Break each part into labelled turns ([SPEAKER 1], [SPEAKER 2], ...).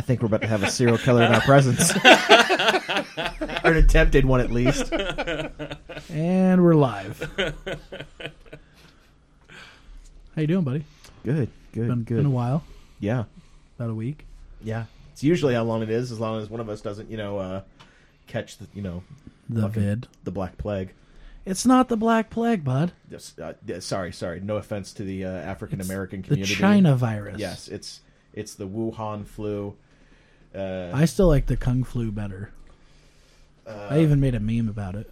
[SPEAKER 1] think we're about to have a serial killer in our presence. or an attempted one, at least.
[SPEAKER 2] And we're live. How you doing, buddy?
[SPEAKER 1] Good, good,
[SPEAKER 2] Been,
[SPEAKER 1] good.
[SPEAKER 2] been a while,
[SPEAKER 1] Yeah,
[SPEAKER 2] about a week.
[SPEAKER 1] yeah. It's usually how long it is, as long as one of us doesn't, you know, uh, catch the, you know,
[SPEAKER 2] The
[SPEAKER 1] Fucking-
[SPEAKER 2] vid.
[SPEAKER 1] the Black Plague.
[SPEAKER 2] It's not the Black Plague, bud.
[SPEAKER 1] Yes, uh, yeah, sorry, sorry. No offense to the uh, African American
[SPEAKER 2] The
[SPEAKER 1] community.
[SPEAKER 2] China virus.
[SPEAKER 1] Yes, it's it's the Wuhan flu. Uh,
[SPEAKER 2] I still like the Kung Flu better. I even made a meme about it.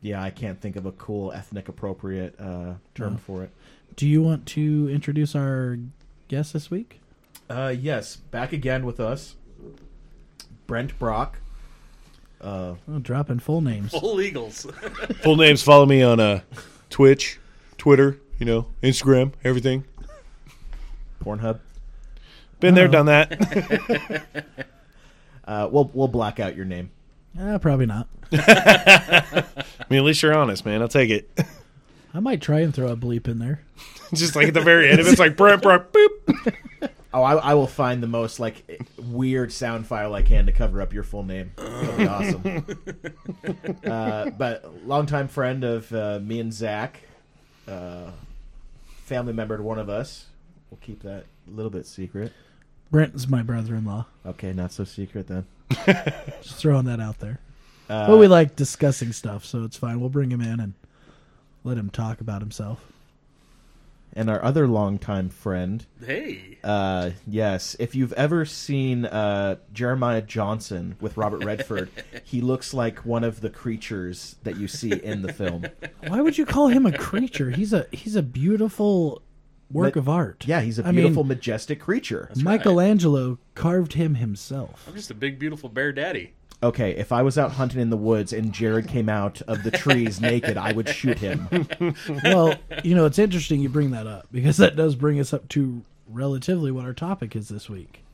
[SPEAKER 1] yeah, I can't think of a cool ethnic appropriate uh, term
[SPEAKER 2] No.
[SPEAKER 1] for it.
[SPEAKER 2] Do you want to introduce our guest this week?
[SPEAKER 1] Uh, yes, back again with us, Brent Brock. Uh,
[SPEAKER 2] Oh, dropping full names.
[SPEAKER 3] Full Eagles.
[SPEAKER 4] Full names. Follow me on uh, Twitch, Twitter, you know, Instagram, everything.
[SPEAKER 1] Pornhub.
[SPEAKER 4] Been there,
[SPEAKER 2] Oh.
[SPEAKER 4] done that.
[SPEAKER 1] Uh, we'll we'll black out your name.
[SPEAKER 2] Eh, probably not.
[SPEAKER 4] I mean, at least you're honest, man. I'll take it.
[SPEAKER 2] I might try and throw a bleep in there.
[SPEAKER 4] Just like at the very end of it, it's like, brr, brr, boop.
[SPEAKER 1] Oh, I, I will find the most like weird sound file I can to cover up your full name. That'll be awesome. uh, but longtime friend of uh, me and Zach, uh, family member to one of us. We'll keep that a little bit secret.
[SPEAKER 2] Brent's my brother-in-law.
[SPEAKER 1] Okay, not so secret then.
[SPEAKER 2] Just throwing that out there.
[SPEAKER 1] Uh,
[SPEAKER 2] Well, we like discussing stuff, so it's fine. We'll bring him in and let him talk about himself.
[SPEAKER 1] and our other longtime friend.
[SPEAKER 3] Hey.
[SPEAKER 1] Uh, yes. If you've ever seen uh, Jeremiah Johnson with Robert Redford, he looks like one of the creatures that you see in the film.
[SPEAKER 2] Why would you call him a creature? He's a he's a beautiful work
[SPEAKER 1] Ma-
[SPEAKER 2] of art.
[SPEAKER 1] Yeah, he's a
[SPEAKER 2] I mean,
[SPEAKER 1] beautiful, majestic creature.
[SPEAKER 2] Michelangelo carved him himself.
[SPEAKER 3] I'm just a big, beautiful bear daddy.
[SPEAKER 1] Okay, if I was out hunting in the woods and Jared came out of the trees naked, I would shoot him.
[SPEAKER 2] well, you know, it's interesting you bring that up because that does bring us up to relatively what our topic is this week.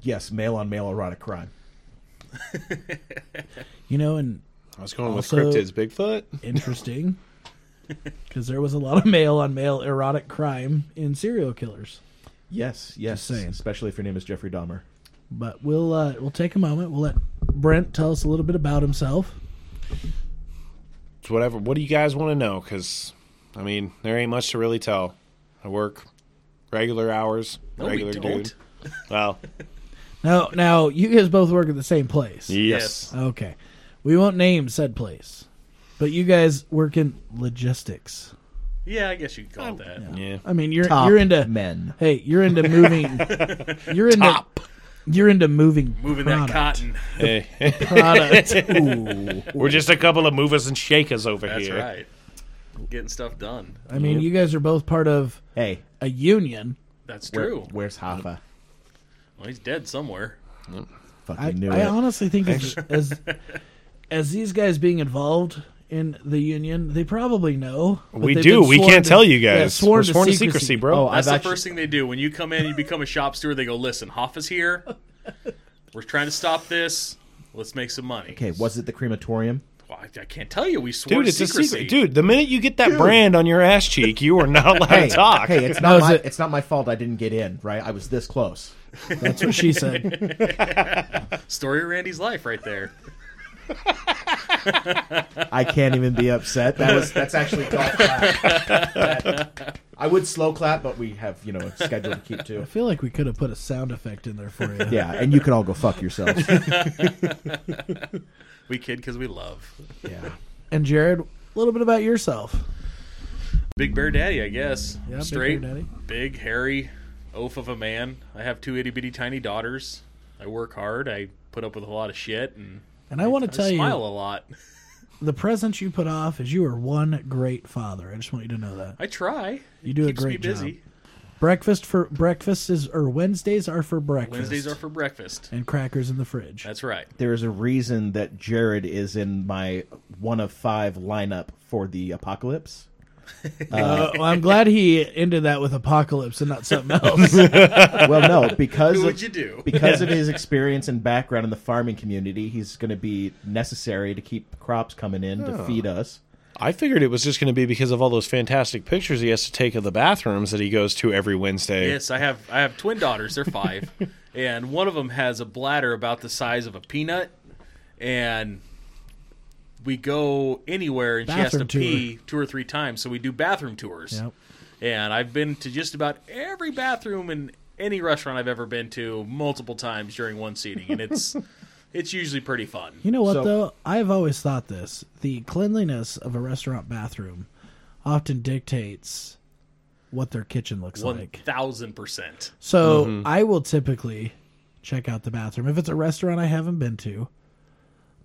[SPEAKER 1] Yes, male on male erotic crime.
[SPEAKER 2] You know, and
[SPEAKER 4] I was going
[SPEAKER 2] Also-
[SPEAKER 4] with cryptids, Bigfoot.
[SPEAKER 2] interesting because there was a lot of male on male erotic crime in serial killers.
[SPEAKER 1] Yes, yes.
[SPEAKER 2] saying.
[SPEAKER 1] Especially if your name is Jeffrey Dahmer.
[SPEAKER 2] But we'll uh, we'll take a moment. We'll let Brent tell us a little bit about himself.
[SPEAKER 4] It's whatever. What do you guys want to know? Because, I mean, there ain't much to really tell. I work regular hours,
[SPEAKER 3] No, we
[SPEAKER 4] regular
[SPEAKER 3] don't.
[SPEAKER 4] dude. Well,
[SPEAKER 2] Now, now you guys both work at the same place.
[SPEAKER 4] yes.
[SPEAKER 2] Okay, we won't name said place, but you guys work in logistics.
[SPEAKER 3] Yeah, I guess you could call it that.
[SPEAKER 4] Oh, Yeah.
[SPEAKER 2] I mean, you're
[SPEAKER 1] Top
[SPEAKER 2] you're into
[SPEAKER 1] men.
[SPEAKER 2] hey, you're into moving. You're into
[SPEAKER 4] Top.
[SPEAKER 2] you're into moving
[SPEAKER 3] Moving that
[SPEAKER 2] product,
[SPEAKER 3] cotton.
[SPEAKER 4] Hey,
[SPEAKER 2] product.
[SPEAKER 1] Ooh.
[SPEAKER 4] we're just a couple of movers and shakers over
[SPEAKER 3] That's
[SPEAKER 4] here.
[SPEAKER 3] right. Getting stuff done.
[SPEAKER 2] I mean, you guys are both part of
[SPEAKER 1] Hey,
[SPEAKER 2] a union.
[SPEAKER 3] That's
[SPEAKER 1] where-
[SPEAKER 3] true.
[SPEAKER 1] where's Hoffa?
[SPEAKER 3] Well, he's dead somewhere.
[SPEAKER 1] Fucking
[SPEAKER 2] I,
[SPEAKER 1] knew
[SPEAKER 2] I
[SPEAKER 1] it.
[SPEAKER 2] honestly think as, as as these guys being involved in the union, they probably know. but
[SPEAKER 4] We
[SPEAKER 2] they've
[SPEAKER 4] do.
[SPEAKER 2] been
[SPEAKER 4] We
[SPEAKER 2] sworn
[SPEAKER 4] can't
[SPEAKER 2] to-
[SPEAKER 4] tell you
[SPEAKER 2] yeah,
[SPEAKER 4] guys. we're sworn to secrecy, bro.
[SPEAKER 1] Oh,
[SPEAKER 3] That's
[SPEAKER 1] I've
[SPEAKER 3] the
[SPEAKER 1] actually-
[SPEAKER 3] first thing they do. When you come in, you become a shop steward, they go, listen, Hoffa's here. We're trying to stop this. Let's make some money.
[SPEAKER 1] Okay, was it the crematorium?
[SPEAKER 3] Well, I, I can't tell you. We swore
[SPEAKER 4] Dude, it's
[SPEAKER 3] secrecy.
[SPEAKER 4] a secret. Dude, the minute you get that brand on your ass cheek, you are not allowed
[SPEAKER 1] Hey,
[SPEAKER 4] to talk.
[SPEAKER 1] hey, it's
[SPEAKER 2] That
[SPEAKER 1] not
[SPEAKER 2] was
[SPEAKER 1] my,
[SPEAKER 2] it.
[SPEAKER 1] it's not my fault I didn't get in. Right, I was this close.
[SPEAKER 2] That's what she said.
[SPEAKER 3] Story of Randy's life right there.
[SPEAKER 1] I can't even be upset. That was that's actually golf clap. That- I would slow clap, but we have you know a schedule to keep to.
[SPEAKER 2] I feel like we could have put a sound effect in there for you.
[SPEAKER 1] Yeah, and you can all go fuck yourselves.
[SPEAKER 3] We kid because we love.
[SPEAKER 1] Yeah.
[SPEAKER 2] And Jared, a little bit about yourself.
[SPEAKER 3] Big Bear Daddy, I guess.
[SPEAKER 2] Yeah, Big Bear
[SPEAKER 3] Straight,
[SPEAKER 2] Daddy.
[SPEAKER 3] big, hairy oaf of a man. I have two itty bitty tiny daughters. I work hard. I put up with a lot of shit and
[SPEAKER 2] And I want to
[SPEAKER 3] I
[SPEAKER 2] tell
[SPEAKER 3] smile
[SPEAKER 2] you,
[SPEAKER 3] a lot.
[SPEAKER 2] the presence you put off is you are one great father. I just want you to know that.
[SPEAKER 3] I try.
[SPEAKER 2] You do a
[SPEAKER 3] Keeps me
[SPEAKER 2] great
[SPEAKER 3] busy.
[SPEAKER 2] job. Breakfast for breakfast is or Wednesdays are for breakfast.
[SPEAKER 3] Wednesdays are for breakfast.
[SPEAKER 2] and crackers in the fridge.
[SPEAKER 3] That's right.
[SPEAKER 1] There is a reason that Jared is in my one of five lineup for the apocalypse.
[SPEAKER 2] Uh, well, I'm glad he ended that with apocalypse and not something else.
[SPEAKER 1] Well, no, because
[SPEAKER 3] What
[SPEAKER 1] of,
[SPEAKER 3] would you do?
[SPEAKER 1] because of his experience and background
[SPEAKER 3] Oh.
[SPEAKER 1] in the farming community, he's going to be necessary to keep crops coming in to feed us.
[SPEAKER 4] I figured it was just going to be because of all those fantastic pictures he has to take of the bathrooms that he goes to every Wednesday.
[SPEAKER 3] Yes, I have I have twin daughters. They're five, and one of them has a bladder about the size of a peanut, and we go anywhere and she has to
[SPEAKER 2] Bathroom tour.
[SPEAKER 3] pee two or three times. So we do bathroom tours,
[SPEAKER 2] Yep.
[SPEAKER 3] and I've been to just about every bathroom in any restaurant I've ever been to multiple times during one seating, and it's it's usually pretty fun.
[SPEAKER 2] You know what
[SPEAKER 1] So-
[SPEAKER 2] though? I've always thought this: the cleanliness of a restaurant bathroom often dictates what their kitchen looks
[SPEAKER 3] One Mm-hmm.
[SPEAKER 2] like.
[SPEAKER 3] thousand percent.
[SPEAKER 2] So I will typically check out the bathroom if it's a restaurant I haven't been to.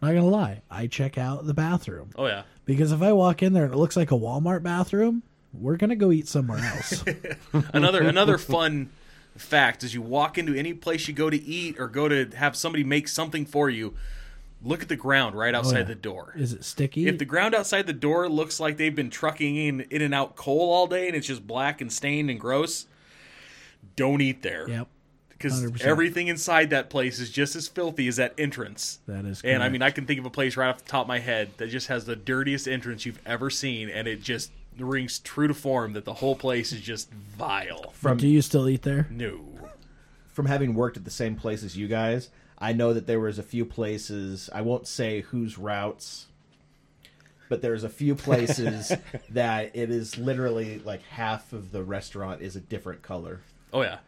[SPEAKER 2] Not gonna lie, I check out the bathroom
[SPEAKER 3] Oh yeah.
[SPEAKER 2] because if I walk in there and it looks like a Walmart bathroom, we're gonna go eat somewhere else.
[SPEAKER 3] another another fun fact is you walk into any place you go to eat or go to have somebody make something for you look at the ground right outside
[SPEAKER 2] Oh, yeah.
[SPEAKER 3] the door
[SPEAKER 2] Is it sticky?
[SPEAKER 3] if the ground outside the door looks like they've been trucking in in and out coal all day and it's just black and stained and gross don't eat there
[SPEAKER 2] yep,
[SPEAKER 3] because
[SPEAKER 2] 100%.
[SPEAKER 3] everything inside that place is just as filthy as that entrance
[SPEAKER 2] that is. Correct.
[SPEAKER 3] and i mean i can think of a place right off the top of my head that just has the dirtiest entrance you've ever seen and it just rings true to form that the whole place is just vile
[SPEAKER 2] But do you still eat there?
[SPEAKER 3] no
[SPEAKER 1] from having worked at the same place as you guys, I know that there was a few places. I won't say whose routes, but there's a few places that it is literally like half of the restaurant is a different color.
[SPEAKER 3] Oh yeah,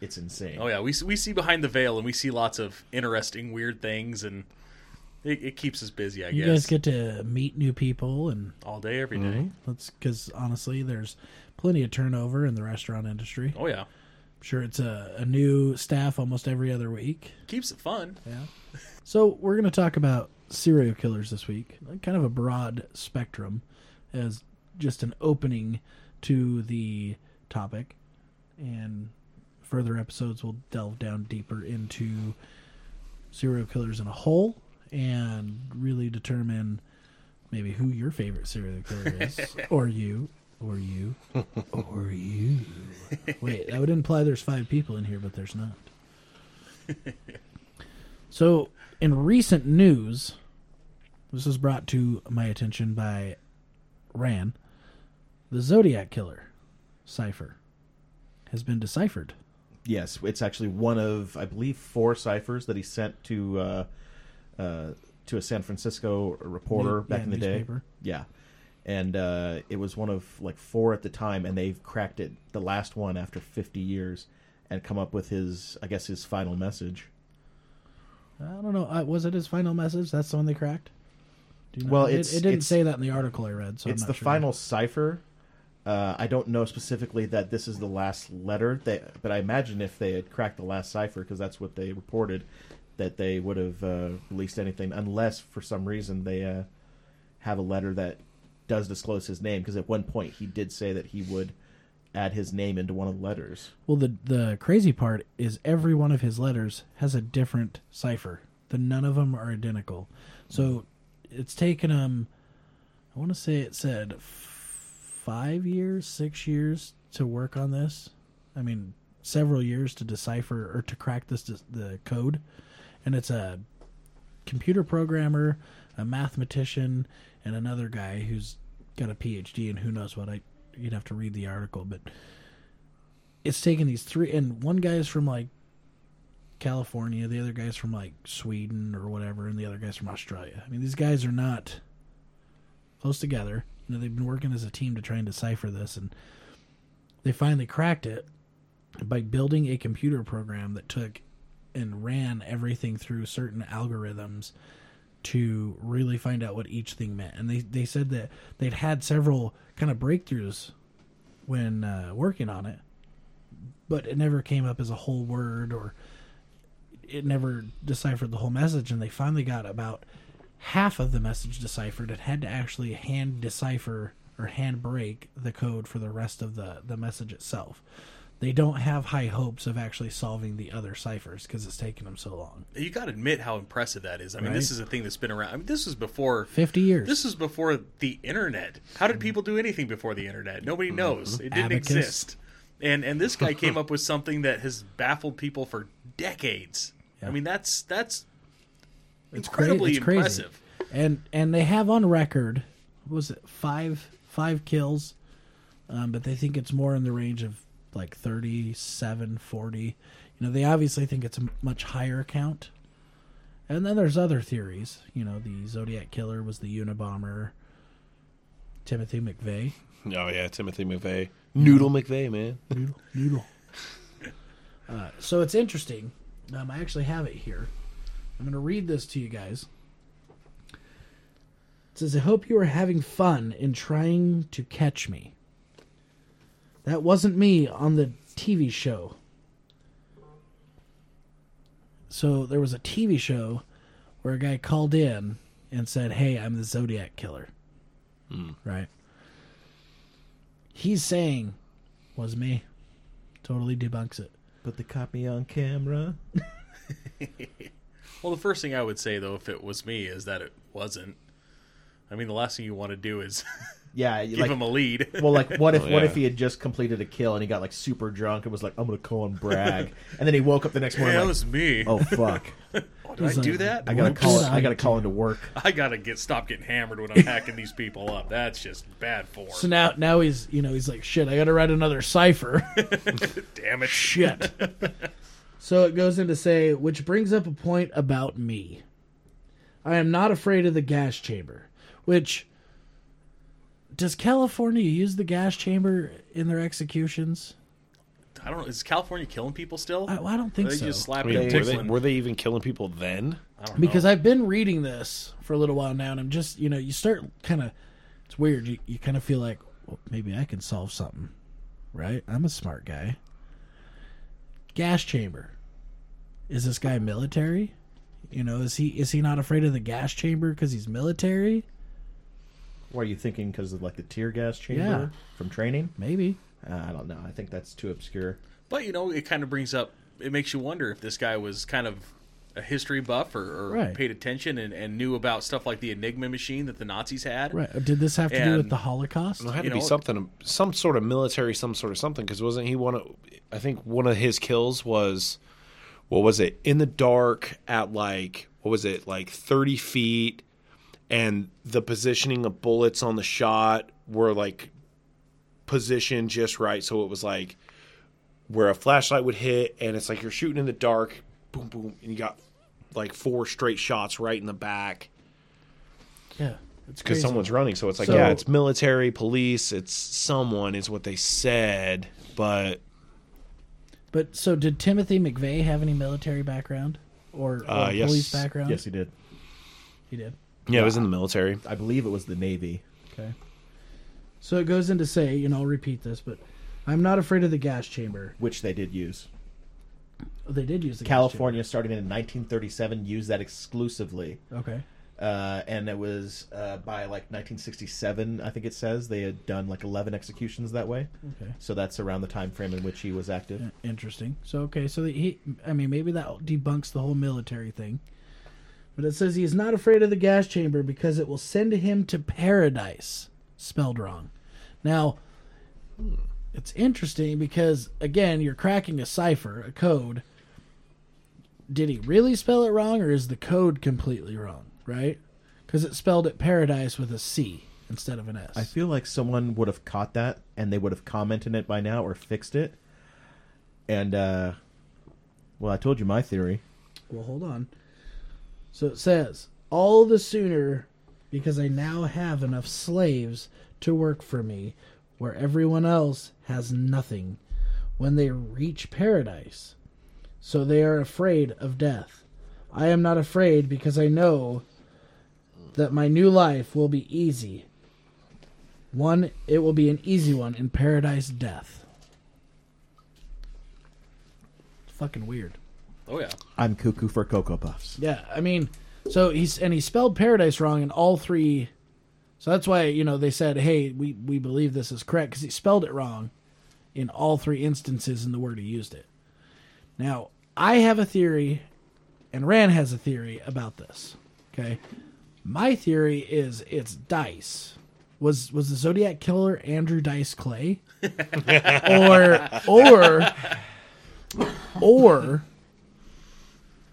[SPEAKER 1] It's insane.
[SPEAKER 3] oh yeah. We s- we see behind the veil, and we see lots of interesting, weird things, and it, it keeps us busy. I
[SPEAKER 2] You
[SPEAKER 3] guess
[SPEAKER 2] guys get to meet new people and
[SPEAKER 3] all day, every day.
[SPEAKER 2] Let's because honestly, there's plenty of turnover in the restaurant industry.
[SPEAKER 3] Oh yeah,
[SPEAKER 2] I'm sure it's a, a new staff almost every other week.
[SPEAKER 3] keeps it fun.
[SPEAKER 2] So we're going to talk about serial killers this week, kind of a broad spectrum, as just an opening to the topic, and further episodes will delve down deeper into serial killers in a whole and really determine maybe who your favorite serial killer is, or you, or you, or you. Wait, that would imply there's five people in here, but there's not. So, in recent news, this was brought to my attention by Ran. The Zodiac Killer cipher has been deciphered.
[SPEAKER 1] Yes, it's actually one of I believe four ciphers that he sent to uh, uh, to a San Francisco reporter
[SPEAKER 2] New-
[SPEAKER 1] back
[SPEAKER 2] yeah,
[SPEAKER 1] in the
[SPEAKER 2] newspaper.
[SPEAKER 1] day. Yeah, and uh, it was one of like four at the time, and they've cracked it. The last one after fifty years, and come up with his I guess his final message.
[SPEAKER 2] I don't know. Uh, was it his final message? That's the one they cracked. Do you know?
[SPEAKER 1] Well,
[SPEAKER 2] it,
[SPEAKER 1] it's-
[SPEAKER 2] it didn't
[SPEAKER 1] it's-
[SPEAKER 2] say that in the article I read. So I'm
[SPEAKER 1] it's
[SPEAKER 2] not
[SPEAKER 1] the
[SPEAKER 2] sure.
[SPEAKER 1] final cipher. Uh, I don't know specifically that this is the last letter, that, but I imagine if they had cracked the last cipher, because that's what they reported, that they would have uh, released anything, unless for some reason they uh, have a letter that does disclose his name, because at one point he did say that he would add his name into one of the letters.
[SPEAKER 2] Well, the the crazy part is every one of his letters has a different cipher. The none of them are identical. So it's taken him. I want to say it said f- five years, six years to work on this. I mean, several years to decipher or to crack this the code, and it's a computer programmer, a mathematician, and another guy who's got a PhD and who knows what. I you'd have to read the article, but it's taken these three and one guy's from like California, the other guy's from like Sweden or whatever, and the other guy's from Australia. I mean, these guys are not close together. You know, they've been working as a team to try and decipher this, and they finally cracked it by building a computer program that took and ran everything through certain algorithms to really find out what each thing meant. And they, they said that they'd had several kind of breakthroughs when uh, working on it, but it never came up as a whole word or it never deciphered the whole message and they finally got about half of the message deciphered and had to actually hand decipher or hand break the code for the rest of the the message itself they don't have high hopes of actually solving the other ciphers because it's taken them so long
[SPEAKER 3] You got to admit how impressive that is. I mean, this is a thing that's been around. I mean, this was before
[SPEAKER 2] 50 years
[SPEAKER 3] this was before the internet. How did people do anything before the internet? Nobody knows. It didn't
[SPEAKER 2] Mm-hmm. Abacus.
[SPEAKER 3] exist. And and this guy came up with something that has baffled people for decades. I
[SPEAKER 2] Yeah.
[SPEAKER 3] mean, that's that's
[SPEAKER 2] cra-
[SPEAKER 3] incredibly
[SPEAKER 2] it's crazy.
[SPEAKER 3] impressive.
[SPEAKER 2] and and they have on record what was it five five kills, um, but they think it's more in the range of like 37, 40. You know, they obviously think it's a m- much higher count. And then there's other theories. You know, the Zodiac killer was the Unabomber, Timothy McVeigh.
[SPEAKER 4] Oh yeah, Timothy McVeigh, Noodle McVeigh, man.
[SPEAKER 2] Noodle. Noodle. Uh, so it's interesting. Um, I actually have it here. I'm going to read this to you guys. It says, I hope you are having fun in trying to catch me. That wasn't me on the TV show. So there was a TV show where a guy called in and said, Hey, I'm the Zodiac Killer. Right? He's saying, was me. Totally debunks it.
[SPEAKER 1] Put the copy on camera.
[SPEAKER 3] Well, the first thing I would say though, if it was me, is that it wasn't. I mean, the last thing you want to do is
[SPEAKER 1] Yeah, you
[SPEAKER 3] give
[SPEAKER 1] like
[SPEAKER 3] him a lead.
[SPEAKER 1] well, like what if
[SPEAKER 4] Oh,
[SPEAKER 1] what
[SPEAKER 4] yeah.
[SPEAKER 1] if he had just completed a kill and he got like super drunk and was like, I'm gonna call and brag, and then he woke up the next
[SPEAKER 3] yeah,
[SPEAKER 1] morning
[SPEAKER 3] it
[SPEAKER 1] like,
[SPEAKER 3] was me.
[SPEAKER 1] oh fuck,
[SPEAKER 3] Oh, did I
[SPEAKER 2] He's like,
[SPEAKER 3] do that?
[SPEAKER 1] I gotta
[SPEAKER 2] What
[SPEAKER 1] call
[SPEAKER 2] did
[SPEAKER 1] I
[SPEAKER 2] I
[SPEAKER 1] gotta call into work.
[SPEAKER 3] I gotta get stop getting hammered when I'm hacking these people up. That's just bad form.
[SPEAKER 2] So now now he's you know, he's like, shit, I gotta write another cipher.
[SPEAKER 3] Damn it!
[SPEAKER 2] shit. so it goes in to say, which brings up a point about me. I am not afraid of the gas chamber. Which does California use the gas chamber in their executions?
[SPEAKER 3] I don't. know. Is California killing people still?
[SPEAKER 2] I, I don't think
[SPEAKER 3] they
[SPEAKER 2] so.
[SPEAKER 3] just slap
[SPEAKER 4] I mean,
[SPEAKER 3] and
[SPEAKER 4] were they,
[SPEAKER 3] tickling.
[SPEAKER 4] were they even killing people then?
[SPEAKER 3] I don't know.
[SPEAKER 2] because I've been reading this for a little while now, and I'm just you know you start kind of it's weird. You you kind of feel like well, maybe I can solve something, right? I'm a smart guy. Gas chamber. Is this guy military? You know, is he is he not afraid of the gas chamber because he's military?
[SPEAKER 1] What are you thinking? Because of like the tear gas chamber from training?
[SPEAKER 2] Maybe.
[SPEAKER 1] Uh, I don't know. I think that's too obscure.
[SPEAKER 3] But you know, it kind of brings up. It makes you wonder if this guy was kind of a history buff or, or
[SPEAKER 2] Right.
[SPEAKER 3] paid attention and, and knew about stuff like the Enigma machine that the Nazis had.
[SPEAKER 2] Right? Did this have to do with
[SPEAKER 3] And-
[SPEAKER 2] the Holocaust?
[SPEAKER 4] It had
[SPEAKER 3] You
[SPEAKER 4] to be
[SPEAKER 3] know-
[SPEAKER 4] something, some sort of military, some sort of something. Because wasn't he one of? I think one of his kills was, what was it? In the dark at like what was it? Like thirty feet, and the positioning of bullets on the shot were like positioned just right, so it was like where a flashlight would hit, and it's like you're shooting in the dark, boom, boom, and you got like four straight shots right in the back
[SPEAKER 2] Yeah, it's
[SPEAKER 4] because
[SPEAKER 2] crazy.
[SPEAKER 4] someone's running. So it's like,
[SPEAKER 2] So-
[SPEAKER 4] yeah, it's military, police, it's someone, is what they said. But
[SPEAKER 2] But so did Timothy McVeigh have any military background or, or
[SPEAKER 4] Uh, yes.
[SPEAKER 2] police background?
[SPEAKER 1] Yes, he did.
[SPEAKER 2] he did.
[SPEAKER 4] yeah, it was in the military.
[SPEAKER 1] I believe it was the Navy.
[SPEAKER 2] Okay. So it goes in to say, and I'll repeat this, but I'm not afraid of the gas chamber.
[SPEAKER 1] which they did use.
[SPEAKER 2] Oh, they did use the
[SPEAKER 1] California, starting in 1937, used that exclusively,
[SPEAKER 2] Gas chamber. Okay.
[SPEAKER 1] uh, and it was uh, by like 1967, I think it says they had done like 11 executions that way.
[SPEAKER 2] Okay.
[SPEAKER 1] So that's around the time frame in which he was active.
[SPEAKER 2] Interesting. So okay, so he, I mean, maybe that debunks the whole military thing. But it says he is not afraid of the gas chamber because it will send him to paradise. Spelled wrong. Now, it's interesting because again, you're cracking a cipher, a code. Did he really spell it wrong, or is the code completely wrong? Right? Because it spelled it paradise with a C instead of an S.
[SPEAKER 1] I feel like someone would have caught that and they would have commented it by now or fixed it. And uh, well, I told you my theory.
[SPEAKER 2] Well, hold on. So it says, all the sooner because I now have enough slaves to work for me where everyone else has nothing when they reach paradise. So they are afraid of death. I am not afraid because I know that my new life will be easy. One, it will be an easy one in paradise death. It's fucking weird.
[SPEAKER 3] Oh yeah.
[SPEAKER 1] I'm cuckoo for cocoa puffs.
[SPEAKER 2] Yeah, I mean, so he's and he spelled paradise wrong in all three. So that's why you know they said, "Hey, we we believe this is correct" because he spelled it wrong in all three instances in the word he used it. Now I have a theory, and Rand has a theory about this. Okay, my theory is it's Dice. Was was the Zodiac killer Andrew Dice Clay, or or or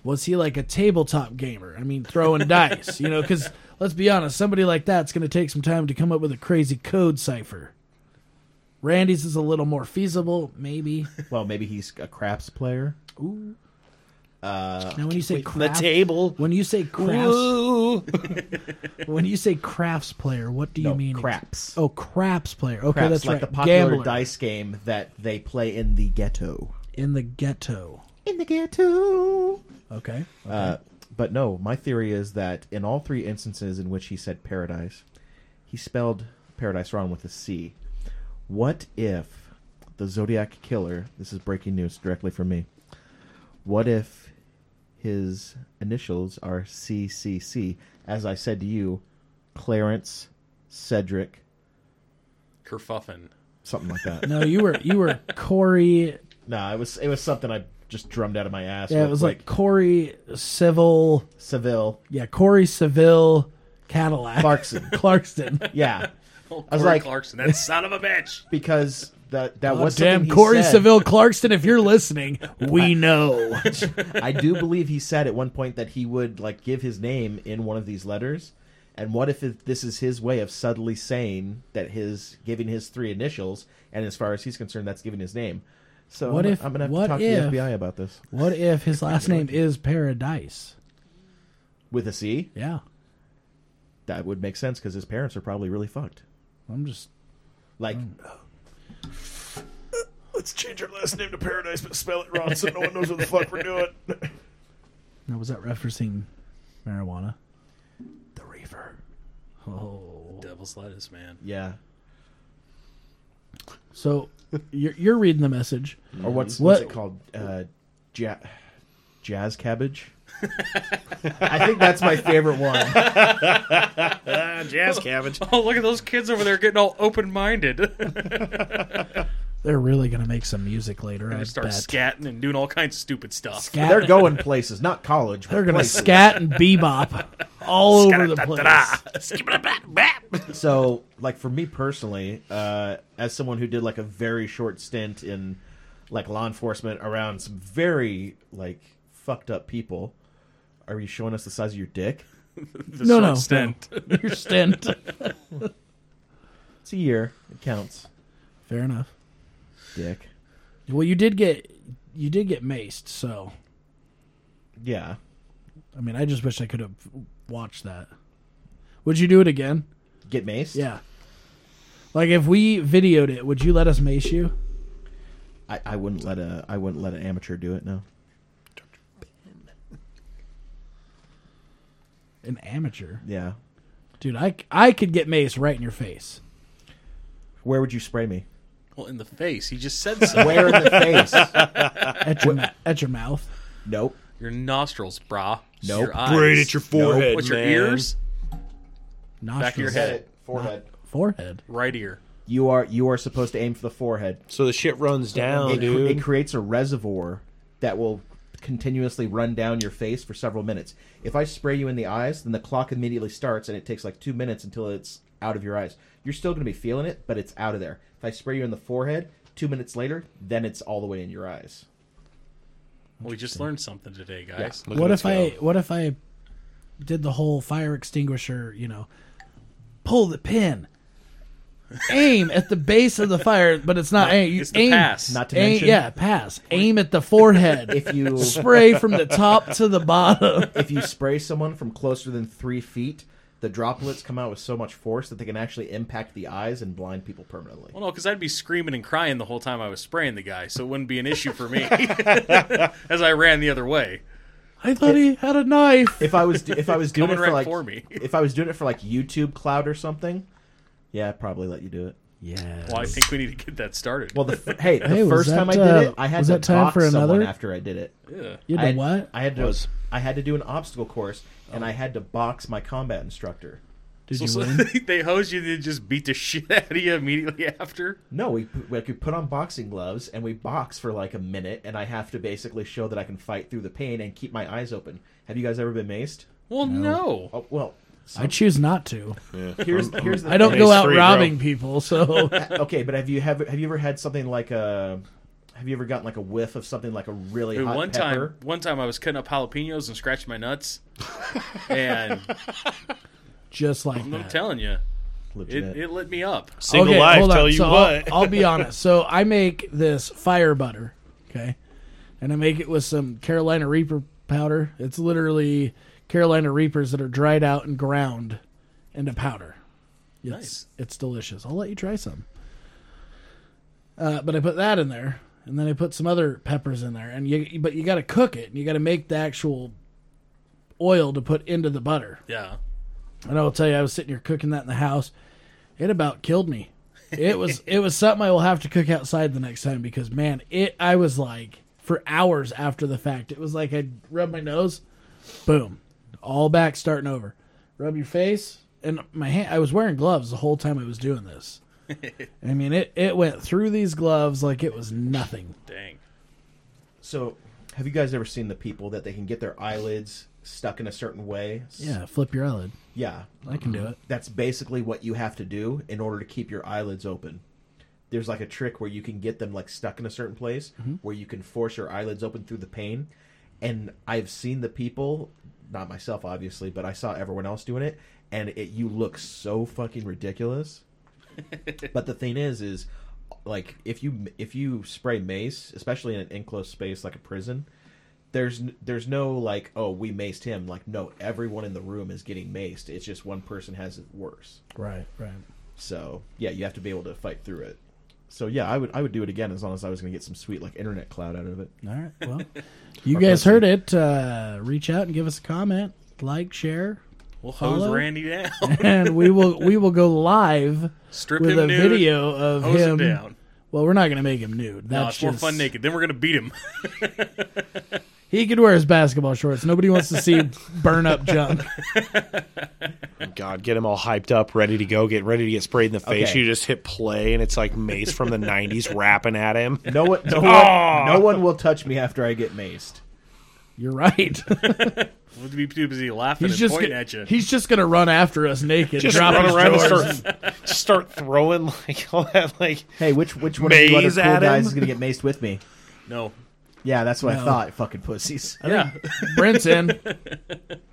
[SPEAKER 2] was he like a tabletop gamer? I mean, throwing dice, you know, because let's be honest, somebody like that's going to take some time to come up with a crazy code cipher. Randy's is a little more feasible, maybe.
[SPEAKER 1] Well, maybe he's a craps player.
[SPEAKER 2] Ooh.
[SPEAKER 1] Uh,
[SPEAKER 2] Now, when you say
[SPEAKER 4] The
[SPEAKER 2] craft,
[SPEAKER 4] table.
[SPEAKER 2] when you say crafts,
[SPEAKER 4] Ooh.
[SPEAKER 2] when you say crafts player, what do you
[SPEAKER 1] no,
[SPEAKER 2] mean? ex-
[SPEAKER 1] craps.
[SPEAKER 2] Oh, craps player. Okay,
[SPEAKER 1] craps,
[SPEAKER 2] that's
[SPEAKER 1] like
[SPEAKER 2] right.
[SPEAKER 1] the popular
[SPEAKER 2] Gambler
[SPEAKER 1] dice game that they play in the ghetto.
[SPEAKER 2] in the ghetto.
[SPEAKER 1] In the ghetto.
[SPEAKER 2] Okay.
[SPEAKER 1] Uh, but no, my theory is that in all three instances in which he said paradise, he spelled paradise wrong with a C. What if the Zodiac killer, this is breaking news directly from me, what if his initials are CCC, as I said to you, Clarence Cedric,
[SPEAKER 3] Kerfuffin.
[SPEAKER 1] something like that?
[SPEAKER 2] no, you were you were Corey.
[SPEAKER 1] nah, it was it was something I just drummed out of my ass.
[SPEAKER 2] Yeah, it
[SPEAKER 1] real
[SPEAKER 2] was like
[SPEAKER 1] quick.
[SPEAKER 2] Corey Civil.
[SPEAKER 1] Seville,
[SPEAKER 2] Yeah, Corey Seville Cadillac
[SPEAKER 1] Clarkson.
[SPEAKER 2] Clarkston.
[SPEAKER 1] yeah,
[SPEAKER 3] Oh,
[SPEAKER 1] I was
[SPEAKER 3] Corey
[SPEAKER 1] like-
[SPEAKER 3] Clarkson, that son of a bitch.
[SPEAKER 1] because that that was something
[SPEAKER 2] Damn,
[SPEAKER 1] he
[SPEAKER 2] Corey
[SPEAKER 1] said.
[SPEAKER 2] Seville Clarkston. If you're listening, we know.
[SPEAKER 1] I do believe he said at one point that he would like give his name in one of these letters. And what if it, this is his way of subtly saying that his giving his three initials, and as far as he's concerned, that's giving his name. So
[SPEAKER 2] What
[SPEAKER 1] I'm,
[SPEAKER 2] if-
[SPEAKER 1] I'm gonna have
[SPEAKER 2] what
[SPEAKER 1] to talk
[SPEAKER 2] if-
[SPEAKER 1] to the FBI about this
[SPEAKER 2] What if his last name is Paradise?
[SPEAKER 1] with a C.
[SPEAKER 2] Yeah,
[SPEAKER 1] That would make sense because his parents are probably really fucked.
[SPEAKER 2] I'm just
[SPEAKER 1] Like
[SPEAKER 2] Mm.
[SPEAKER 4] Let's change our last name to Paradise, but spell it wrong so no one knows what the fuck we're doing.
[SPEAKER 2] now was that referencing marijuana? The reefer. Oh,
[SPEAKER 3] Devil's lettuce, man.
[SPEAKER 1] yeah,
[SPEAKER 2] so you're you're reading the message.
[SPEAKER 1] or what's what's
[SPEAKER 2] What-
[SPEAKER 1] it called? Uh, ja- jazz cabbage. I think that's my favorite one.
[SPEAKER 4] Jazz cabbage.
[SPEAKER 3] Oh, look at those kids over there getting all open minded.
[SPEAKER 2] They're really gonna make some music later. I
[SPEAKER 3] I start
[SPEAKER 2] bet.
[SPEAKER 3] scatting and doing all kinds of stupid stuff.
[SPEAKER 2] Scat-
[SPEAKER 1] They're going places, not college. but
[SPEAKER 2] They're gonna
[SPEAKER 1] places.
[SPEAKER 2] scat and bebop all over the place.
[SPEAKER 1] so like for me personally uh, as someone who did like a very short stint in like law enforcement around some very like fucked up people are you showing us the size of your dick
[SPEAKER 3] The
[SPEAKER 2] No,
[SPEAKER 3] short
[SPEAKER 2] no,
[SPEAKER 3] stint.
[SPEAKER 2] no. Your stint.
[SPEAKER 1] it's a year it counts
[SPEAKER 2] Fair enough.
[SPEAKER 1] dick
[SPEAKER 2] Well, you did get you did get maced, so
[SPEAKER 1] yeah
[SPEAKER 2] I mean, I just wish I could have watched that. Would you do it again?
[SPEAKER 1] get maced
[SPEAKER 2] Yeah. Like if we videoed it, would you let us mace you?
[SPEAKER 1] I, I wouldn't let a i wouldn't let an amateur do it no
[SPEAKER 2] An amateur,
[SPEAKER 1] yeah
[SPEAKER 2] dude. I I could get maced right in your face.
[SPEAKER 1] where would you spray me
[SPEAKER 3] Well, in the face. He just said so.
[SPEAKER 1] where in the face
[SPEAKER 2] At your ma- at your mouth.
[SPEAKER 1] nope
[SPEAKER 3] Your nostrils, brah.
[SPEAKER 1] Nope.
[SPEAKER 3] Your eyes.
[SPEAKER 4] Braid at your forehead,
[SPEAKER 3] What's your
[SPEAKER 4] man.
[SPEAKER 3] ears?
[SPEAKER 2] Nostrils,
[SPEAKER 3] of your head.
[SPEAKER 1] forehead
[SPEAKER 2] forehead.
[SPEAKER 3] Right ear.
[SPEAKER 1] you are you are supposed to aim for the forehead
[SPEAKER 4] So the shit runs down,
[SPEAKER 1] it, cre- it
[SPEAKER 4] Oh, dude.
[SPEAKER 1] creates a reservoir that will continuously run down your face for several minutes. If I spray you in the eyes, then the clock immediately starts and it takes like two minutes until it's out of your eyes. You're still going to be feeling it, but it's out of there. If I spray you in the forehead, two minutes later, then it's all the way in your eyes.
[SPEAKER 3] We just learned something today, guys.
[SPEAKER 4] Look
[SPEAKER 2] What
[SPEAKER 4] at us
[SPEAKER 2] if I
[SPEAKER 4] go.
[SPEAKER 2] what if I did the whole fire extinguisher? You know, pull the pin, aim at the base of the fire, but it's not aim. You
[SPEAKER 3] It's the
[SPEAKER 2] aim,
[SPEAKER 3] pass.
[SPEAKER 1] Not to
[SPEAKER 2] aim-
[SPEAKER 1] mention,
[SPEAKER 2] yeah, pass. Aim at the forehead.
[SPEAKER 1] if you
[SPEAKER 2] spray from the top to the bottom.
[SPEAKER 1] if you spray someone from closer than three feet, the droplets come out with so much force that they can actually impact the eyes and blind people permanently.
[SPEAKER 3] Well, no, because I'd be screaming and crying the whole time I was spraying the guy, so it wouldn't be an issue for me as I ran the other way.
[SPEAKER 2] I thought he had a knife.
[SPEAKER 1] If I was do- if I was doing it
[SPEAKER 3] Coming
[SPEAKER 1] for
[SPEAKER 3] right
[SPEAKER 1] like
[SPEAKER 3] for me.
[SPEAKER 1] if I was doing it for like YouTube Cloud or something, yeah, I'd probably let you do it.
[SPEAKER 2] Yeah.
[SPEAKER 3] Well, I think we need to get that started.
[SPEAKER 1] Well, the f- hey, the
[SPEAKER 2] Hey, was
[SPEAKER 1] first
[SPEAKER 2] that,
[SPEAKER 1] time I did
[SPEAKER 2] uh,
[SPEAKER 1] it, I had
[SPEAKER 2] was
[SPEAKER 1] to
[SPEAKER 2] that time
[SPEAKER 1] dox
[SPEAKER 2] for
[SPEAKER 1] someone
[SPEAKER 2] another?
[SPEAKER 1] after I did it.
[SPEAKER 3] Yeah.
[SPEAKER 2] You
[SPEAKER 1] I
[SPEAKER 2] had
[SPEAKER 1] had,
[SPEAKER 2] to what?
[SPEAKER 1] I had to
[SPEAKER 4] Was-
[SPEAKER 1] I had to do an obstacle course, and
[SPEAKER 3] Oh.
[SPEAKER 1] I had to box my combat instructor.
[SPEAKER 2] Did
[SPEAKER 3] So-
[SPEAKER 2] you
[SPEAKER 3] so
[SPEAKER 2] win?
[SPEAKER 3] they hose you, they just beat the shit out of you immediately after.
[SPEAKER 1] No, we p- like we put on boxing gloves and we box for like a minute, and I have to basically show that I can fight through the pain and keep my eyes open. Have you guys ever been maced?
[SPEAKER 3] Well, no.
[SPEAKER 1] Oh well, so
[SPEAKER 2] I choose not to.
[SPEAKER 1] here's
[SPEAKER 3] Um,
[SPEAKER 1] here's the
[SPEAKER 2] I don't
[SPEAKER 1] thing.
[SPEAKER 2] go
[SPEAKER 4] He's
[SPEAKER 2] out
[SPEAKER 4] free, bro.
[SPEAKER 2] robbing people, so
[SPEAKER 1] okay, but have you have have you ever had something like a have you ever gotten like a whiff of something like a really
[SPEAKER 3] Dude,
[SPEAKER 1] hot
[SPEAKER 3] one
[SPEAKER 1] pepper?
[SPEAKER 3] time, one time I was cutting up jalapenos and scratching my nuts, and
[SPEAKER 2] just like
[SPEAKER 3] I'm
[SPEAKER 2] that.
[SPEAKER 3] telling you, it,
[SPEAKER 1] Legitimate.
[SPEAKER 3] it lit me up.
[SPEAKER 4] Single
[SPEAKER 2] okay,
[SPEAKER 4] life,
[SPEAKER 2] hold on.
[SPEAKER 4] tell you
[SPEAKER 2] so
[SPEAKER 4] what.
[SPEAKER 2] I'll, I'll be honest. So I make this fire butter, okay, and I make it with some Carolina Reaper powder. It's literally Carolina Reapers that are dried out and ground into powder. It's,
[SPEAKER 3] Nice.
[SPEAKER 2] It's delicious. I'll let you try some. Uh, but I put that in there, and then I put some other peppers in there, and you but you got to cook it, and you got to make the actual oil to put into the butter.
[SPEAKER 3] Yeah.
[SPEAKER 2] And I will tell you, I was sitting here cooking that in the house. It about killed me. It was it was something I will have to cook outside the next time because man, it I was like for hours after the fact. It was like I rubbed my nose, boom, all back starting over. Rub your face and my hand. I was wearing gloves the whole time I was doing this. I mean, it it went through these gloves like it was nothing.
[SPEAKER 3] Dang.
[SPEAKER 1] So, have you guys ever seen the people that they can get their eyelids stuck in a certain way? S-
[SPEAKER 2] Yeah, flip your eyelid.
[SPEAKER 1] Yeah.
[SPEAKER 2] I can do it.
[SPEAKER 1] That's basically what you have to do in order to keep your eyelids open. There's like a trick where you can get them like stuck in a certain place where you can force your eyelids open through the pain. And I've seen the people, not myself obviously, but I saw everyone else doing it and it you look so fucking ridiculous. but the thing is is like if you if you spray mace, especially in an enclosed space like a prison, there's n- there's no like oh we maced him like no everyone in the room is getting maced it's just one person has it worse
[SPEAKER 2] Right, right.
[SPEAKER 1] so yeah you have to be able to fight through it so yeah i would i would do it again as long as i was going to get some sweet like internet cloud out of it
[SPEAKER 2] All right. Well, you guys heard it. Uh, reach out and give us a comment, like, share,
[SPEAKER 3] We'll hose
[SPEAKER 2] Hello?
[SPEAKER 3] Randy down.
[SPEAKER 2] and we will we will go live
[SPEAKER 3] Strip
[SPEAKER 2] with
[SPEAKER 3] him
[SPEAKER 2] a
[SPEAKER 3] nude.
[SPEAKER 2] video of
[SPEAKER 3] hose
[SPEAKER 2] him.
[SPEAKER 3] him down.
[SPEAKER 2] Well, we're not going to make him nude. That's
[SPEAKER 3] No, it's more
[SPEAKER 2] just-
[SPEAKER 3] fun naked. Then we're gonna beat him.
[SPEAKER 2] He could wear his basketball shorts. Nobody wants to see burn up junk.
[SPEAKER 4] Oh God, get him all hyped up, ready to go, get ready to get sprayed in the face.
[SPEAKER 1] Okay.
[SPEAKER 4] You just hit play, and it's like Mace from the '90s rapping at him.
[SPEAKER 1] no one no,
[SPEAKER 4] Ah!
[SPEAKER 1] one, no one will touch me after i get maced
[SPEAKER 2] You're right.
[SPEAKER 3] we'll be too busy laughing
[SPEAKER 2] he's
[SPEAKER 3] and
[SPEAKER 2] just
[SPEAKER 3] pointing
[SPEAKER 2] gonna,
[SPEAKER 3] at you.
[SPEAKER 2] he's just going to run after us naked,
[SPEAKER 4] Just
[SPEAKER 2] drop
[SPEAKER 4] run
[SPEAKER 2] his
[SPEAKER 4] around
[SPEAKER 2] drawers.
[SPEAKER 4] and start start throwing like all that like.
[SPEAKER 1] hey which which one of you other
[SPEAKER 4] Maze
[SPEAKER 1] cool
[SPEAKER 4] at
[SPEAKER 1] guys
[SPEAKER 4] him?
[SPEAKER 1] is going to get maced with me
[SPEAKER 3] no.
[SPEAKER 1] yeah that's what
[SPEAKER 2] No.
[SPEAKER 1] i thought fucking pussies
[SPEAKER 3] Yeah.
[SPEAKER 2] Brent's in.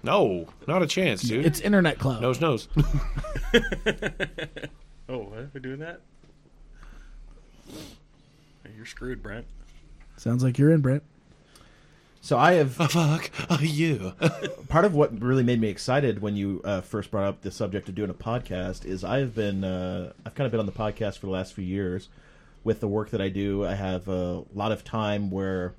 [SPEAKER 4] No, not a chance, dude.
[SPEAKER 2] It's internet cloud.
[SPEAKER 4] nose, nose.
[SPEAKER 3] oh, what? We're doing that. You're screwed, Brent.
[SPEAKER 2] Sounds like you're in, Brent.
[SPEAKER 1] so i have
[SPEAKER 4] Fuck uh, you.
[SPEAKER 1] part of what really made me excited when you uh, first brought up the subject of doing a podcast is I have been uh, I've kind of been on the podcast for the last few years with the work that I do. I have a lot of time where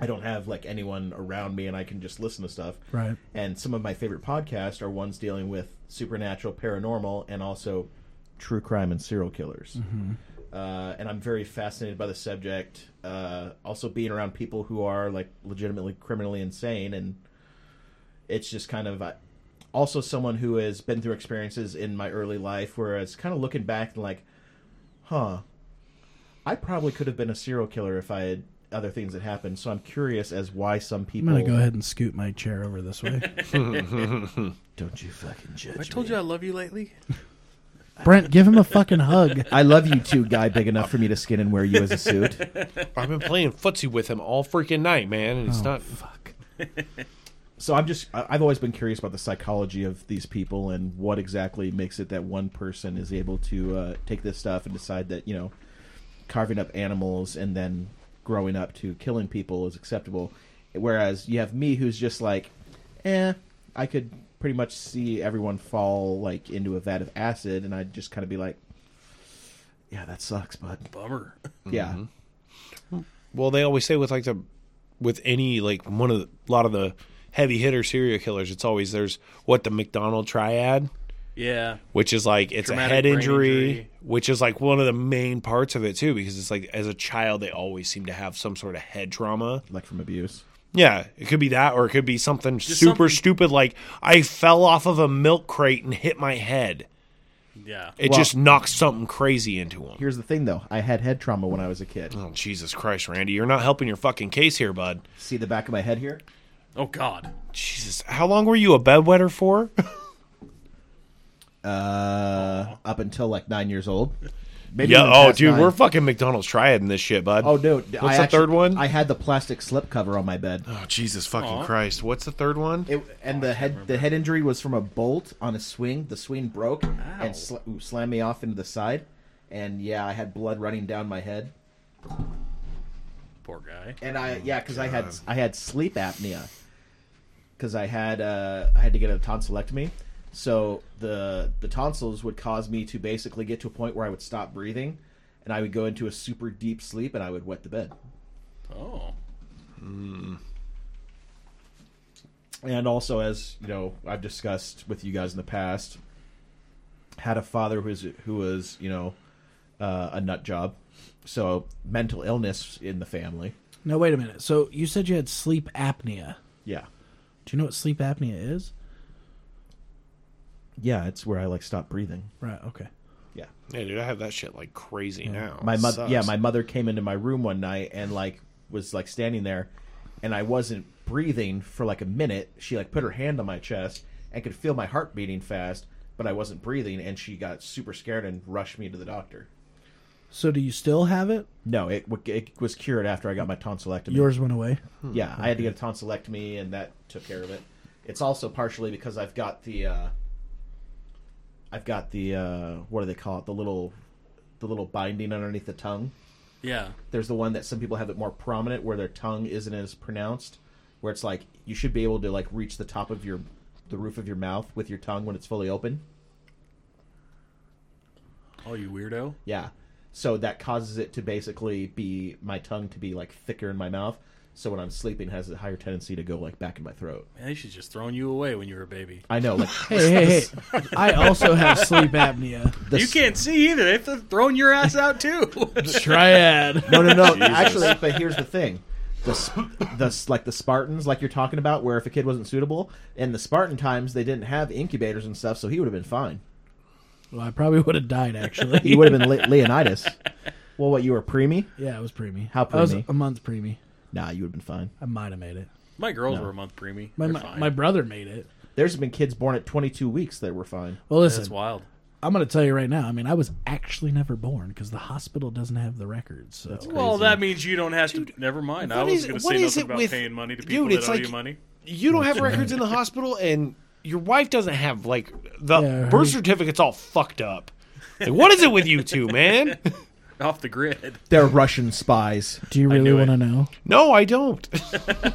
[SPEAKER 1] I don't have like anyone around me and I can just listen to stuff.
[SPEAKER 2] Right.
[SPEAKER 1] And some of my favorite podcasts are ones dealing with supernatural, paranormal, and also true crime and serial killers. Uh, and I'm very fascinated by the subject. Uh, also, being around people who are like legitimately criminally insane, and it's just kind of uh, also someone who has been through experiences in my early life, where it's kind of looking back and like, huh, I probably could have been a serial killer if I had other things that happened. So I'm curious as why some
[SPEAKER 2] I'm
[SPEAKER 1] people.
[SPEAKER 3] Oh.
[SPEAKER 2] going to go ahead and scoot my chair over this way.
[SPEAKER 1] Don't you fucking judge
[SPEAKER 3] I told
[SPEAKER 1] me.
[SPEAKER 3] you I love you lately.
[SPEAKER 2] Brent, give him a fucking hug.
[SPEAKER 1] I love you too, guy big enough for me to skin and wear you as a suit.
[SPEAKER 4] I've been playing footsie with him all freaking night, man, and it's not.
[SPEAKER 2] Fuck.
[SPEAKER 1] So I'm just I- I've always been curious about the psychology of these people and what exactly makes it that one person is able to uh, take this stuff and decide that you know carving up animals and then growing up to killing people is acceptable, whereas you have me who's just like, eh, I could pretty much see everyone fall like into a vat of acid, and I'd just kind of be like, yeah, that sucks, bud.
[SPEAKER 3] Bummer.
[SPEAKER 1] Yeah.
[SPEAKER 4] Well, they always say with like the with any like one of the, a lot of the heavy hitter serial killers, it's always there's what the McDonald triad.
[SPEAKER 3] Yeah.
[SPEAKER 4] which is like it's
[SPEAKER 3] Traumatic
[SPEAKER 4] a head
[SPEAKER 3] brain
[SPEAKER 4] injury,
[SPEAKER 3] injury.
[SPEAKER 4] which is like one of the main parts of it too because it's like as a child they always seem to have some sort of head trauma
[SPEAKER 1] Like from abuse.
[SPEAKER 4] yeah it could be that or it could be something super
[SPEAKER 3] something-
[SPEAKER 4] stupid like i fell off of a milk crate and hit my head
[SPEAKER 3] Yeah.
[SPEAKER 4] it
[SPEAKER 1] Well-
[SPEAKER 4] just knocks something crazy into him
[SPEAKER 1] Here's the thing, though. I had head trauma when I was a kid.
[SPEAKER 4] oh jesus christ randy you're not helping your fucking case here bud
[SPEAKER 1] See the back of my head here?
[SPEAKER 3] Oh God.
[SPEAKER 4] jesus how long were you a bedwetter for
[SPEAKER 1] Uh, up until like nine years old. Maybe
[SPEAKER 4] Yeah.
[SPEAKER 1] even
[SPEAKER 4] Oh,
[SPEAKER 1] past
[SPEAKER 4] dude,
[SPEAKER 1] nine.
[SPEAKER 4] we're fucking McDonald's triad in this shit, bud.
[SPEAKER 1] Oh no!
[SPEAKER 4] What's
[SPEAKER 1] I
[SPEAKER 4] the
[SPEAKER 1] actually-
[SPEAKER 4] third one?
[SPEAKER 1] I had the plastic slip cover on my bed,
[SPEAKER 4] oh, Jesus fucking
[SPEAKER 3] Aw.
[SPEAKER 4] Christ! What's the third one?
[SPEAKER 1] it, and the head the head injury was from a bolt on a swing. The swing broke
[SPEAKER 3] Ow.
[SPEAKER 1] and sl- ooh, slammed me off into the side, and yeah, I had blood running down my head.
[SPEAKER 3] Poor guy.
[SPEAKER 1] And I yeah, because I had I had sleep apnea, because I had uh, I had to get a tonsillectomy, so the the tonsils would cause me to basically get to a point where I would stop breathing, and I would go into a super deep sleep, and I would wet the bed.
[SPEAKER 3] Oh.
[SPEAKER 1] and also as you know i've discussed with you guys in the past had a father who was who was you know uh, a nut job so mental illness in the family
[SPEAKER 2] Now wait a minute. So you said you had sleep apnea.
[SPEAKER 1] yeah
[SPEAKER 2] Do you know what sleep apnea is?
[SPEAKER 1] yeah it's where i like stop breathing
[SPEAKER 2] Right. Okay.
[SPEAKER 1] yeah
[SPEAKER 4] Yeah, dude, I have that shit like crazy now.
[SPEAKER 1] my
[SPEAKER 4] Oh, It
[SPEAKER 1] mother
[SPEAKER 4] sucks.
[SPEAKER 1] yeah my mother came into my room one night and like was like standing there and i wasn't breathing for like a minute she like put her hand on my chest and could feel my heart beating fast but i wasn't breathing and she got super scared and rushed me to the doctor
[SPEAKER 2] So do you still have it?
[SPEAKER 1] No, it, w- it was cured after I got my tonsillectomy.
[SPEAKER 2] Yours went away.
[SPEAKER 1] yeah, I had to get a tonsillectomy, and that took care of it. It's also partially because I've got the, uh, I've got the uh, what do they call it? The little, the little binding underneath the tongue.
[SPEAKER 3] Yeah.
[SPEAKER 1] There's the one that some people have it more prominent, where their tongue isn't as pronounced, where it's like you should be able to like reach the top of your, the roof of your mouth with your tongue when it's fully open.
[SPEAKER 3] Oh, you weirdo.
[SPEAKER 1] Yeah. So that causes it to basically be my tongue to be like thicker in my mouth. So when I'm sleeping, it has a higher tendency to go like back in my throat.
[SPEAKER 3] Man, they should just thrown you away when you were a baby.
[SPEAKER 1] I know, like
[SPEAKER 2] Hey, hey, hey. I also have sleep apnea.
[SPEAKER 1] the
[SPEAKER 3] You can't see either. They've thrown your ass out too.
[SPEAKER 2] Triad.
[SPEAKER 1] No, no, no. Actually, but here's the thing: the Sp- the S- like the Spartans, like you're talking about, where if a kid wasn't suitable, in the Spartan times they didn't have incubators and stuff, so he would have been fine.
[SPEAKER 2] Well, I probably would have died actually.
[SPEAKER 1] He would have been Le- Leonidas. Well, what you were preemie?
[SPEAKER 2] Yeah, it was preemie.
[SPEAKER 1] How
[SPEAKER 2] I was
[SPEAKER 1] preemie?
[SPEAKER 2] a month preemie.
[SPEAKER 1] Nah, you would have been fine.
[SPEAKER 2] I might have made it.
[SPEAKER 3] my girls were a month preemie.
[SPEAKER 2] My
[SPEAKER 3] They're
[SPEAKER 2] my,
[SPEAKER 3] fine.
[SPEAKER 2] my brother made it.
[SPEAKER 1] There's been kids born at 22 weeks that were fine.
[SPEAKER 2] Well,
[SPEAKER 3] That's
[SPEAKER 2] listen,
[SPEAKER 3] wild.
[SPEAKER 2] I'm going to tell you right now. I mean, I was actually never born because the hospital doesn't have the records. So
[SPEAKER 3] Well, that means you don't have to. never mind. I
[SPEAKER 4] what
[SPEAKER 3] was
[SPEAKER 4] is-
[SPEAKER 3] going to
[SPEAKER 4] what
[SPEAKER 3] say
[SPEAKER 4] is
[SPEAKER 3] nothing
[SPEAKER 4] it
[SPEAKER 3] about
[SPEAKER 4] with-
[SPEAKER 3] paying money to
[SPEAKER 4] Dude,
[SPEAKER 3] people
[SPEAKER 4] it's
[SPEAKER 3] that owe
[SPEAKER 4] like-
[SPEAKER 3] you money.
[SPEAKER 4] you don't have records in the hospital, and your wife doesn't have like the
[SPEAKER 2] Yeah, her-
[SPEAKER 4] birth certificate's all fucked up. Like, what is it with you two, man?
[SPEAKER 3] Off the grid.
[SPEAKER 1] They're Russian spies.
[SPEAKER 2] do you really
[SPEAKER 3] knew
[SPEAKER 2] want to
[SPEAKER 3] it.
[SPEAKER 2] know?
[SPEAKER 4] No, I don't.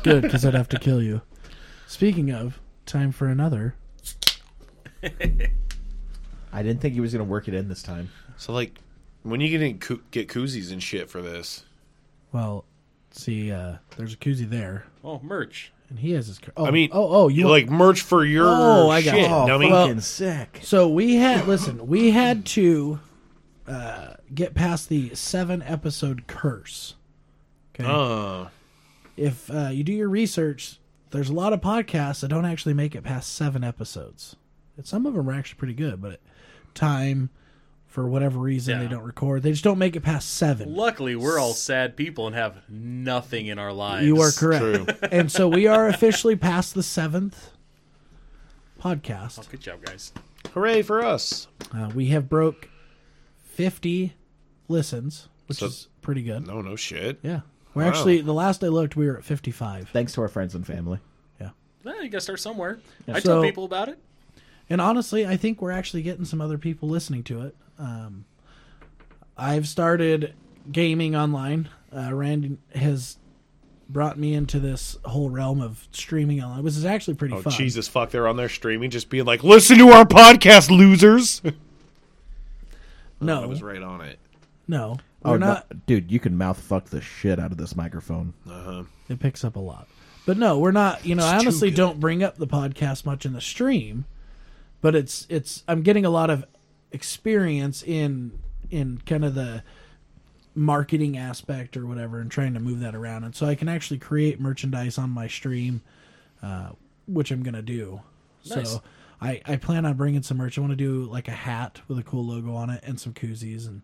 [SPEAKER 2] Good, because I'd have to kill you. Speaking of, time for another.
[SPEAKER 1] I didn't think he was going to work it in this time.
[SPEAKER 4] So like, when you get in, coo- get koozies and shit for this.
[SPEAKER 2] Well, see, uh, there's a koozie there,
[SPEAKER 3] Oh, merch.
[SPEAKER 2] and he has his. car- Oh,
[SPEAKER 4] I mean,
[SPEAKER 2] oh, oh, you
[SPEAKER 4] you
[SPEAKER 2] want-
[SPEAKER 4] like merch for your
[SPEAKER 2] Oh, I got-
[SPEAKER 4] shit,
[SPEAKER 2] oh,
[SPEAKER 4] dummy.
[SPEAKER 2] fuck.
[SPEAKER 1] Fucking sick.
[SPEAKER 2] So we had listen, we had to uh, get past the seven episode curse. Okay.
[SPEAKER 4] Uh,
[SPEAKER 2] If uh, you do your research, there's a lot of podcasts that don't actually make it past seven episodes. And some of them are actually pretty good, but time for whatever reason
[SPEAKER 3] Yeah.
[SPEAKER 2] they don't record. They just don't make it past seven.
[SPEAKER 3] Luckily, we're all sad people and have nothing in our lives.
[SPEAKER 2] you are correct.
[SPEAKER 4] True.
[SPEAKER 2] And so we are officially past the seventh podcast.
[SPEAKER 3] Good job, guys.
[SPEAKER 4] hooray for us!
[SPEAKER 2] Uh, we have broke fifty listens, which
[SPEAKER 4] So-
[SPEAKER 2] is pretty good.
[SPEAKER 4] No, no shit.
[SPEAKER 2] Yeah. We're
[SPEAKER 4] Wow.
[SPEAKER 2] actually the last I looked, we were at fifty five.
[SPEAKER 1] Thanks to our friends and family.
[SPEAKER 2] Yeah.
[SPEAKER 3] Well, you got to start somewhere. I
[SPEAKER 2] So-
[SPEAKER 3] tell people about it.
[SPEAKER 2] And honestly, I think we're actually getting some other people listening to it. Um, I've started gaming online. Uh, Randy has brought me into this whole realm of streaming online, which is actually pretty
[SPEAKER 4] Oh
[SPEAKER 2] fun.
[SPEAKER 4] Jesus, fuck! They're on there streaming, just being like, "Listen to our podcast, losers."
[SPEAKER 2] No,
[SPEAKER 4] I was right on it.
[SPEAKER 2] no,
[SPEAKER 1] Oh,
[SPEAKER 2] we're not.
[SPEAKER 1] no- dude, you can mouth fuck the shit out of this microphone.
[SPEAKER 2] It picks up a lot. But no, we're not. You know, I
[SPEAKER 4] too
[SPEAKER 2] honestly
[SPEAKER 4] good.
[SPEAKER 2] don't bring up the podcast much in the stream, but it's it's. I'm getting a lot of experience in in kind of the marketing aspect or whatever, and trying to move that around, and so I can actually create merchandise on my stream, uh, which I'm gonna do.
[SPEAKER 3] Nice.
[SPEAKER 2] So I I plan on bringing some merch. I want to do like a hat with a cool logo on it, and some koozies, and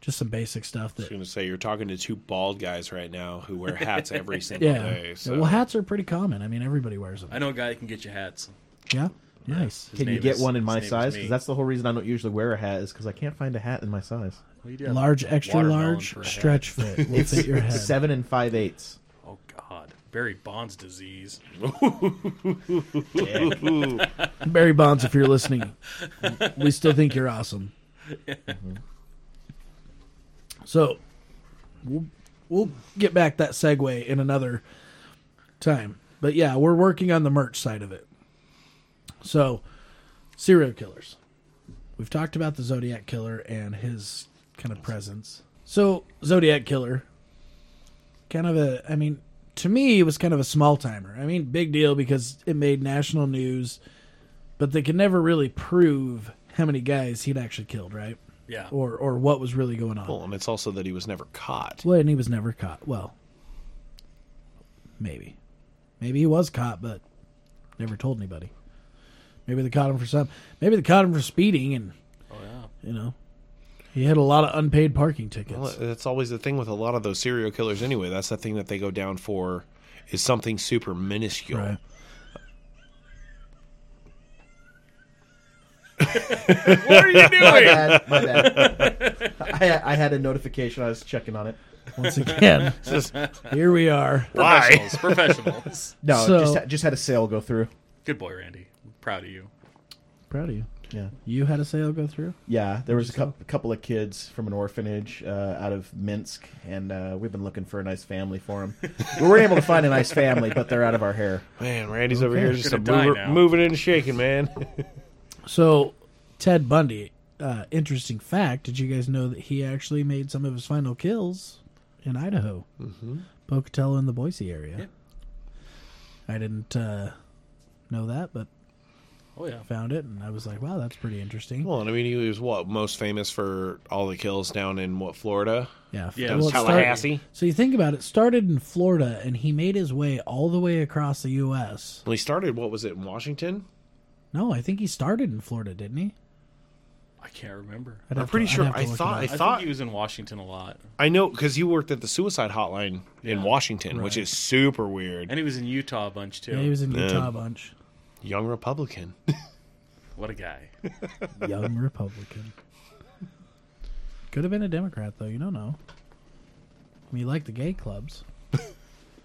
[SPEAKER 2] just some basic stuff that
[SPEAKER 4] I was gonna say you're talking to two bald guys right now who wear hats every single
[SPEAKER 2] Yeah.
[SPEAKER 4] day. So
[SPEAKER 2] Well, hats are pretty common. I mean, everybody wears them.
[SPEAKER 3] I know a guy that can get you hats.
[SPEAKER 2] Yeah. Nice.
[SPEAKER 3] His
[SPEAKER 1] Can you
[SPEAKER 3] name
[SPEAKER 1] get
[SPEAKER 3] is-
[SPEAKER 1] one in
[SPEAKER 3] his
[SPEAKER 1] my
[SPEAKER 3] name is
[SPEAKER 1] size?
[SPEAKER 3] me.
[SPEAKER 1] Because that's the whole reason I don't usually wear a hat is because I can't find a hat in my size.
[SPEAKER 3] Well, you do have
[SPEAKER 2] Large, extra
[SPEAKER 3] watermelon
[SPEAKER 2] large,
[SPEAKER 3] for a hat.
[SPEAKER 2] stretch fit will fit your head.
[SPEAKER 1] Seven and five eighths.
[SPEAKER 3] Oh God, Barry Bonds disease.
[SPEAKER 2] Barry Bonds, if you're listening, we still think you're awesome. So we'll, we'll get back that segue in another time. But yeah, we're working on the merch side of it. So serial killers. We've talked about the Zodiac Killer and his kind of presence. So Zodiac Killer, kind of a, I mean, to me, it was kind of a small timer. I mean, big deal because it made national news but they could never really prove how many guys he'd actually killed, right?
[SPEAKER 3] Yeah.
[SPEAKER 2] Or or what was really going on.
[SPEAKER 4] Well, and it's also that he was never caught.
[SPEAKER 2] Well, and he was never caught. Well, maybe, maybe he was caught, but never told anybody. Maybe they caught him for some. Maybe they caught him for speeding, and
[SPEAKER 3] oh yeah.
[SPEAKER 2] you know, he had a lot of unpaid parking tickets.
[SPEAKER 4] Well, that's always the thing with a lot of those serial killers. Anyway, that's the thing that they go down for is something super minuscule.
[SPEAKER 2] right.
[SPEAKER 3] What are you
[SPEAKER 1] My
[SPEAKER 3] doing?
[SPEAKER 1] bad. My bad. I, I had a notification. I was checking on it.
[SPEAKER 2] Once again, here we are.
[SPEAKER 4] Why?
[SPEAKER 3] professionals. Professionals.
[SPEAKER 1] No,
[SPEAKER 2] So-
[SPEAKER 1] just just had a sale go through.
[SPEAKER 3] Good boy, Randy. I'm proud of you.
[SPEAKER 2] Proud of you.
[SPEAKER 1] Yeah.
[SPEAKER 2] You had a sale go through.
[SPEAKER 1] Yeah, there was a, cou- a couple of kids from an orphanage uh, out of Minsk, and uh, we've been looking for a nice family for them. we were able to find a nice family, but they're out of our hair.
[SPEAKER 4] Man, Randy's over here just a
[SPEAKER 3] Gonna die
[SPEAKER 4] mover,
[SPEAKER 3] now.
[SPEAKER 4] moving and shaking, man.
[SPEAKER 2] So, Ted Bundy. Uh, interesting fact: Did you guys know that he actually made some of his final kills in Idaho, mm-hmm. Pocatello and the Boise area?
[SPEAKER 3] Yep.
[SPEAKER 2] I didn't uh, know that, but
[SPEAKER 3] Oh yeah.
[SPEAKER 2] found it, and I was like, "Wow, that's pretty interesting."
[SPEAKER 4] well, and I mean, he was what most famous for all the kills down in what Florida.
[SPEAKER 2] yeah,
[SPEAKER 3] Yeah,
[SPEAKER 2] well,
[SPEAKER 3] it was
[SPEAKER 2] it started-
[SPEAKER 4] Tallahassee.
[SPEAKER 2] so you think about it, started in Florida, and he made his way all the way across the U.S.
[SPEAKER 4] Well, he started what was it in Washington?
[SPEAKER 2] No, I think he started in Florida, didn't he?
[SPEAKER 3] I can't remember.
[SPEAKER 2] I'd
[SPEAKER 4] I'm
[SPEAKER 2] have to-
[SPEAKER 4] pretty
[SPEAKER 2] I'd
[SPEAKER 4] sure
[SPEAKER 2] have to
[SPEAKER 4] I
[SPEAKER 2] look it
[SPEAKER 4] thought-
[SPEAKER 2] up.
[SPEAKER 3] I
[SPEAKER 4] thought-
[SPEAKER 3] think he was in Washington a lot,
[SPEAKER 4] I know because you worked at the suicide hotline in Washington, which
[SPEAKER 2] Right.
[SPEAKER 4] is super weird.
[SPEAKER 3] and he was in Utah a bunch too.
[SPEAKER 2] yeah, he was in Utah a bunch.
[SPEAKER 4] Young Republican.
[SPEAKER 3] What a guy.
[SPEAKER 2] Young Republican. Could have been a Democrat, though. You don't know. I mean, you like the gay clubs.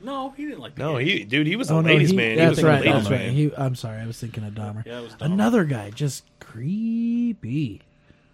[SPEAKER 3] No, he didn't like. the
[SPEAKER 4] No,
[SPEAKER 3] game.
[SPEAKER 4] he dude, he was a
[SPEAKER 2] Oh, no,
[SPEAKER 4] ladies'
[SPEAKER 2] he,
[SPEAKER 4] man.
[SPEAKER 2] That's
[SPEAKER 4] he was
[SPEAKER 2] right.
[SPEAKER 4] a ladies'
[SPEAKER 2] That's
[SPEAKER 4] man.
[SPEAKER 2] right. He, I'm sorry. I was thinking of Dahmer.
[SPEAKER 3] Yeah, it was Dahmer.
[SPEAKER 2] Another guy, just creepy.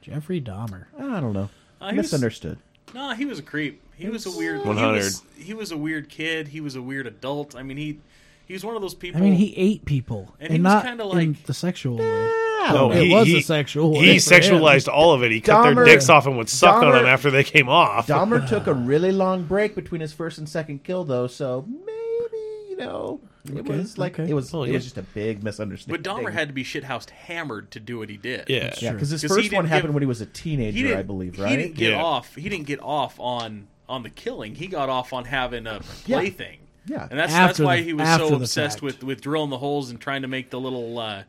[SPEAKER 2] Jeffrey Dahmer.
[SPEAKER 1] I don't know.
[SPEAKER 3] Uh, he was-
[SPEAKER 1] Misunderstood.
[SPEAKER 3] No, he was a creep. He was a weird.
[SPEAKER 4] 100.
[SPEAKER 3] He was, he was a weird kid. He was a weird adult. I mean, he he was one of those people.
[SPEAKER 2] I mean, he ate people, and,
[SPEAKER 3] And he was
[SPEAKER 2] not
[SPEAKER 3] kinda
[SPEAKER 2] in
[SPEAKER 3] like-
[SPEAKER 2] the sexual way.
[SPEAKER 4] No,
[SPEAKER 2] It was a sexual
[SPEAKER 4] He
[SPEAKER 2] way for him.
[SPEAKER 4] sexualized all of it. He cut their
[SPEAKER 1] Dahmer-
[SPEAKER 4] dicks off and would suck on
[SPEAKER 1] Dahmer-
[SPEAKER 4] them after they came off.
[SPEAKER 1] Dahmer took a really long break between his first and second kill, though, so maybe you know it
[SPEAKER 2] Okay,
[SPEAKER 1] was like
[SPEAKER 2] okay.
[SPEAKER 1] it was
[SPEAKER 4] Well,
[SPEAKER 1] it
[SPEAKER 4] yeah.
[SPEAKER 1] was just a big misunderstanding.
[SPEAKER 3] but Dahmer had to be shithoused hammered to do what he did.
[SPEAKER 4] Yeah.
[SPEAKER 1] yeah, because his
[SPEAKER 3] 'Cause he
[SPEAKER 1] first one
[SPEAKER 3] didn't
[SPEAKER 1] happened
[SPEAKER 3] give-
[SPEAKER 1] when he was a
[SPEAKER 3] he
[SPEAKER 1] teenager,
[SPEAKER 3] didn't.
[SPEAKER 1] I believe,
[SPEAKER 3] He
[SPEAKER 1] right?
[SPEAKER 3] didn't get
[SPEAKER 4] Yeah.
[SPEAKER 3] off. He didn't get off on on the killing. He got off on having a
[SPEAKER 1] Yeah.
[SPEAKER 3] plaything.
[SPEAKER 1] Yeah.
[SPEAKER 3] and that's that's
[SPEAKER 2] After
[SPEAKER 3] why
[SPEAKER 2] the-
[SPEAKER 3] he was
[SPEAKER 2] after
[SPEAKER 3] so
[SPEAKER 2] the
[SPEAKER 3] obsessed
[SPEAKER 2] fact.
[SPEAKER 3] with with drilling the holes and trying to make the little uh,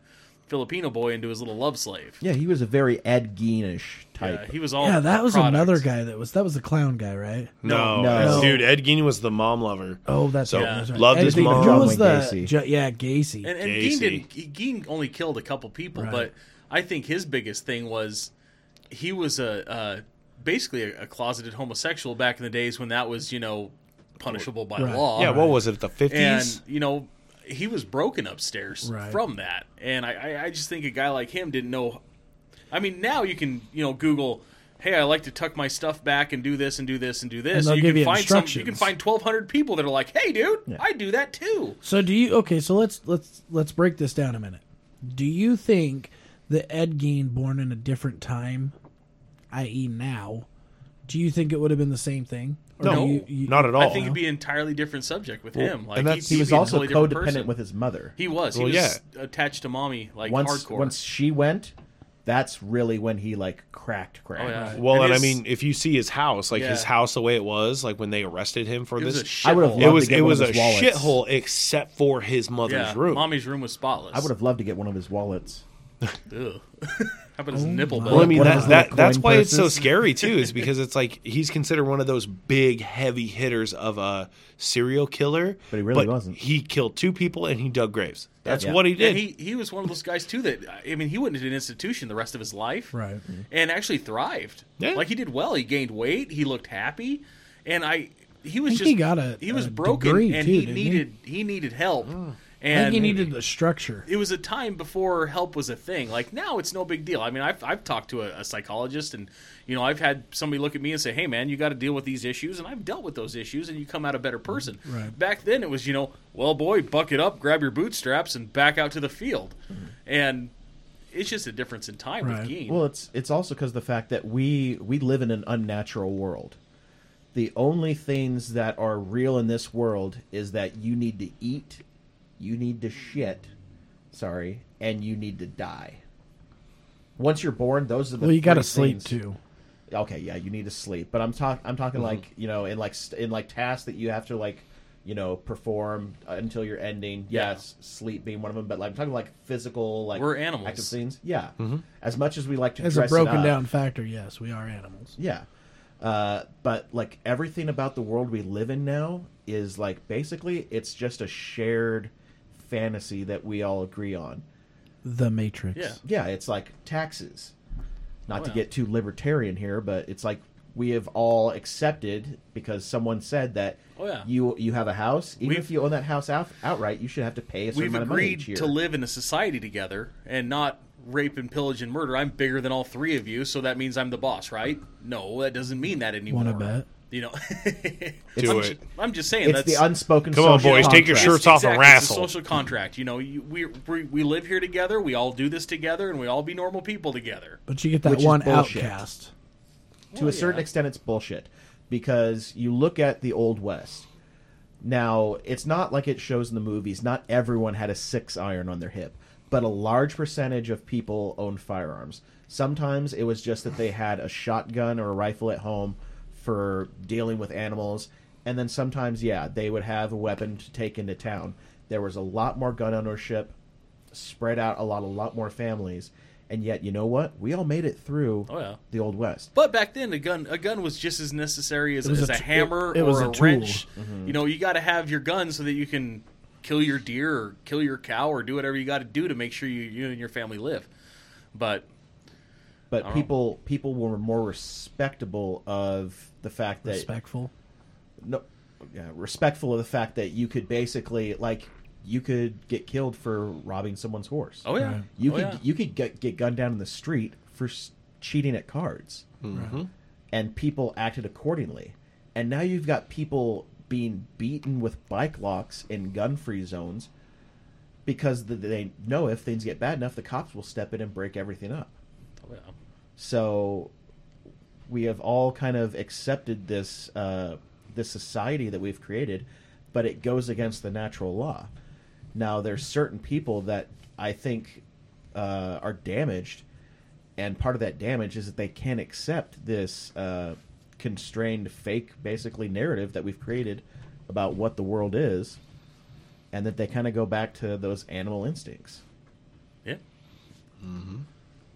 [SPEAKER 3] Filipino boy into his little love slave.
[SPEAKER 1] yeah, he was a very Ed Geinish type.
[SPEAKER 3] Yeah, he was all
[SPEAKER 2] Yeah, that was
[SPEAKER 3] product.
[SPEAKER 2] another guy that was that was the clown guy, right?
[SPEAKER 4] No,
[SPEAKER 1] No.
[SPEAKER 4] dude, Ed Gein was the mom lover.
[SPEAKER 2] Oh, that's
[SPEAKER 4] So,
[SPEAKER 2] right, that's right.
[SPEAKER 4] loved his
[SPEAKER 2] Who
[SPEAKER 4] mom.
[SPEAKER 1] John
[SPEAKER 2] was
[SPEAKER 1] Wayne
[SPEAKER 2] the
[SPEAKER 1] Gacy.
[SPEAKER 2] Ju- yeah Gacy?
[SPEAKER 3] And, and
[SPEAKER 4] Gacy.
[SPEAKER 3] Gein didn't. Gein only killed a couple people,
[SPEAKER 2] Right.
[SPEAKER 3] but I think his biggest thing was he was a uh, basically a, a closeted homosexual back in the days when that was you know punishable by
[SPEAKER 2] Right.
[SPEAKER 3] law.
[SPEAKER 4] yeah, what was it? The fifties.
[SPEAKER 3] and you know he was broken upstairs
[SPEAKER 2] Right.
[SPEAKER 3] from that, and I, I, I just think a guy like him didn't know. I mean, now you can you know Google. Hey, I like to tuck my stuff back and do this and do this and do this.
[SPEAKER 2] they'll
[SPEAKER 3] you
[SPEAKER 2] give
[SPEAKER 3] can
[SPEAKER 2] you
[SPEAKER 3] find some. You
[SPEAKER 2] instructions.
[SPEAKER 3] can find twelve hundred people that are like, "Hey, dude, I do that too."
[SPEAKER 2] So do you okay, so let's let's let's break this down a minute. Do you think that Ed Gein born in a different time, i.e. now, do you think it would have been the same thing? Or
[SPEAKER 4] No,
[SPEAKER 2] do you, you,
[SPEAKER 4] not
[SPEAKER 1] Oh,
[SPEAKER 4] at all.
[SPEAKER 3] I think it'd be an entirely different subject with him. Like
[SPEAKER 4] and that's-
[SPEAKER 3] he'd,
[SPEAKER 1] he was
[SPEAKER 3] be a
[SPEAKER 1] also
[SPEAKER 3] totally different
[SPEAKER 1] codependent
[SPEAKER 3] person.
[SPEAKER 1] with his mother.
[SPEAKER 3] He was. He
[SPEAKER 4] Well,
[SPEAKER 3] was attached to mommy like
[SPEAKER 1] once
[SPEAKER 3] hardcore.
[SPEAKER 1] once she went, that's really when he like cracked cracked.
[SPEAKER 3] Oh, yeah.
[SPEAKER 4] well, and,
[SPEAKER 3] his-
[SPEAKER 4] I mean, if you see his house, like his
[SPEAKER 3] Yeah.
[SPEAKER 4] house, the way it was, like when they arrested him for
[SPEAKER 3] it was a
[SPEAKER 4] this,
[SPEAKER 3] shit.
[SPEAKER 1] I would've
[SPEAKER 4] it
[SPEAKER 1] loved
[SPEAKER 4] was
[SPEAKER 1] to get
[SPEAKER 4] it
[SPEAKER 1] one
[SPEAKER 4] was
[SPEAKER 1] of
[SPEAKER 4] a
[SPEAKER 1] his wallets.
[SPEAKER 4] shithole except for his mother's
[SPEAKER 3] yeah,
[SPEAKER 4] room.
[SPEAKER 3] Mommy's room was spotless.
[SPEAKER 1] I would have loved to get one of his wallets.
[SPEAKER 3] Ugh. How about his nipple
[SPEAKER 2] my-
[SPEAKER 3] belt?
[SPEAKER 4] Well, I mean
[SPEAKER 1] One of
[SPEAKER 4] that,
[SPEAKER 1] those
[SPEAKER 4] that
[SPEAKER 1] little
[SPEAKER 4] that's
[SPEAKER 1] coin
[SPEAKER 4] why it's so
[SPEAKER 1] purses.
[SPEAKER 4] scary too, is because it's like he's considered one of those big heavy hitters of a serial killer.
[SPEAKER 1] But he really wasn't.
[SPEAKER 4] He killed two people and he dug graves. That's
[SPEAKER 1] Yeah.
[SPEAKER 4] what he did.
[SPEAKER 3] And he, he was one of those guys too that I mean he went into an institution the rest of his life,
[SPEAKER 2] Right.
[SPEAKER 3] And actually thrived.
[SPEAKER 4] Yeah.
[SPEAKER 3] Like he did well. He gained weight. He looked happy, and I he was
[SPEAKER 2] think
[SPEAKER 3] just
[SPEAKER 2] he got a-
[SPEAKER 3] he was
[SPEAKER 2] a
[SPEAKER 3] broken
[SPEAKER 2] degree,
[SPEAKER 3] and
[SPEAKER 2] too,
[SPEAKER 3] he
[SPEAKER 2] didn't he? Mm.
[SPEAKER 3] needed he? needed help.
[SPEAKER 2] I
[SPEAKER 3] And
[SPEAKER 2] think he needed the structure.
[SPEAKER 3] it was a time before help was a thing. Like now, it's no big deal. I mean, I've, I've talked to a, a psychologist, and you know, I've had somebody look at me and say, "Hey, man, you got to deal with these issues," and I've dealt with those issues, and you come out a better person.
[SPEAKER 2] Right.
[SPEAKER 3] Back then, it was you know, well, boy, bucket up, grab your bootstraps, and back out to the field, and it's just a difference in time
[SPEAKER 2] Mm-hmm. Right.
[SPEAKER 3] with Gene.
[SPEAKER 1] Well, it's it's also because the fact that we we live in an unnatural world. The only things that are real in this world is that you need to eat, you need to shit, sorry, and you need to die. Once you're born, those are the
[SPEAKER 2] Well, you got to
[SPEAKER 1] three
[SPEAKER 2] sleep
[SPEAKER 1] things-
[SPEAKER 2] too.
[SPEAKER 1] Okay, yeah, you need to sleep, but I'm talking I'm
[SPEAKER 3] Mm-hmm.
[SPEAKER 1] talking like you know in like st- in like tasks that you have to like you know perform uh, until you're ending.
[SPEAKER 3] Yeah.
[SPEAKER 1] Yes, sleep being one of them, but like, I'm talking like physical like
[SPEAKER 3] We're animals.
[SPEAKER 1] active scenes. Yeah, as much as we like to
[SPEAKER 2] Mm-hmm. As a
[SPEAKER 1] dress it
[SPEAKER 2] broken
[SPEAKER 1] up,
[SPEAKER 2] down factor, yes, we are animals.
[SPEAKER 1] yeah. Uh, but like everything about the world we live in now is like basically it's just a shared fantasy that we all agree on.
[SPEAKER 2] The Matrix.
[SPEAKER 3] Yeah.
[SPEAKER 1] Yeah, it's like taxes. Not to
[SPEAKER 3] Well.
[SPEAKER 1] get too libertarian here, but it's like we have all accepted because someone said that
[SPEAKER 3] Oh, yeah.
[SPEAKER 1] you you have a house, even
[SPEAKER 3] We've-
[SPEAKER 1] if you own that house out, outright, you should have to pay a certain
[SPEAKER 3] We've
[SPEAKER 1] amount of money
[SPEAKER 3] agreed
[SPEAKER 1] each year.
[SPEAKER 3] to live in a society together and not rape and pillage and murder. I'm bigger than all three of you, so that means I'm the boss, right? No, that doesn't mean that anymore.
[SPEAKER 2] Wanna bet?
[SPEAKER 3] You know,
[SPEAKER 4] Do
[SPEAKER 3] I'm
[SPEAKER 4] it.
[SPEAKER 3] Just, I'm just saying
[SPEAKER 1] it's
[SPEAKER 3] that's
[SPEAKER 1] the unspoken.
[SPEAKER 4] Come on,
[SPEAKER 1] social
[SPEAKER 4] boys, take your
[SPEAKER 1] contract.
[SPEAKER 3] it's-
[SPEAKER 4] shirts off and
[SPEAKER 3] exactly,
[SPEAKER 4] wrestle.
[SPEAKER 3] It's a social contract. You know, you, we, we we live here together. We all do this together, and we all be normal people together.
[SPEAKER 2] But you get that
[SPEAKER 1] Which is
[SPEAKER 2] one
[SPEAKER 1] bullshit.
[SPEAKER 2] outcast.
[SPEAKER 1] to
[SPEAKER 3] Oh,
[SPEAKER 1] a certain extent it's bullshit because you look at the old west now it's not like it shows in the movies not everyone had a six iron on their hip but a large percentage of people owned firearms sometimes it was just that they had a shotgun or a rifle at home for dealing with animals and then sometimes yeah they would have a weapon to take into town there was a lot more gun ownership spread out a lot a lot more families and yet you know what we all made it through
[SPEAKER 3] Oh, yeah.
[SPEAKER 1] the old west
[SPEAKER 3] But back then, a gun a gun was just as necessary as,
[SPEAKER 2] It was
[SPEAKER 3] as
[SPEAKER 2] a
[SPEAKER 3] a,
[SPEAKER 2] t-
[SPEAKER 3] hammer
[SPEAKER 2] it- it was
[SPEAKER 3] or
[SPEAKER 2] a
[SPEAKER 3] a,
[SPEAKER 2] tool.
[SPEAKER 3] wrench. You know, you got to have your gun so that you can kill your deer or kill your cow or do whatever you got to do to make sure you you and your family live. But Oh.
[SPEAKER 1] but people people were more respectable of the fact that
[SPEAKER 2] Respectful.
[SPEAKER 1] no, yeah, respectful of the fact that you could basically like you could get killed for robbing someone's horse.
[SPEAKER 3] oh yeah,
[SPEAKER 2] Right.
[SPEAKER 1] you
[SPEAKER 3] oh,
[SPEAKER 1] could
[SPEAKER 3] yeah.
[SPEAKER 1] you could get get gunned down in the street for s- cheating at cards,
[SPEAKER 2] Right.
[SPEAKER 1] and people acted accordingly. And now you've got people being beaten with bike locks in gun free zones because th- they know if things get bad enough, the cops will step in and break everything up.
[SPEAKER 3] Oh, yeah.
[SPEAKER 1] So we have all kind of accepted this uh, this society that we've created, but it goes against the natural law. Now there's certain people that I think uh, are damaged, and part of that damage is that they can't accept this uh, constrained, fake, basically narrative that we've created about what the world is, and that they kind of go back to those animal instincts.
[SPEAKER 3] yeah.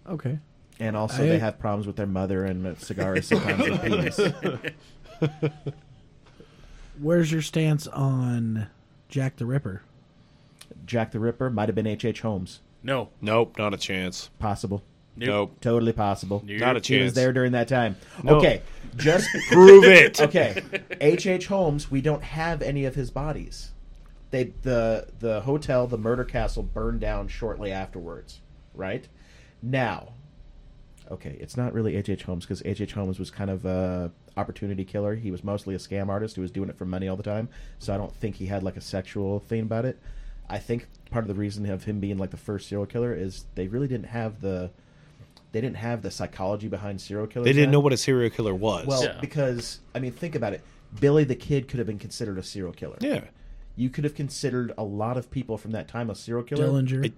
[SPEAKER 2] Okay.
[SPEAKER 1] And also,
[SPEAKER 2] I-
[SPEAKER 1] they have problems with their mother and a cigar is sometimes a penis.
[SPEAKER 2] Where's your stance on Jack the Ripper?
[SPEAKER 1] Jack the Ripper might have been H.H. H. Holmes.
[SPEAKER 3] No,
[SPEAKER 4] Nope, not a chance.
[SPEAKER 1] Possible.
[SPEAKER 4] Nope,
[SPEAKER 1] Totally possible. He
[SPEAKER 4] not a
[SPEAKER 1] was
[SPEAKER 4] chance.
[SPEAKER 1] there during that time.
[SPEAKER 4] No.
[SPEAKER 1] Okay. Just.
[SPEAKER 4] Prove it.
[SPEAKER 1] okay. H.H. H. Holmes, we don't have any of his bodies. They the the hotel, the murder castle burned down shortly afterwards, right? Now, okay, it's not really H.H. H. Holmes because H.H. H. Holmes was kind of a opportunity killer. He was mostly a scam artist who was doing it for money all the time. So I don't think he had like a sexual thing about it. I think part of the reason of him being like the first serial killer is they really didn't have the they didn't have the psychology behind serial killers.
[SPEAKER 4] They didn't
[SPEAKER 1] then.
[SPEAKER 4] know what a serial killer was.
[SPEAKER 1] Well,
[SPEAKER 3] Yeah.
[SPEAKER 1] because I mean, think about it. Billy the Kid could have been considered a serial killer.
[SPEAKER 4] yeah.
[SPEAKER 1] You could have considered a lot of people from that time a serial killer.
[SPEAKER 2] Dillinger.
[SPEAKER 4] I-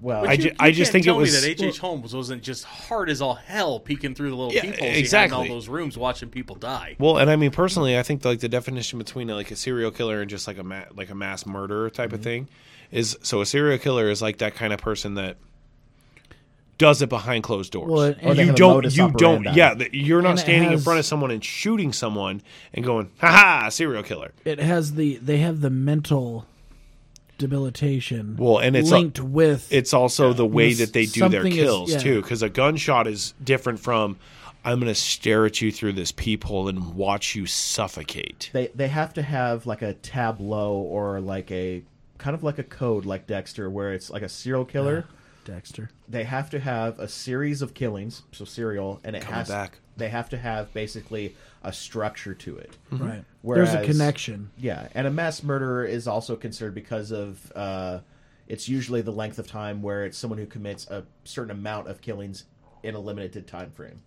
[SPEAKER 1] Well,
[SPEAKER 4] I
[SPEAKER 3] You-
[SPEAKER 4] ju-
[SPEAKER 3] you
[SPEAKER 4] just
[SPEAKER 3] can't
[SPEAKER 4] think it
[SPEAKER 3] tell me
[SPEAKER 4] was-
[SPEAKER 3] that H.H. Holmes wasn't just hard as all hell peeking through the little
[SPEAKER 4] Yeah,
[SPEAKER 3] people peepholes he had
[SPEAKER 4] exactly.
[SPEAKER 3] in all those rooms watching people die.
[SPEAKER 4] Well, and I mean personally, I think like the definition between like a serial killer and just like a ma- like a mass
[SPEAKER 1] Mm-hmm.
[SPEAKER 4] murderer type of thing is so a serial killer is like that kind of person that does it behind closed doors.
[SPEAKER 2] Well, and- Or they
[SPEAKER 1] Oh,
[SPEAKER 4] you
[SPEAKER 1] have a
[SPEAKER 4] don't.
[SPEAKER 1] modus
[SPEAKER 4] You don't.
[SPEAKER 1] operandi.
[SPEAKER 4] Yeah, that- you're not
[SPEAKER 2] And it
[SPEAKER 4] standing in
[SPEAKER 2] has-
[SPEAKER 4] front of someone and shooting someone and going, "Ha ha, serial killer."
[SPEAKER 2] It has the they have the mental debilitation.
[SPEAKER 4] Well, and it's a-
[SPEAKER 2] linked with
[SPEAKER 4] It's also the way
[SPEAKER 2] Yes,
[SPEAKER 4] that they do their
[SPEAKER 2] something is-
[SPEAKER 4] kills
[SPEAKER 2] yeah.
[SPEAKER 4] too, because a gunshot is different from "I'm going to stare at you through this peephole and watch you suffocate."
[SPEAKER 1] they they have to have like a tableau or like a kind of like a code like Dexter where it's like a serial killer.
[SPEAKER 2] Dexter.
[SPEAKER 1] They have to have a series of killings, so serial, and it
[SPEAKER 4] Coming
[SPEAKER 1] has
[SPEAKER 4] back.
[SPEAKER 1] they have to have basically a structure to it.
[SPEAKER 2] Right. There's
[SPEAKER 1] Whereas-
[SPEAKER 2] a connection.
[SPEAKER 1] Yeah, and a mass murderer is also considered because of uh, it's usually the length of time where it's someone who commits a certain amount of killings in a limited time frame.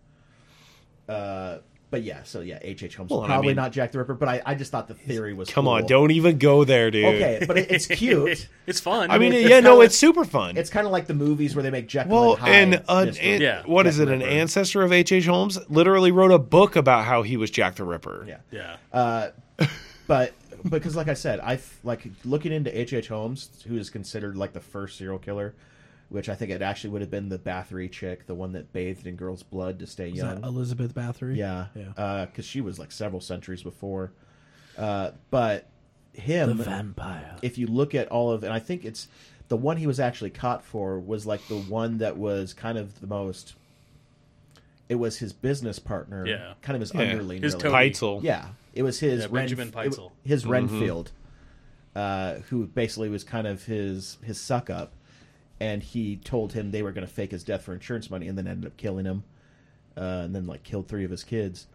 [SPEAKER 1] Uh, but yeah, so yeah, H. H. Holmes
[SPEAKER 4] Well, and I
[SPEAKER 1] probably
[SPEAKER 4] mean-
[SPEAKER 1] not Jack the Ripper, but I, I just thought the theory was
[SPEAKER 4] Come on,
[SPEAKER 1] cool.
[SPEAKER 4] don't even go there, dude.
[SPEAKER 1] Okay, but it, it's cute.
[SPEAKER 3] it's fun.
[SPEAKER 4] I mean,
[SPEAKER 1] it's
[SPEAKER 4] yeah, no,
[SPEAKER 1] kinda-
[SPEAKER 4] it's super fun.
[SPEAKER 1] it's kind of like the movies where they make Jekyll
[SPEAKER 4] well,
[SPEAKER 1] and Hyde.
[SPEAKER 4] and, an
[SPEAKER 1] Mr.
[SPEAKER 4] an-
[SPEAKER 3] Yeah.
[SPEAKER 4] what
[SPEAKER 1] Jack
[SPEAKER 4] is it?
[SPEAKER 1] the
[SPEAKER 4] An
[SPEAKER 1] Ripper.
[SPEAKER 4] ancestor of H. H. Holmes literally wrote a book about how he was Jack the Ripper.
[SPEAKER 1] yeah.
[SPEAKER 3] yeah.
[SPEAKER 1] Uh, but because, like I said, I f- like looking into H. H. Holmes, who is considered like the first serial killer, which I think it actually would have been the Bathory chick, the one that bathed in girls' blood to stay
[SPEAKER 2] Is
[SPEAKER 1] young.
[SPEAKER 2] that Elizabeth Bathory?
[SPEAKER 1] yeah,
[SPEAKER 2] Yeah.
[SPEAKER 1] because she was like several centuries before. Uh, but
[SPEAKER 2] the
[SPEAKER 1] him,
[SPEAKER 2] vampire.
[SPEAKER 1] if you look at all of, and I think it's the one he was actually caught for was like the one that was kind of the most. It was his business partner,
[SPEAKER 3] Yeah.
[SPEAKER 1] kind of his
[SPEAKER 4] Yeah.
[SPEAKER 1] underling,
[SPEAKER 3] His
[SPEAKER 1] really.
[SPEAKER 3] Toby.
[SPEAKER 4] Heitzel.
[SPEAKER 1] Yeah, it was his
[SPEAKER 3] Yeah, Benjamin
[SPEAKER 1] Renf- it-
[SPEAKER 3] Peitzel.
[SPEAKER 1] his
[SPEAKER 4] Mm-hmm.
[SPEAKER 1] Renfield, uh, who basically was kind of his his suck up, and he told him they were going to fake his death for insurance money, and then ended up killing him, uh, and then like killed three of his kids.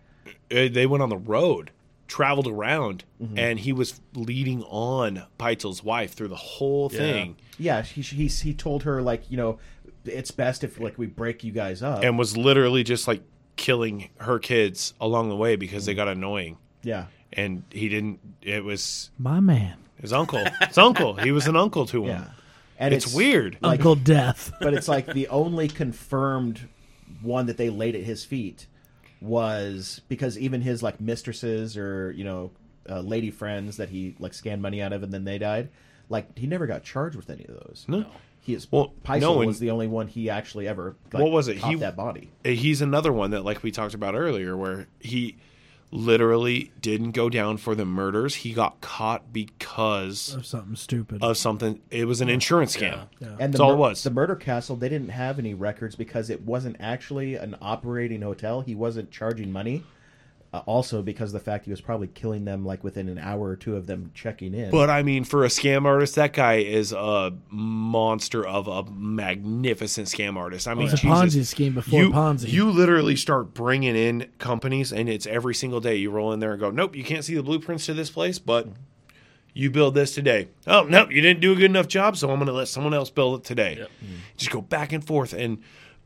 [SPEAKER 4] Uh, they went on the road, traveled around,
[SPEAKER 3] Mm-hmm.
[SPEAKER 4] and he was leading on Peitzel's wife through the whole
[SPEAKER 3] Yeah.
[SPEAKER 4] thing,
[SPEAKER 1] Yeah, he he he told her like you know, it's best if like we break you guys up.
[SPEAKER 4] and was literally just like killing her kids along the way because
[SPEAKER 3] Mm.
[SPEAKER 4] they got annoying.
[SPEAKER 1] yeah,
[SPEAKER 4] And he didn't. It was
[SPEAKER 2] My man.
[SPEAKER 4] his uncle. His uncle. He was an uncle to him.
[SPEAKER 1] yeah, and
[SPEAKER 4] um, It's, weird.
[SPEAKER 1] Like-
[SPEAKER 2] Uncle Death.
[SPEAKER 1] but it's like the only confirmed one that they laid at his feet was because even his like mistresses or you know uh, lady friends that he like scanned money out of and then they died like he never got charged with any of those
[SPEAKER 4] No.
[SPEAKER 1] he is
[SPEAKER 4] Well,
[SPEAKER 1] well
[SPEAKER 4] no, and-
[SPEAKER 1] was the only one he actually ever like,
[SPEAKER 4] What was it?
[SPEAKER 1] caught
[SPEAKER 4] He-
[SPEAKER 1] that body
[SPEAKER 4] he's another one that like we talked about earlier where he literally didn't go down for the murders he got caught because
[SPEAKER 2] Or something stupid.
[SPEAKER 4] of something it was an insurance scam
[SPEAKER 3] Yeah.
[SPEAKER 2] Yeah.
[SPEAKER 1] and
[SPEAKER 4] That's
[SPEAKER 1] the,
[SPEAKER 4] all it was.
[SPEAKER 1] the murder castle they didn't have any records because it wasn't actually an operating hotel he wasn't charging money uh, also because of the fact he was probably killing them like within an hour or two of them checking in
[SPEAKER 4] but i mean for a scam artist that guy is a monster of a magnificent scam artist i mean
[SPEAKER 2] It's a
[SPEAKER 4] Jesus.
[SPEAKER 2] Ponzi scheme before
[SPEAKER 4] you,
[SPEAKER 2] Ponzi.
[SPEAKER 4] you literally start bringing in companies and it's every single day you roll in there and go nope you can't see the blueprints to this place but you build this today oh nope you didn't do a good enough job so i'm going to let someone else build it today
[SPEAKER 3] Yep.
[SPEAKER 4] just go back and forth and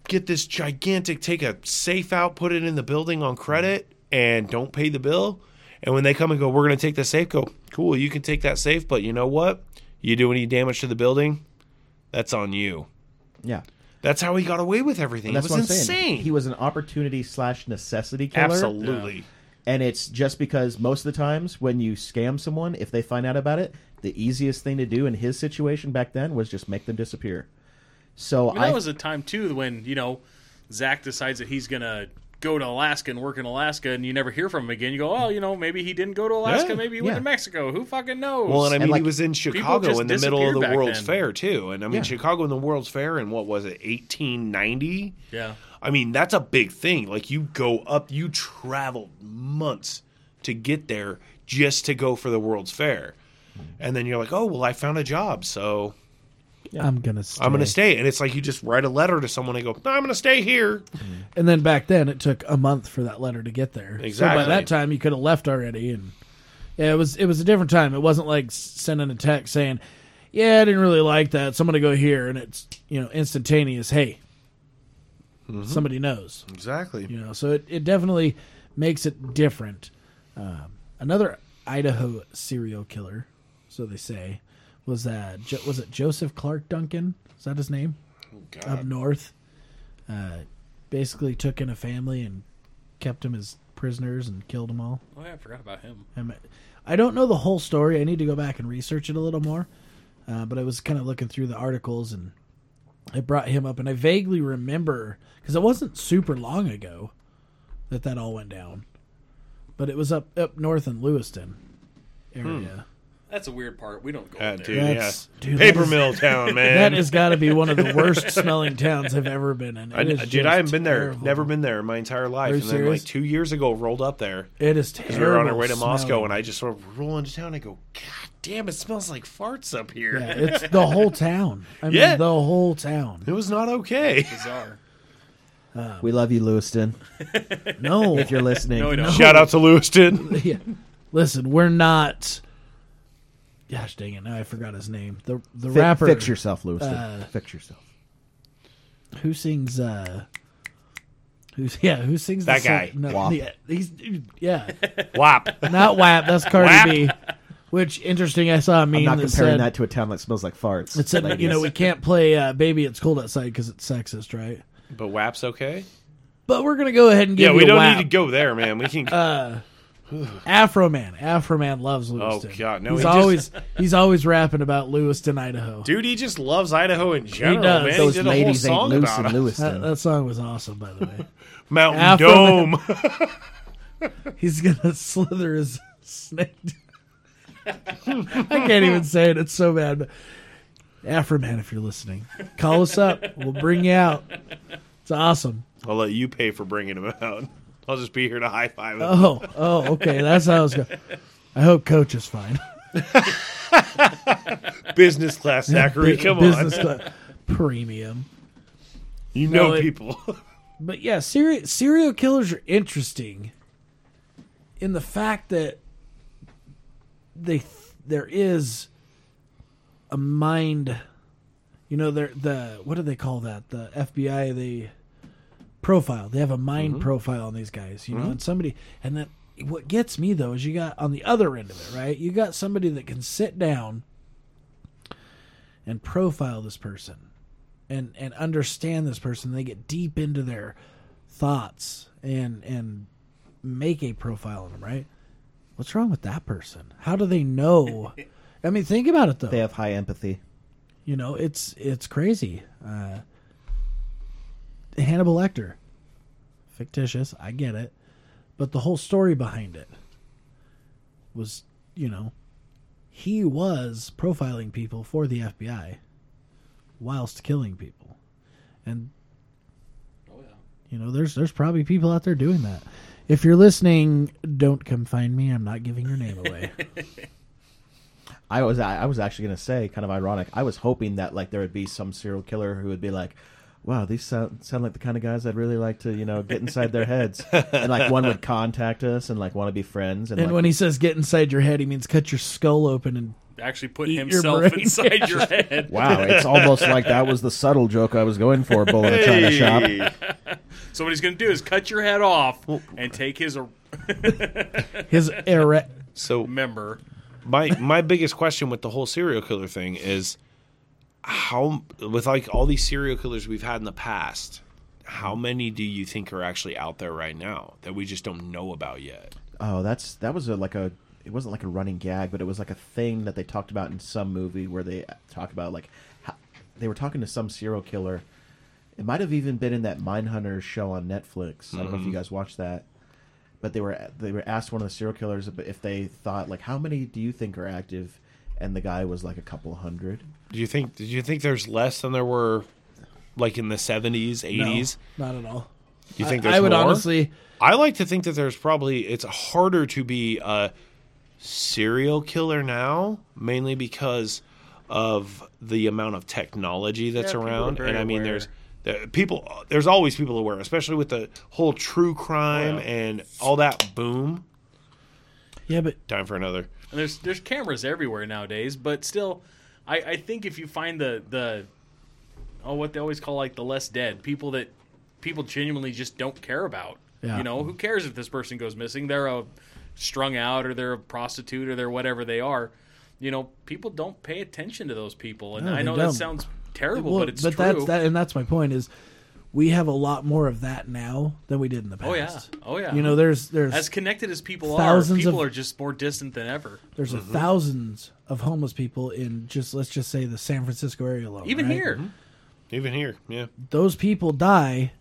[SPEAKER 4] get this gigantic take a safe out put it in the building on credit and don't pay the bill and when they come and go we're going to take the safe go cool you can take that safe but you know what you do any damage to the building that's on you
[SPEAKER 1] yeah
[SPEAKER 4] that's how he got away with everything.
[SPEAKER 1] That's
[SPEAKER 4] it
[SPEAKER 1] what I'm
[SPEAKER 4] was insane.
[SPEAKER 1] saying. He was an opportunity slash necessity killer.
[SPEAKER 4] Absolutely.
[SPEAKER 1] And it's just because most of the times when you scam someone, if they find out about it, the easiest thing to do in his situation back then was just make them disappear. So I,
[SPEAKER 3] I mean, that was a time too when you know Zach decides that he's gonna go to Alaska and work in Alaska, and you never hear from him again. You go, oh, you know, maybe he didn't go to Alaska,
[SPEAKER 4] Yeah,
[SPEAKER 3] maybe he went
[SPEAKER 1] yeah.
[SPEAKER 3] to Mexico. Who fucking knows?
[SPEAKER 4] Well, and I mean,
[SPEAKER 1] like,
[SPEAKER 4] he was in Chicago
[SPEAKER 3] just
[SPEAKER 4] in the middle of
[SPEAKER 3] disappeared
[SPEAKER 4] the
[SPEAKER 3] back
[SPEAKER 4] World's
[SPEAKER 3] then.
[SPEAKER 4] Fair too, and I mean,
[SPEAKER 1] Yeah.
[SPEAKER 4] Chicago in the World's Fair in what was it, eighteen ninety?
[SPEAKER 3] yeah,
[SPEAKER 4] I mean, that's a big thing. Like you go up, you travel months to get there just to go for the World's Fair, and then you're like, oh well, I found a job, so
[SPEAKER 2] I'm gonna stay.
[SPEAKER 4] I'm gonna stay. And it's like you just write a letter to someone and go, I'm gonna stay here.
[SPEAKER 2] And then back then it took a month for that letter to get there. So
[SPEAKER 4] Exactly.
[SPEAKER 2] by that time you could have left already and yeah, it was it was a different time. It wasn't like s- sending a text saying, "Yeah, I didn't really like that, so I'm going to go here." And it's, you know, instantaneous, "Hey, somebody knows."
[SPEAKER 4] Exactly.
[SPEAKER 2] you know so it, it definitely makes it different um, another idaho serial killer so they say was that jo- was it joseph clark duncan is that his name up north uh, basically took in a family and kept them as prisoners and killed them all
[SPEAKER 3] oh yeah, I forgot about him.
[SPEAKER 2] I'm- I don't know the whole story. I need to go back and research it a little more. Uh, but I was kind of looking through the articles, and I brought him up, and I vaguely remember because it wasn't super long ago that that all went down, but it was up up north in Lewiston area.
[SPEAKER 3] That's a weird part. We don't go
[SPEAKER 4] Uh,
[SPEAKER 3] in there.
[SPEAKER 4] dude,
[SPEAKER 2] That's-
[SPEAKER 4] yeah.
[SPEAKER 2] dude, that
[SPEAKER 4] Paper
[SPEAKER 2] is-
[SPEAKER 4] mill town,
[SPEAKER 2] That
[SPEAKER 4] man.
[SPEAKER 2] has got to be one of the worst smelling towns I've ever been in.
[SPEAKER 4] I,
[SPEAKER 2] It is
[SPEAKER 4] dude, I
[SPEAKER 2] just
[SPEAKER 4] haven't been there.
[SPEAKER 2] terrible.
[SPEAKER 4] Never been there in my entire life.
[SPEAKER 2] you
[SPEAKER 4] And then,
[SPEAKER 2] serious?
[SPEAKER 4] like two years ago, rolled up there.
[SPEAKER 2] It is
[SPEAKER 4] Because
[SPEAKER 2] terrible.
[SPEAKER 4] we were on our way to Moscow,
[SPEAKER 2] smelling.
[SPEAKER 4] and I just sort of roll into town. and I go, God damn, it smells like farts up here.
[SPEAKER 2] Yeah, it's the whole town. I mean,
[SPEAKER 4] Yeah.
[SPEAKER 2] the whole town.
[SPEAKER 4] It was not okay.
[SPEAKER 3] Bizarre.
[SPEAKER 1] We love you, Lewiston.
[SPEAKER 2] No,
[SPEAKER 1] If you're listening,
[SPEAKER 3] No, we don't.
[SPEAKER 4] Shout out to Lewiston.
[SPEAKER 2] Yeah. listen, we're not. Gosh dang it! Now I forgot his name. The the
[SPEAKER 1] Fi-
[SPEAKER 2] rapper
[SPEAKER 1] fix yourself, Lewiston.
[SPEAKER 2] Uh,
[SPEAKER 1] fix yourself.
[SPEAKER 2] who sings. uh Who's yeah? Who sings
[SPEAKER 4] That
[SPEAKER 2] the
[SPEAKER 4] guy.
[SPEAKER 2] song- No,
[SPEAKER 1] WAP.
[SPEAKER 2] yeah, he's yeah,
[SPEAKER 4] Wop.
[SPEAKER 2] not WAP. That's Cardi
[SPEAKER 4] WAP.
[SPEAKER 2] B. Which interesting, I saw a meme
[SPEAKER 1] I'm not
[SPEAKER 2] that
[SPEAKER 1] comparing
[SPEAKER 2] said
[SPEAKER 1] that to a town that smells like farts.
[SPEAKER 2] it said
[SPEAKER 1] Like,
[SPEAKER 2] you know we can't play uh, "Baby It's Cold Outside" because it's sexist, right?
[SPEAKER 4] But WAP's okay?
[SPEAKER 2] But we're gonna go ahead and give
[SPEAKER 4] Yeah,
[SPEAKER 2] you
[SPEAKER 4] we
[SPEAKER 2] a
[SPEAKER 4] don't
[SPEAKER 2] WAP. Uh,
[SPEAKER 4] need to go there, man. We can.
[SPEAKER 2] Afro Man. Afro Man loves Lewiston.
[SPEAKER 4] Oh, God, no,
[SPEAKER 2] he's
[SPEAKER 4] he just-
[SPEAKER 2] always he's always rapping about Lewiston, Idaho.
[SPEAKER 4] dude, he just loves Idaho in general,
[SPEAKER 2] does.
[SPEAKER 4] man.
[SPEAKER 1] those
[SPEAKER 4] he did a whole
[SPEAKER 1] ladies ain't
[SPEAKER 4] song
[SPEAKER 1] loose
[SPEAKER 4] about
[SPEAKER 1] in
[SPEAKER 4] it.
[SPEAKER 2] That,
[SPEAKER 1] Lewiston.
[SPEAKER 2] that song was awesome, by the way.
[SPEAKER 4] Mountain
[SPEAKER 2] Afro-
[SPEAKER 4] Dome.
[SPEAKER 2] he's gonna slither his snake. I can't even say it; it's so bad. But Afro Man, if you're listening, call us up. We'll bring you out. It's awesome.
[SPEAKER 4] I'll let you pay for bringing him out. I'll just be here to high five him.
[SPEAKER 2] Oh, oh, okay. That's how it's going. I hope Coach is fine.
[SPEAKER 4] Business class, Zachary. Come on.
[SPEAKER 2] Business cla- premium.
[SPEAKER 4] You
[SPEAKER 2] No,
[SPEAKER 4] know
[SPEAKER 2] it-
[SPEAKER 4] people.
[SPEAKER 2] But yeah, serial serial killers are interesting in the fact that they there is a mind you know they're the what do they call that the FBI they profile they have a mind profile on these guys you know and somebody and then what gets me though is you got on the other end of it right you got somebody that can sit down and profile this person and and understand this person they get deep into their thoughts and and make a profile on them right what's wrong with that person how do they know i mean think about it though
[SPEAKER 1] they have high empathy.
[SPEAKER 2] you know it's it's crazy uh hannibal lecter fictitious i get it but the whole story behind it was you know he was profiling people for the fbi whilst killing people and
[SPEAKER 3] Oh, yeah.
[SPEAKER 2] you know there's there's probably people out there doing that if you're listening don't come find me i'm not giving your name away
[SPEAKER 1] I was I, I was actually going to say, kind of ironic. I was hoping that like there would be some serial killer who would be like, "Wow, these sound sound like the kind of guys I'd really like to you know get inside their heads," and like one would contact us and like want to be friends. And,
[SPEAKER 2] and
[SPEAKER 1] like,
[SPEAKER 2] when he says get inside your head he means cut your skull open and
[SPEAKER 3] Actually, put
[SPEAKER 2] Eat your
[SPEAKER 3] himself
[SPEAKER 2] brain.
[SPEAKER 3] inside your head.
[SPEAKER 1] wow, it's almost like that was the subtle joke I was going for, bull in a china shop.
[SPEAKER 4] Hey.
[SPEAKER 3] So what he's going to do is cut your head off and take his er-
[SPEAKER 2] his erect
[SPEAKER 4] So
[SPEAKER 3] member.
[SPEAKER 4] my my biggest question with the whole serial killer thing is how with like all these serial killers we've had in the past how many do you think are actually out there right now that we just don't know about yet
[SPEAKER 1] Oh, that's that was a, like a it wasn't like a running gag, but it was like a thing that they talked about in some movie where they talk about like how, they were talking to some serial killer. It might have even been in that Mindhunter show on Netflix. I don't
[SPEAKER 3] Mm-hmm.
[SPEAKER 1] know if you guys watched that, but they were they were asked one of the serial killers if they thought like how many do you think are active, and the guy was like a couple hundred.
[SPEAKER 4] do you think do you think there's less than there were like in the 70s 80s
[SPEAKER 2] No, not at all.
[SPEAKER 4] you
[SPEAKER 2] I-
[SPEAKER 4] think there's
[SPEAKER 2] I would
[SPEAKER 4] more?
[SPEAKER 2] honestly.
[SPEAKER 4] I like to think that there's probably it's harder to be a serial killer now, mainly because of the amount of technology that's
[SPEAKER 3] Yeah, people are
[SPEAKER 4] around.
[SPEAKER 3] very
[SPEAKER 4] And I mean,
[SPEAKER 3] aware.
[SPEAKER 4] there's there, people. There's always people aware, especially with the whole true crime
[SPEAKER 3] Yeah.
[SPEAKER 4] and all that boom.
[SPEAKER 2] Yeah, but
[SPEAKER 4] Time for another.
[SPEAKER 3] And there's there's cameras everywhere nowadays, but still, I, I think if you find the the oh what they always call like the less dead people that people genuinely just don't care about.
[SPEAKER 2] Yeah.
[SPEAKER 3] You know, who cares if this person goes missing? They're a strung out or they're a prostitute or they're whatever they are. You know, people don't pay attention to those people, and
[SPEAKER 2] No,
[SPEAKER 3] I
[SPEAKER 2] they
[SPEAKER 3] know
[SPEAKER 2] don't.
[SPEAKER 3] that sounds terrible,
[SPEAKER 2] well,
[SPEAKER 3] but it's true.
[SPEAKER 2] that's that, and that's my point is, we have a lot more of that now than we did in the past.
[SPEAKER 3] oh yeah, oh yeah.
[SPEAKER 2] You know, there's there's
[SPEAKER 3] as connected as people
[SPEAKER 2] Thousands
[SPEAKER 3] are, people
[SPEAKER 2] of-
[SPEAKER 3] are just more distant than ever.
[SPEAKER 2] there's
[SPEAKER 4] Mm-hmm.
[SPEAKER 2] a thousands of homeless people in just let's just say the San Francisco area alone.
[SPEAKER 3] Even
[SPEAKER 2] right?
[SPEAKER 3] here,
[SPEAKER 4] Even here, yeah.
[SPEAKER 2] those people die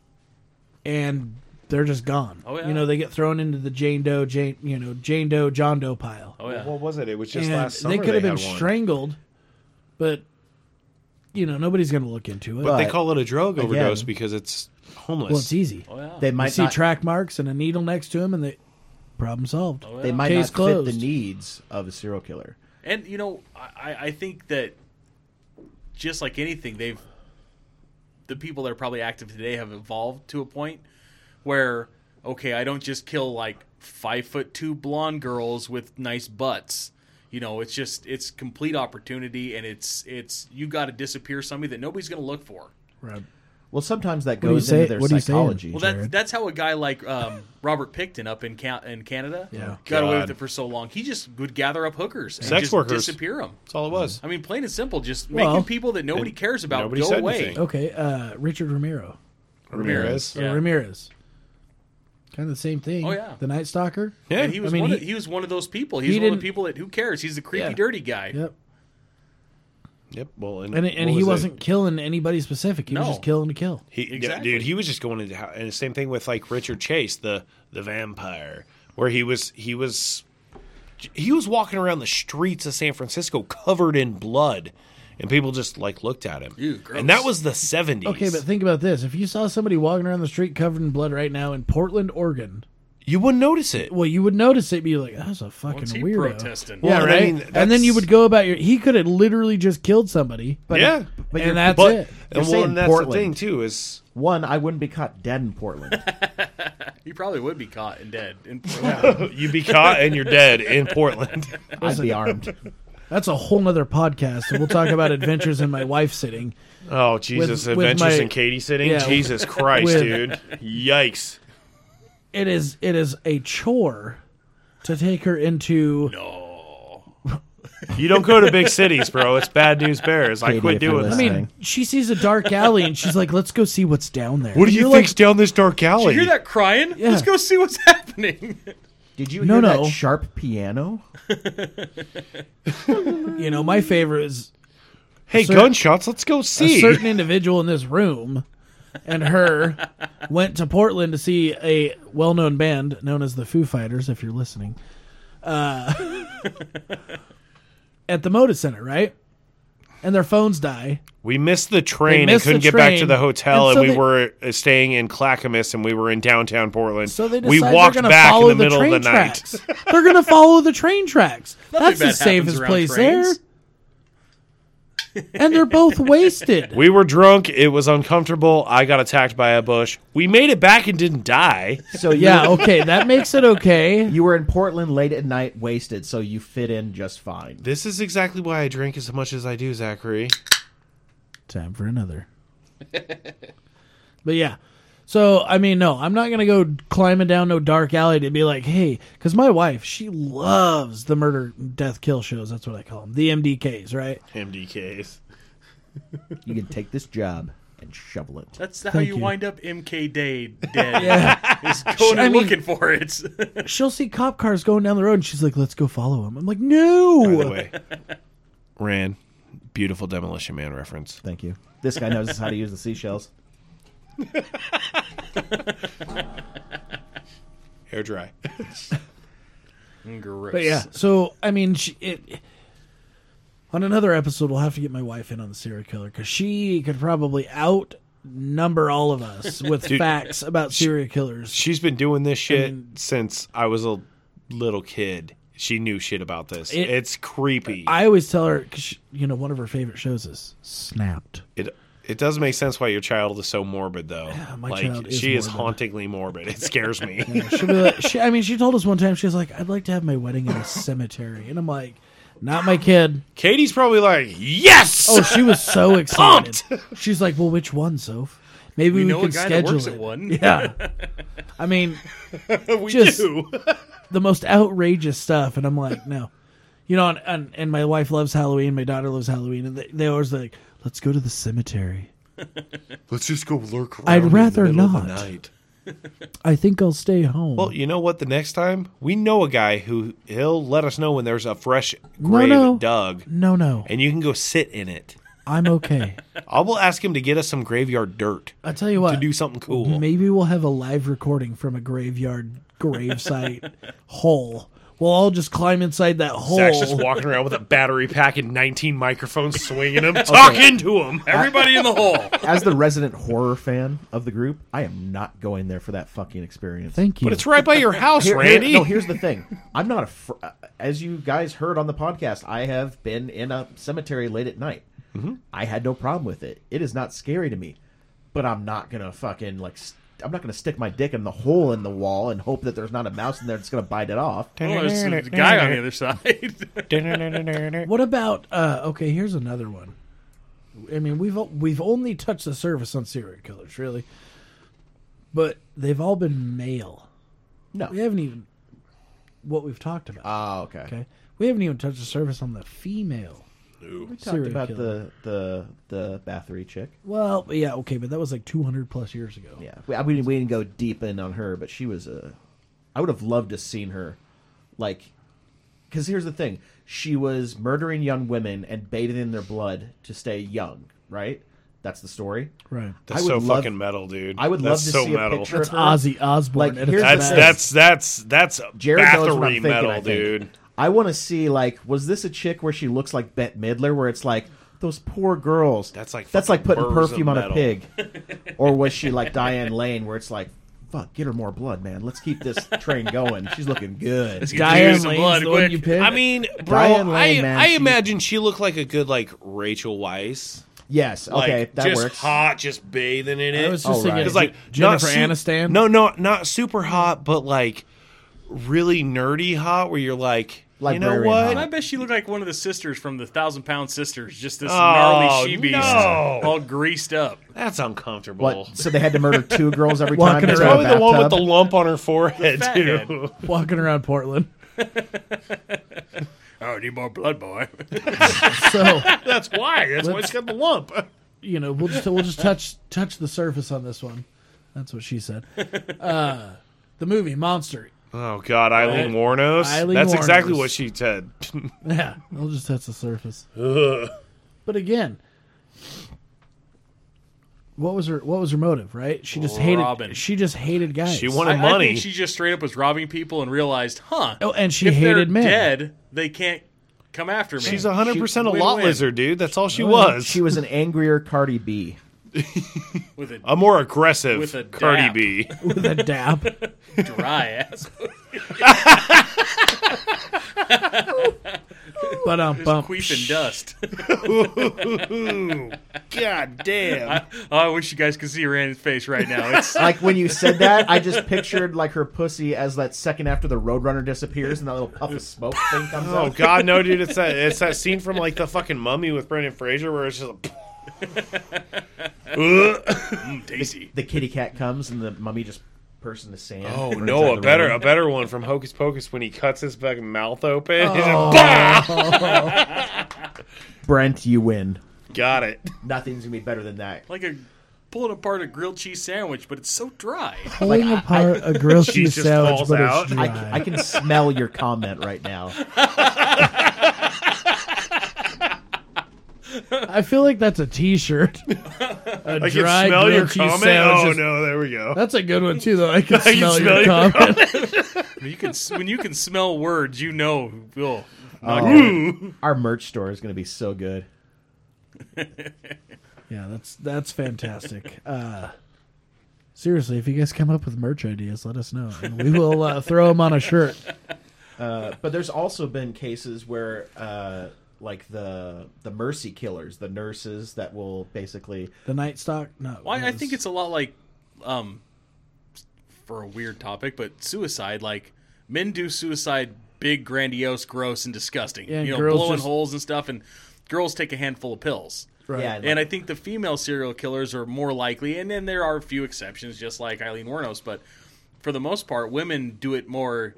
[SPEAKER 2] and they're just gone.
[SPEAKER 3] Oh, yeah.
[SPEAKER 2] You know, they get thrown into the Jane Doe, Jane, you know, Jane Doe, John Doe pile.
[SPEAKER 3] Oh yeah.
[SPEAKER 4] What was it? It was just
[SPEAKER 2] and
[SPEAKER 4] last summer.
[SPEAKER 2] they could have been
[SPEAKER 4] had one.
[SPEAKER 2] strangled, but you know, nobody's going to look into it.
[SPEAKER 4] But they
[SPEAKER 1] But,
[SPEAKER 4] call it a drug overdose
[SPEAKER 1] again-
[SPEAKER 4] because it's homeless.
[SPEAKER 2] well, it's easy.
[SPEAKER 3] Oh yeah.
[SPEAKER 1] They
[SPEAKER 2] I
[SPEAKER 1] might
[SPEAKER 2] see
[SPEAKER 1] not,
[SPEAKER 2] track marks and a needle next to him, and they problem solved.
[SPEAKER 3] Oh, yeah.
[SPEAKER 1] they might
[SPEAKER 2] Case
[SPEAKER 1] not
[SPEAKER 2] closed.
[SPEAKER 1] fit the needs of a serial killer.
[SPEAKER 3] And you know, I, I- I think that just like anything, they've the people that are probably active today have evolved to a point where okay, I don't just kill like five foot two blonde girls with nice butts. You know, it's just it's complete opportunity, and it's it's you got to disappear somebody that nobody's going to look for.
[SPEAKER 2] Right.
[SPEAKER 1] Well, sometimes that
[SPEAKER 2] do you
[SPEAKER 1] goes
[SPEAKER 2] say-
[SPEAKER 1] into their
[SPEAKER 2] what do you say?
[SPEAKER 1] psychology.
[SPEAKER 3] Well,
[SPEAKER 2] Jared.
[SPEAKER 3] that, that's how a guy like um, Robert Picton up in Ca- in Canada
[SPEAKER 2] Yeah.
[SPEAKER 3] got away
[SPEAKER 4] God.
[SPEAKER 3] with it for so long. He just would gather up hookers and
[SPEAKER 4] Sex
[SPEAKER 3] just
[SPEAKER 4] workers.
[SPEAKER 3] disappear them.
[SPEAKER 4] That's all it was.
[SPEAKER 3] I mean, plain and simple, just
[SPEAKER 2] Well,
[SPEAKER 3] making people that nobody
[SPEAKER 4] and
[SPEAKER 3] cares about
[SPEAKER 4] nobody
[SPEAKER 3] go
[SPEAKER 4] said
[SPEAKER 3] away.
[SPEAKER 4] anything.
[SPEAKER 2] Okay, uh, Richard Romero
[SPEAKER 4] Ramirez.
[SPEAKER 2] or
[SPEAKER 3] Yeah.
[SPEAKER 2] Ramirez, kind of the same thing.
[SPEAKER 3] Oh, yeah.
[SPEAKER 2] the Night Stalker.
[SPEAKER 4] Yeah.
[SPEAKER 3] And he was
[SPEAKER 2] I mean,
[SPEAKER 3] one. Of,
[SPEAKER 2] he-
[SPEAKER 3] he was one of those people. He's
[SPEAKER 2] he
[SPEAKER 3] one of
[SPEAKER 2] didn't-
[SPEAKER 3] the people that who cares. He's the creepy,
[SPEAKER 2] Yeah.
[SPEAKER 3] dirty guy.
[SPEAKER 2] Yep.
[SPEAKER 4] Yep. Well, and,
[SPEAKER 2] And and
[SPEAKER 4] what
[SPEAKER 2] he
[SPEAKER 4] was it?
[SPEAKER 2] wasn't killing anybody specific. He was
[SPEAKER 3] No.
[SPEAKER 2] just killing to kill.
[SPEAKER 4] He,
[SPEAKER 3] Exactly.
[SPEAKER 4] dude, he was just going into how, and the same thing with like Richard Chase, the the vampire, where he was he was he was walking around the streets of San Francisco covered in blood, and people just like looked at him,
[SPEAKER 3] Ew, gross.
[SPEAKER 4] and that was the seventies.
[SPEAKER 2] Okay, but think about this: if you saw somebody walking around the street covered in blood right now in Portland, Oregon,
[SPEAKER 4] you wouldn't notice it.
[SPEAKER 2] well, you would notice it. Be like, that's a fucking
[SPEAKER 3] What's he
[SPEAKER 2] weirdo.
[SPEAKER 3] protesting?
[SPEAKER 2] Yeah,
[SPEAKER 4] Well, and I
[SPEAKER 2] right.
[SPEAKER 4] mean,
[SPEAKER 2] and
[SPEAKER 4] that's-
[SPEAKER 2] then you would go about your. He could have literally just killed somebody. But
[SPEAKER 4] yeah,
[SPEAKER 1] but
[SPEAKER 2] and
[SPEAKER 1] you're-
[SPEAKER 2] that's
[SPEAKER 4] but
[SPEAKER 2] it.
[SPEAKER 1] You're
[SPEAKER 4] and, well,
[SPEAKER 1] saying
[SPEAKER 4] and that's the
[SPEAKER 1] Portland.
[SPEAKER 4] thing too is
[SPEAKER 1] One, I wouldn't be caught dead in Portland.
[SPEAKER 3] He probably would be caught and dead. And
[SPEAKER 4] you'd be caught and you're dead in Portland.
[SPEAKER 1] I'd be armed.
[SPEAKER 2] That's a whole nother podcast. And we'll talk about adventures in my wife sitting.
[SPEAKER 4] Oh Jesus,
[SPEAKER 2] with
[SPEAKER 4] adventures
[SPEAKER 2] my-
[SPEAKER 4] in Katie sitting.
[SPEAKER 2] Yeah,
[SPEAKER 4] Jesus Christ,
[SPEAKER 2] with-
[SPEAKER 4] dude, yikes.
[SPEAKER 2] It is it is a chore to take her into.
[SPEAKER 3] no,
[SPEAKER 4] You don't go to big cities, bro. It's bad news bears. I
[SPEAKER 1] Katie,
[SPEAKER 4] quit
[SPEAKER 1] if you're
[SPEAKER 4] doing that.
[SPEAKER 2] I mean, she sees a dark alley and she's like, "Let's go see what's down there."
[SPEAKER 4] What do you
[SPEAKER 2] You're
[SPEAKER 4] think's down this dark
[SPEAKER 3] you
[SPEAKER 4] alley?
[SPEAKER 3] hear that crying?
[SPEAKER 2] Yeah.
[SPEAKER 3] Let's go see what's happening.
[SPEAKER 1] Did you
[SPEAKER 2] No,
[SPEAKER 1] hear
[SPEAKER 2] no.
[SPEAKER 1] that sharp piano?
[SPEAKER 2] Like, you know, my favorite is
[SPEAKER 4] Hey,
[SPEAKER 2] Sir-
[SPEAKER 4] gunshots. Let's go
[SPEAKER 2] a
[SPEAKER 4] see.
[SPEAKER 2] certain individual in this room and her went to Portland to see a well-known band known as the Foo Fighters. If you're listening, uh, at the Moda Center, right? And their phones die.
[SPEAKER 4] we missed the train
[SPEAKER 2] They
[SPEAKER 4] and
[SPEAKER 2] missed
[SPEAKER 4] couldn't
[SPEAKER 2] the
[SPEAKER 4] get back to
[SPEAKER 2] train,
[SPEAKER 4] the hotel,
[SPEAKER 2] and
[SPEAKER 4] and,
[SPEAKER 2] so
[SPEAKER 4] we
[SPEAKER 2] they-
[SPEAKER 4] were uh, staying in Clackamas, and we were in downtown Portland.
[SPEAKER 2] So they decide
[SPEAKER 4] we walked
[SPEAKER 2] they're going to
[SPEAKER 4] back in
[SPEAKER 2] follow
[SPEAKER 4] the middle
[SPEAKER 2] train
[SPEAKER 4] of the night.
[SPEAKER 2] tracks. they're going to follow the train tracks. That's
[SPEAKER 3] bad
[SPEAKER 2] the safest
[SPEAKER 3] happens around
[SPEAKER 2] place
[SPEAKER 3] trains.
[SPEAKER 2] there. And they're both wasted.
[SPEAKER 4] We were drunk. It was uncomfortable. I got attacked by a bush. We made it back and didn't die.
[SPEAKER 1] So you,
[SPEAKER 2] yeah, okay, that makes it okay.
[SPEAKER 1] you were in Portland late at night, wasted, so you fit in just fine.
[SPEAKER 4] This is exactly why I drink as much as I do, Zachary.
[SPEAKER 2] Time for another. but yeah. So, I mean, no, I'm not going to go climbing down no dark alley to be like, hey, because my wife, she loves the murder, death, kill shows. That's what I call them. The MDKs, right?
[SPEAKER 4] MDKs.
[SPEAKER 1] You can take this job and shovel it.
[SPEAKER 3] That's how you,
[SPEAKER 2] you.
[SPEAKER 3] wind up MK Day dead.
[SPEAKER 2] Yeah.
[SPEAKER 3] Is going
[SPEAKER 2] I
[SPEAKER 3] and
[SPEAKER 2] mean-
[SPEAKER 3] looking for it.
[SPEAKER 2] She'll see cop cars going down the road and she's like, let's go follow him. I'm like, no.
[SPEAKER 4] By the way, Ran, beautiful Demolition Man reference.
[SPEAKER 1] Thank you. This guy knows how to use the seashells.
[SPEAKER 4] Hair dry.
[SPEAKER 3] Gross.
[SPEAKER 2] But yeah, so I mean, she, it. On another episode, we'll have to get my wife in on the serial killer because she could probably outnumber all of us with facts about serial killers.
[SPEAKER 4] She's been doing this shit since I was a little kid. She knew shit about this.
[SPEAKER 2] It-
[SPEAKER 4] it's creepy.
[SPEAKER 2] I always tell her, 'cause she, you know, one of her favorite shows is Snapped.
[SPEAKER 4] it it does make sense why your child is so morbid though.
[SPEAKER 2] my
[SPEAKER 4] like
[SPEAKER 2] child is
[SPEAKER 4] she is
[SPEAKER 2] morbid.
[SPEAKER 4] hauntingly morbid. It scares me.
[SPEAKER 2] She'll be like, she, I mean, she told us one time she was like, "I'd like to have my wedding in a cemetery," and I'm like, "Not my kid."
[SPEAKER 4] Katie's probably like, "Yes."
[SPEAKER 2] Oh, she was so excited. She's like, "Well, which one, Soph? Maybe we,
[SPEAKER 3] we know
[SPEAKER 2] can
[SPEAKER 3] a guy that
[SPEAKER 2] schedule
[SPEAKER 3] works
[SPEAKER 2] it."
[SPEAKER 3] at one.
[SPEAKER 2] Yeah, I mean,
[SPEAKER 4] we
[SPEAKER 2] just-
[SPEAKER 4] do.
[SPEAKER 2] the most outrageous stuff, and I'm like, no, you know, and and, and my wife loves Halloween, my daughter loves Halloween, and they, they always like, let's go to the cemetery.
[SPEAKER 4] Let's just go lurk around.
[SPEAKER 2] I'd
[SPEAKER 4] in the
[SPEAKER 2] rather
[SPEAKER 4] middle of
[SPEAKER 2] not.
[SPEAKER 4] the night.
[SPEAKER 2] I think I'll stay home.
[SPEAKER 4] Well, you know what? The next time we know a guy who he'll let us know when there's a fresh
[SPEAKER 2] no,
[SPEAKER 4] grave
[SPEAKER 2] no,
[SPEAKER 4] dug,
[SPEAKER 2] no, no,
[SPEAKER 4] and you can go sit in it.
[SPEAKER 2] I'm okay.
[SPEAKER 4] I will ask him to get us some graveyard dirt
[SPEAKER 2] I tell you what,
[SPEAKER 4] to do something cool.
[SPEAKER 2] maybe we'll have a live recording from a graveyard gravesite hole. We'll all just climb inside that hole.
[SPEAKER 4] Zach's just walking around with a battery pack and 19 microphones swinging them, talking to him.
[SPEAKER 3] Everybody in the Oh, hole.
[SPEAKER 1] As the resident horror fan of the group, I am not going there for that fucking experience.
[SPEAKER 2] Thank you.
[SPEAKER 4] But it's right by your house,
[SPEAKER 1] Here- here-
[SPEAKER 4] Randy.
[SPEAKER 1] no, here's the thing. I'm not a. Fr- uh, as you guys heard on the podcast, I have been in a cemetery late at night.
[SPEAKER 2] Mm-hmm.
[SPEAKER 1] I had no problem with it. It is not scary to me, but I'm not gonna fucking like. St- I'm not gonna stick my dick in the hole in the wall and hope that there's not a mouse in there that's gonna bite it off.
[SPEAKER 3] Well, there's a guy on the other side.
[SPEAKER 2] What about uh okay, here's another one. I mean, we've o- we've only touched the surface on serial killers, really. But they've all been male.
[SPEAKER 1] No.
[SPEAKER 2] We haven't even what we've talked about.
[SPEAKER 1] Oh, okay.
[SPEAKER 2] okay. We haven't even touched the surface on the female.
[SPEAKER 1] We talked
[SPEAKER 2] Serial
[SPEAKER 1] about
[SPEAKER 2] killer.
[SPEAKER 1] the the the Bathory chick.
[SPEAKER 2] Well, yeah, okay, but that was like 200 plus years ago.
[SPEAKER 1] Yeah, we, I- we, didn't- we didn't go deep in on her, but she was a. I would have loved to seen her, like, because here's the thing: she was murdering young women and bathing in their blood to stay young. Right? That's the story.
[SPEAKER 2] Right.
[SPEAKER 1] I
[SPEAKER 4] That's
[SPEAKER 1] would
[SPEAKER 4] so
[SPEAKER 1] love-
[SPEAKER 4] fucking metal, dude.
[SPEAKER 1] I would
[SPEAKER 4] That's
[SPEAKER 1] love to
[SPEAKER 4] so
[SPEAKER 1] see
[SPEAKER 4] metal.
[SPEAKER 1] a picture
[SPEAKER 2] That's
[SPEAKER 1] of her.
[SPEAKER 2] Ozzy Osbourne.
[SPEAKER 1] Like,
[SPEAKER 2] at its
[SPEAKER 1] here's the
[SPEAKER 4] That's
[SPEAKER 2] best.
[SPEAKER 1] thing.
[SPEAKER 4] that's that's that's
[SPEAKER 1] Jared knows what I'm
[SPEAKER 4] bathory
[SPEAKER 1] thinking. I
[SPEAKER 4] metal,
[SPEAKER 1] think.
[SPEAKER 4] dude.
[SPEAKER 1] I want to see like, was this a chick where she looks like Bette Midler, where it's like those poor girls?
[SPEAKER 4] That's like
[SPEAKER 1] that's like
[SPEAKER 4] fucking
[SPEAKER 1] putting
[SPEAKER 4] burrs of
[SPEAKER 1] perfume on a
[SPEAKER 4] metal.
[SPEAKER 1] pig, or was she like Diane Lane, where it's like, fuck, get her more blood, man. Let's keep this train going. She's looking good.
[SPEAKER 3] Get
[SPEAKER 2] Diane
[SPEAKER 3] you some
[SPEAKER 2] Lane's
[SPEAKER 3] blood
[SPEAKER 2] the one
[SPEAKER 3] quick.
[SPEAKER 2] you picked?
[SPEAKER 4] I mean, bro,
[SPEAKER 1] Diane
[SPEAKER 4] I,
[SPEAKER 1] Lane, man,
[SPEAKER 4] I
[SPEAKER 1] she-
[SPEAKER 4] imagine she looked like a good like Rachel Weisz.
[SPEAKER 1] Yes, okay,
[SPEAKER 4] like,
[SPEAKER 1] that
[SPEAKER 4] just
[SPEAKER 1] works.
[SPEAKER 4] hot, just bathing in it. Oh,
[SPEAKER 2] I was just
[SPEAKER 1] All
[SPEAKER 2] thinking
[SPEAKER 1] right.
[SPEAKER 2] of
[SPEAKER 4] It's like
[SPEAKER 2] Jennifer
[SPEAKER 4] not su-
[SPEAKER 2] Aniston.
[SPEAKER 4] No, no, not super hot, but like really nerdy hot, where you're like, you know
[SPEAKER 1] Librarian
[SPEAKER 4] what?
[SPEAKER 3] I bet she looked like one of the sisters from the Thousand Pound Sisters, just this
[SPEAKER 4] Oh,
[SPEAKER 3] gnarly she beast,
[SPEAKER 4] no.
[SPEAKER 3] all greased up.
[SPEAKER 4] That's uncomfortable.
[SPEAKER 1] What? So they had to murder two girls every time.
[SPEAKER 2] Walking
[SPEAKER 1] they
[SPEAKER 4] It's
[SPEAKER 1] were
[SPEAKER 2] around.
[SPEAKER 1] in a
[SPEAKER 4] probably the one with the
[SPEAKER 1] bathtub?
[SPEAKER 4] lump on her forehead
[SPEAKER 3] The fat
[SPEAKER 4] too.
[SPEAKER 2] walking around Portland.
[SPEAKER 3] Oh, I need more blood, boy.
[SPEAKER 2] So,
[SPEAKER 4] That's why. That's why it's got the lump.
[SPEAKER 2] you know, we'll just we'll just touch touch the surface on this one. That's what she said. Uh, the movie Monster.
[SPEAKER 4] Oh God, Eileen
[SPEAKER 2] Right.
[SPEAKER 4] Warnos.
[SPEAKER 2] Eileen
[SPEAKER 4] That's exactly
[SPEAKER 2] Warnos.
[SPEAKER 4] what she said.
[SPEAKER 2] Yeah, we'll just touch the surface. But again, what was her what was her motive? Right? She just
[SPEAKER 3] Robin.
[SPEAKER 2] hated. She just hated guys.
[SPEAKER 4] She
[SPEAKER 3] I,
[SPEAKER 4] wanted
[SPEAKER 3] I
[SPEAKER 4] money.
[SPEAKER 3] think she just straight up was robbing people and realized, huh?
[SPEAKER 2] Oh, and she
[SPEAKER 3] if they're
[SPEAKER 2] hated men.
[SPEAKER 3] dead, they can't come after me.
[SPEAKER 4] She's hundred percent a
[SPEAKER 3] She-
[SPEAKER 4] lot
[SPEAKER 3] win-win.
[SPEAKER 4] lizard, dude. That's all she was.
[SPEAKER 1] Oh, She was an angrier Cardi B.
[SPEAKER 3] with a
[SPEAKER 4] a more aggressive
[SPEAKER 3] With a
[SPEAKER 4] Cardi
[SPEAKER 3] dap.
[SPEAKER 4] B.
[SPEAKER 2] with a dab.
[SPEAKER 3] dry ass.
[SPEAKER 2] But um, bump.
[SPEAKER 3] Queefing dust.
[SPEAKER 4] God damn.
[SPEAKER 3] Oh, I wish you guys could see Rand's face right now. It's
[SPEAKER 1] Like when you said that, I just pictured like her pussy as that second after the Roadrunner disappears and that little puff of smoke thing comes
[SPEAKER 4] Oh
[SPEAKER 1] out.
[SPEAKER 4] God, no, dude! It's that it's that scene from like the fucking Mummy with Brendan Fraser where it's just. Like,
[SPEAKER 3] tasty.
[SPEAKER 1] The kitty cat comes and the mummy just bursts into sand.
[SPEAKER 4] oh
[SPEAKER 1] burns
[SPEAKER 4] no!
[SPEAKER 1] out
[SPEAKER 4] A
[SPEAKER 1] of the
[SPEAKER 4] better a
[SPEAKER 1] room.
[SPEAKER 4] better one from Hocus Pocus when he cuts his fucking mouth open. He's just, "Bah!"
[SPEAKER 1] Brent, you win.
[SPEAKER 4] Got it.
[SPEAKER 1] Nothing's gonna be better than that.
[SPEAKER 3] Like a pulling apart a grilled cheese sandwich, but it's so dry.
[SPEAKER 2] Pulling apart a grilled cheese
[SPEAKER 4] just
[SPEAKER 2] sandwich,
[SPEAKER 4] falls
[SPEAKER 2] but
[SPEAKER 4] out.
[SPEAKER 2] it's
[SPEAKER 1] I,
[SPEAKER 2] dry.
[SPEAKER 1] c- I can smell your comment right now.
[SPEAKER 2] I feel like that's a T-shirt. A dry
[SPEAKER 4] I can smell
[SPEAKER 2] grilled
[SPEAKER 4] your
[SPEAKER 2] cheese
[SPEAKER 4] comment.
[SPEAKER 2] sandwich
[SPEAKER 4] Oh
[SPEAKER 2] is-
[SPEAKER 4] no, there we go.
[SPEAKER 2] That's a good one too, though. I can,
[SPEAKER 4] can
[SPEAKER 2] smell, your
[SPEAKER 4] smell your
[SPEAKER 2] comment.
[SPEAKER 3] You can when you can smell words, you know. Oh,
[SPEAKER 1] Our merch store is gonna be so good.
[SPEAKER 2] yeah, that's that's fantastic. Uh, seriously, if you guys come up with merch ideas, let us know. And we will uh, throw them on a shirt.
[SPEAKER 1] But there's also been cases where, uh, like the the mercy killers, the nurses that will basically
[SPEAKER 2] The night stock? No.
[SPEAKER 3] Well, I- I
[SPEAKER 2] that
[SPEAKER 3] think
[SPEAKER 2] was-
[SPEAKER 3] it's a lot like, um, for a weird topic, but suicide. Like men do suicide, big, grandiose, gross, and disgusting.
[SPEAKER 2] Yeah, and
[SPEAKER 3] you know,
[SPEAKER 2] girls
[SPEAKER 3] blowing
[SPEAKER 2] just-
[SPEAKER 3] holes and stuff, and girls take a handful of pills.
[SPEAKER 2] Right.
[SPEAKER 1] yeah,
[SPEAKER 3] And I think the female serial killers are more likely, and then there are a few exceptions, just like Eileen Wernos. But for the most part, women do it more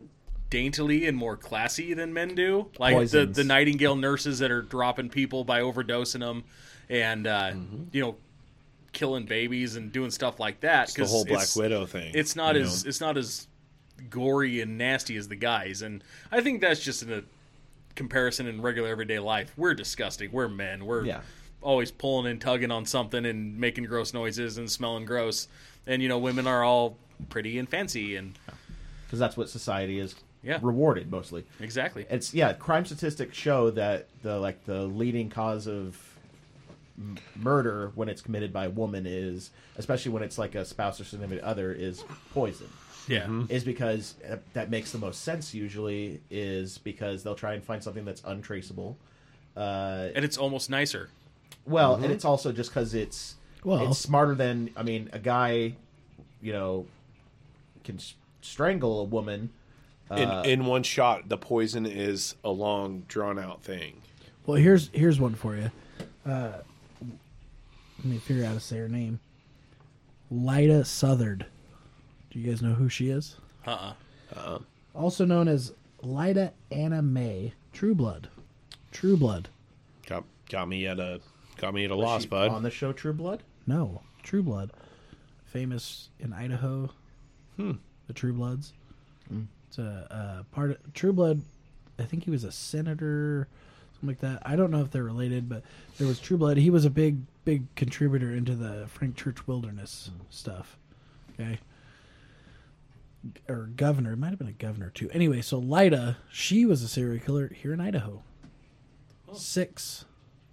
[SPEAKER 3] daintily and more classy than men do. Like the,
[SPEAKER 1] Poisons.
[SPEAKER 3] the Nightingale nurses that are dropping people by overdosing them, and uh,
[SPEAKER 4] Mm-hmm.
[SPEAKER 3] you know, killing babies and doing stuff like that.
[SPEAKER 4] The
[SPEAKER 3] 'cause
[SPEAKER 4] whole Black
[SPEAKER 3] it's-
[SPEAKER 4] Widow thing.
[SPEAKER 3] It's not
[SPEAKER 4] you
[SPEAKER 3] as
[SPEAKER 4] know?
[SPEAKER 3] it's not as gory and nasty as the guys, and I think that's just in a comparison in regular everyday life. We're disgusting. We're men. We're
[SPEAKER 1] Yeah.
[SPEAKER 3] always pulling and tugging on something and making gross noises and smelling gross. And you know, women are all pretty and fancy and
[SPEAKER 1] because that's what society is
[SPEAKER 3] Yeah.
[SPEAKER 1] rewarded mostly.
[SPEAKER 3] exactly.
[SPEAKER 1] It's yeah, crime statistics show that the like the leading cause of m- murder when it's committed by a woman is, especially when it's like a spouse or significant other, is poison.
[SPEAKER 3] yeah.
[SPEAKER 4] mm-hmm.
[SPEAKER 1] Is because uh, that makes the most sense usually. Is because they'll try and find something that's untraceable. Uh,
[SPEAKER 3] And it's almost nicer.
[SPEAKER 1] well, and it's also just because it's
[SPEAKER 2] Well-
[SPEAKER 1] it's smarter than I mean, a guy, you know, can s- strangle a woman.
[SPEAKER 4] in, in one shot, the poison is a long, drawn out thing.
[SPEAKER 2] Well, here's here's one for you. Uh, let me figure out how to say her name. Lyda Southard. Do you guys know who she is?
[SPEAKER 3] Uh uh
[SPEAKER 2] Also known as Lyda Anna May, True Blood. True Blood.
[SPEAKER 4] Got got me at a got me at a loss,
[SPEAKER 1] She-
[SPEAKER 4] bud.
[SPEAKER 1] on the show True Blood.
[SPEAKER 2] No, True Blood. Famous in Idaho. Hmm. The True Bloods. It's a, a part of True Blood. I think he was a senator, something like that. I don't know if they're related, but there was True Blood. He was a big, big contributor into the Frank Church Wilderness stuff. Okay. Or governor. It might have been a governor, too. Anyway, so Lyda, she was a serial killer here in Idaho. Six.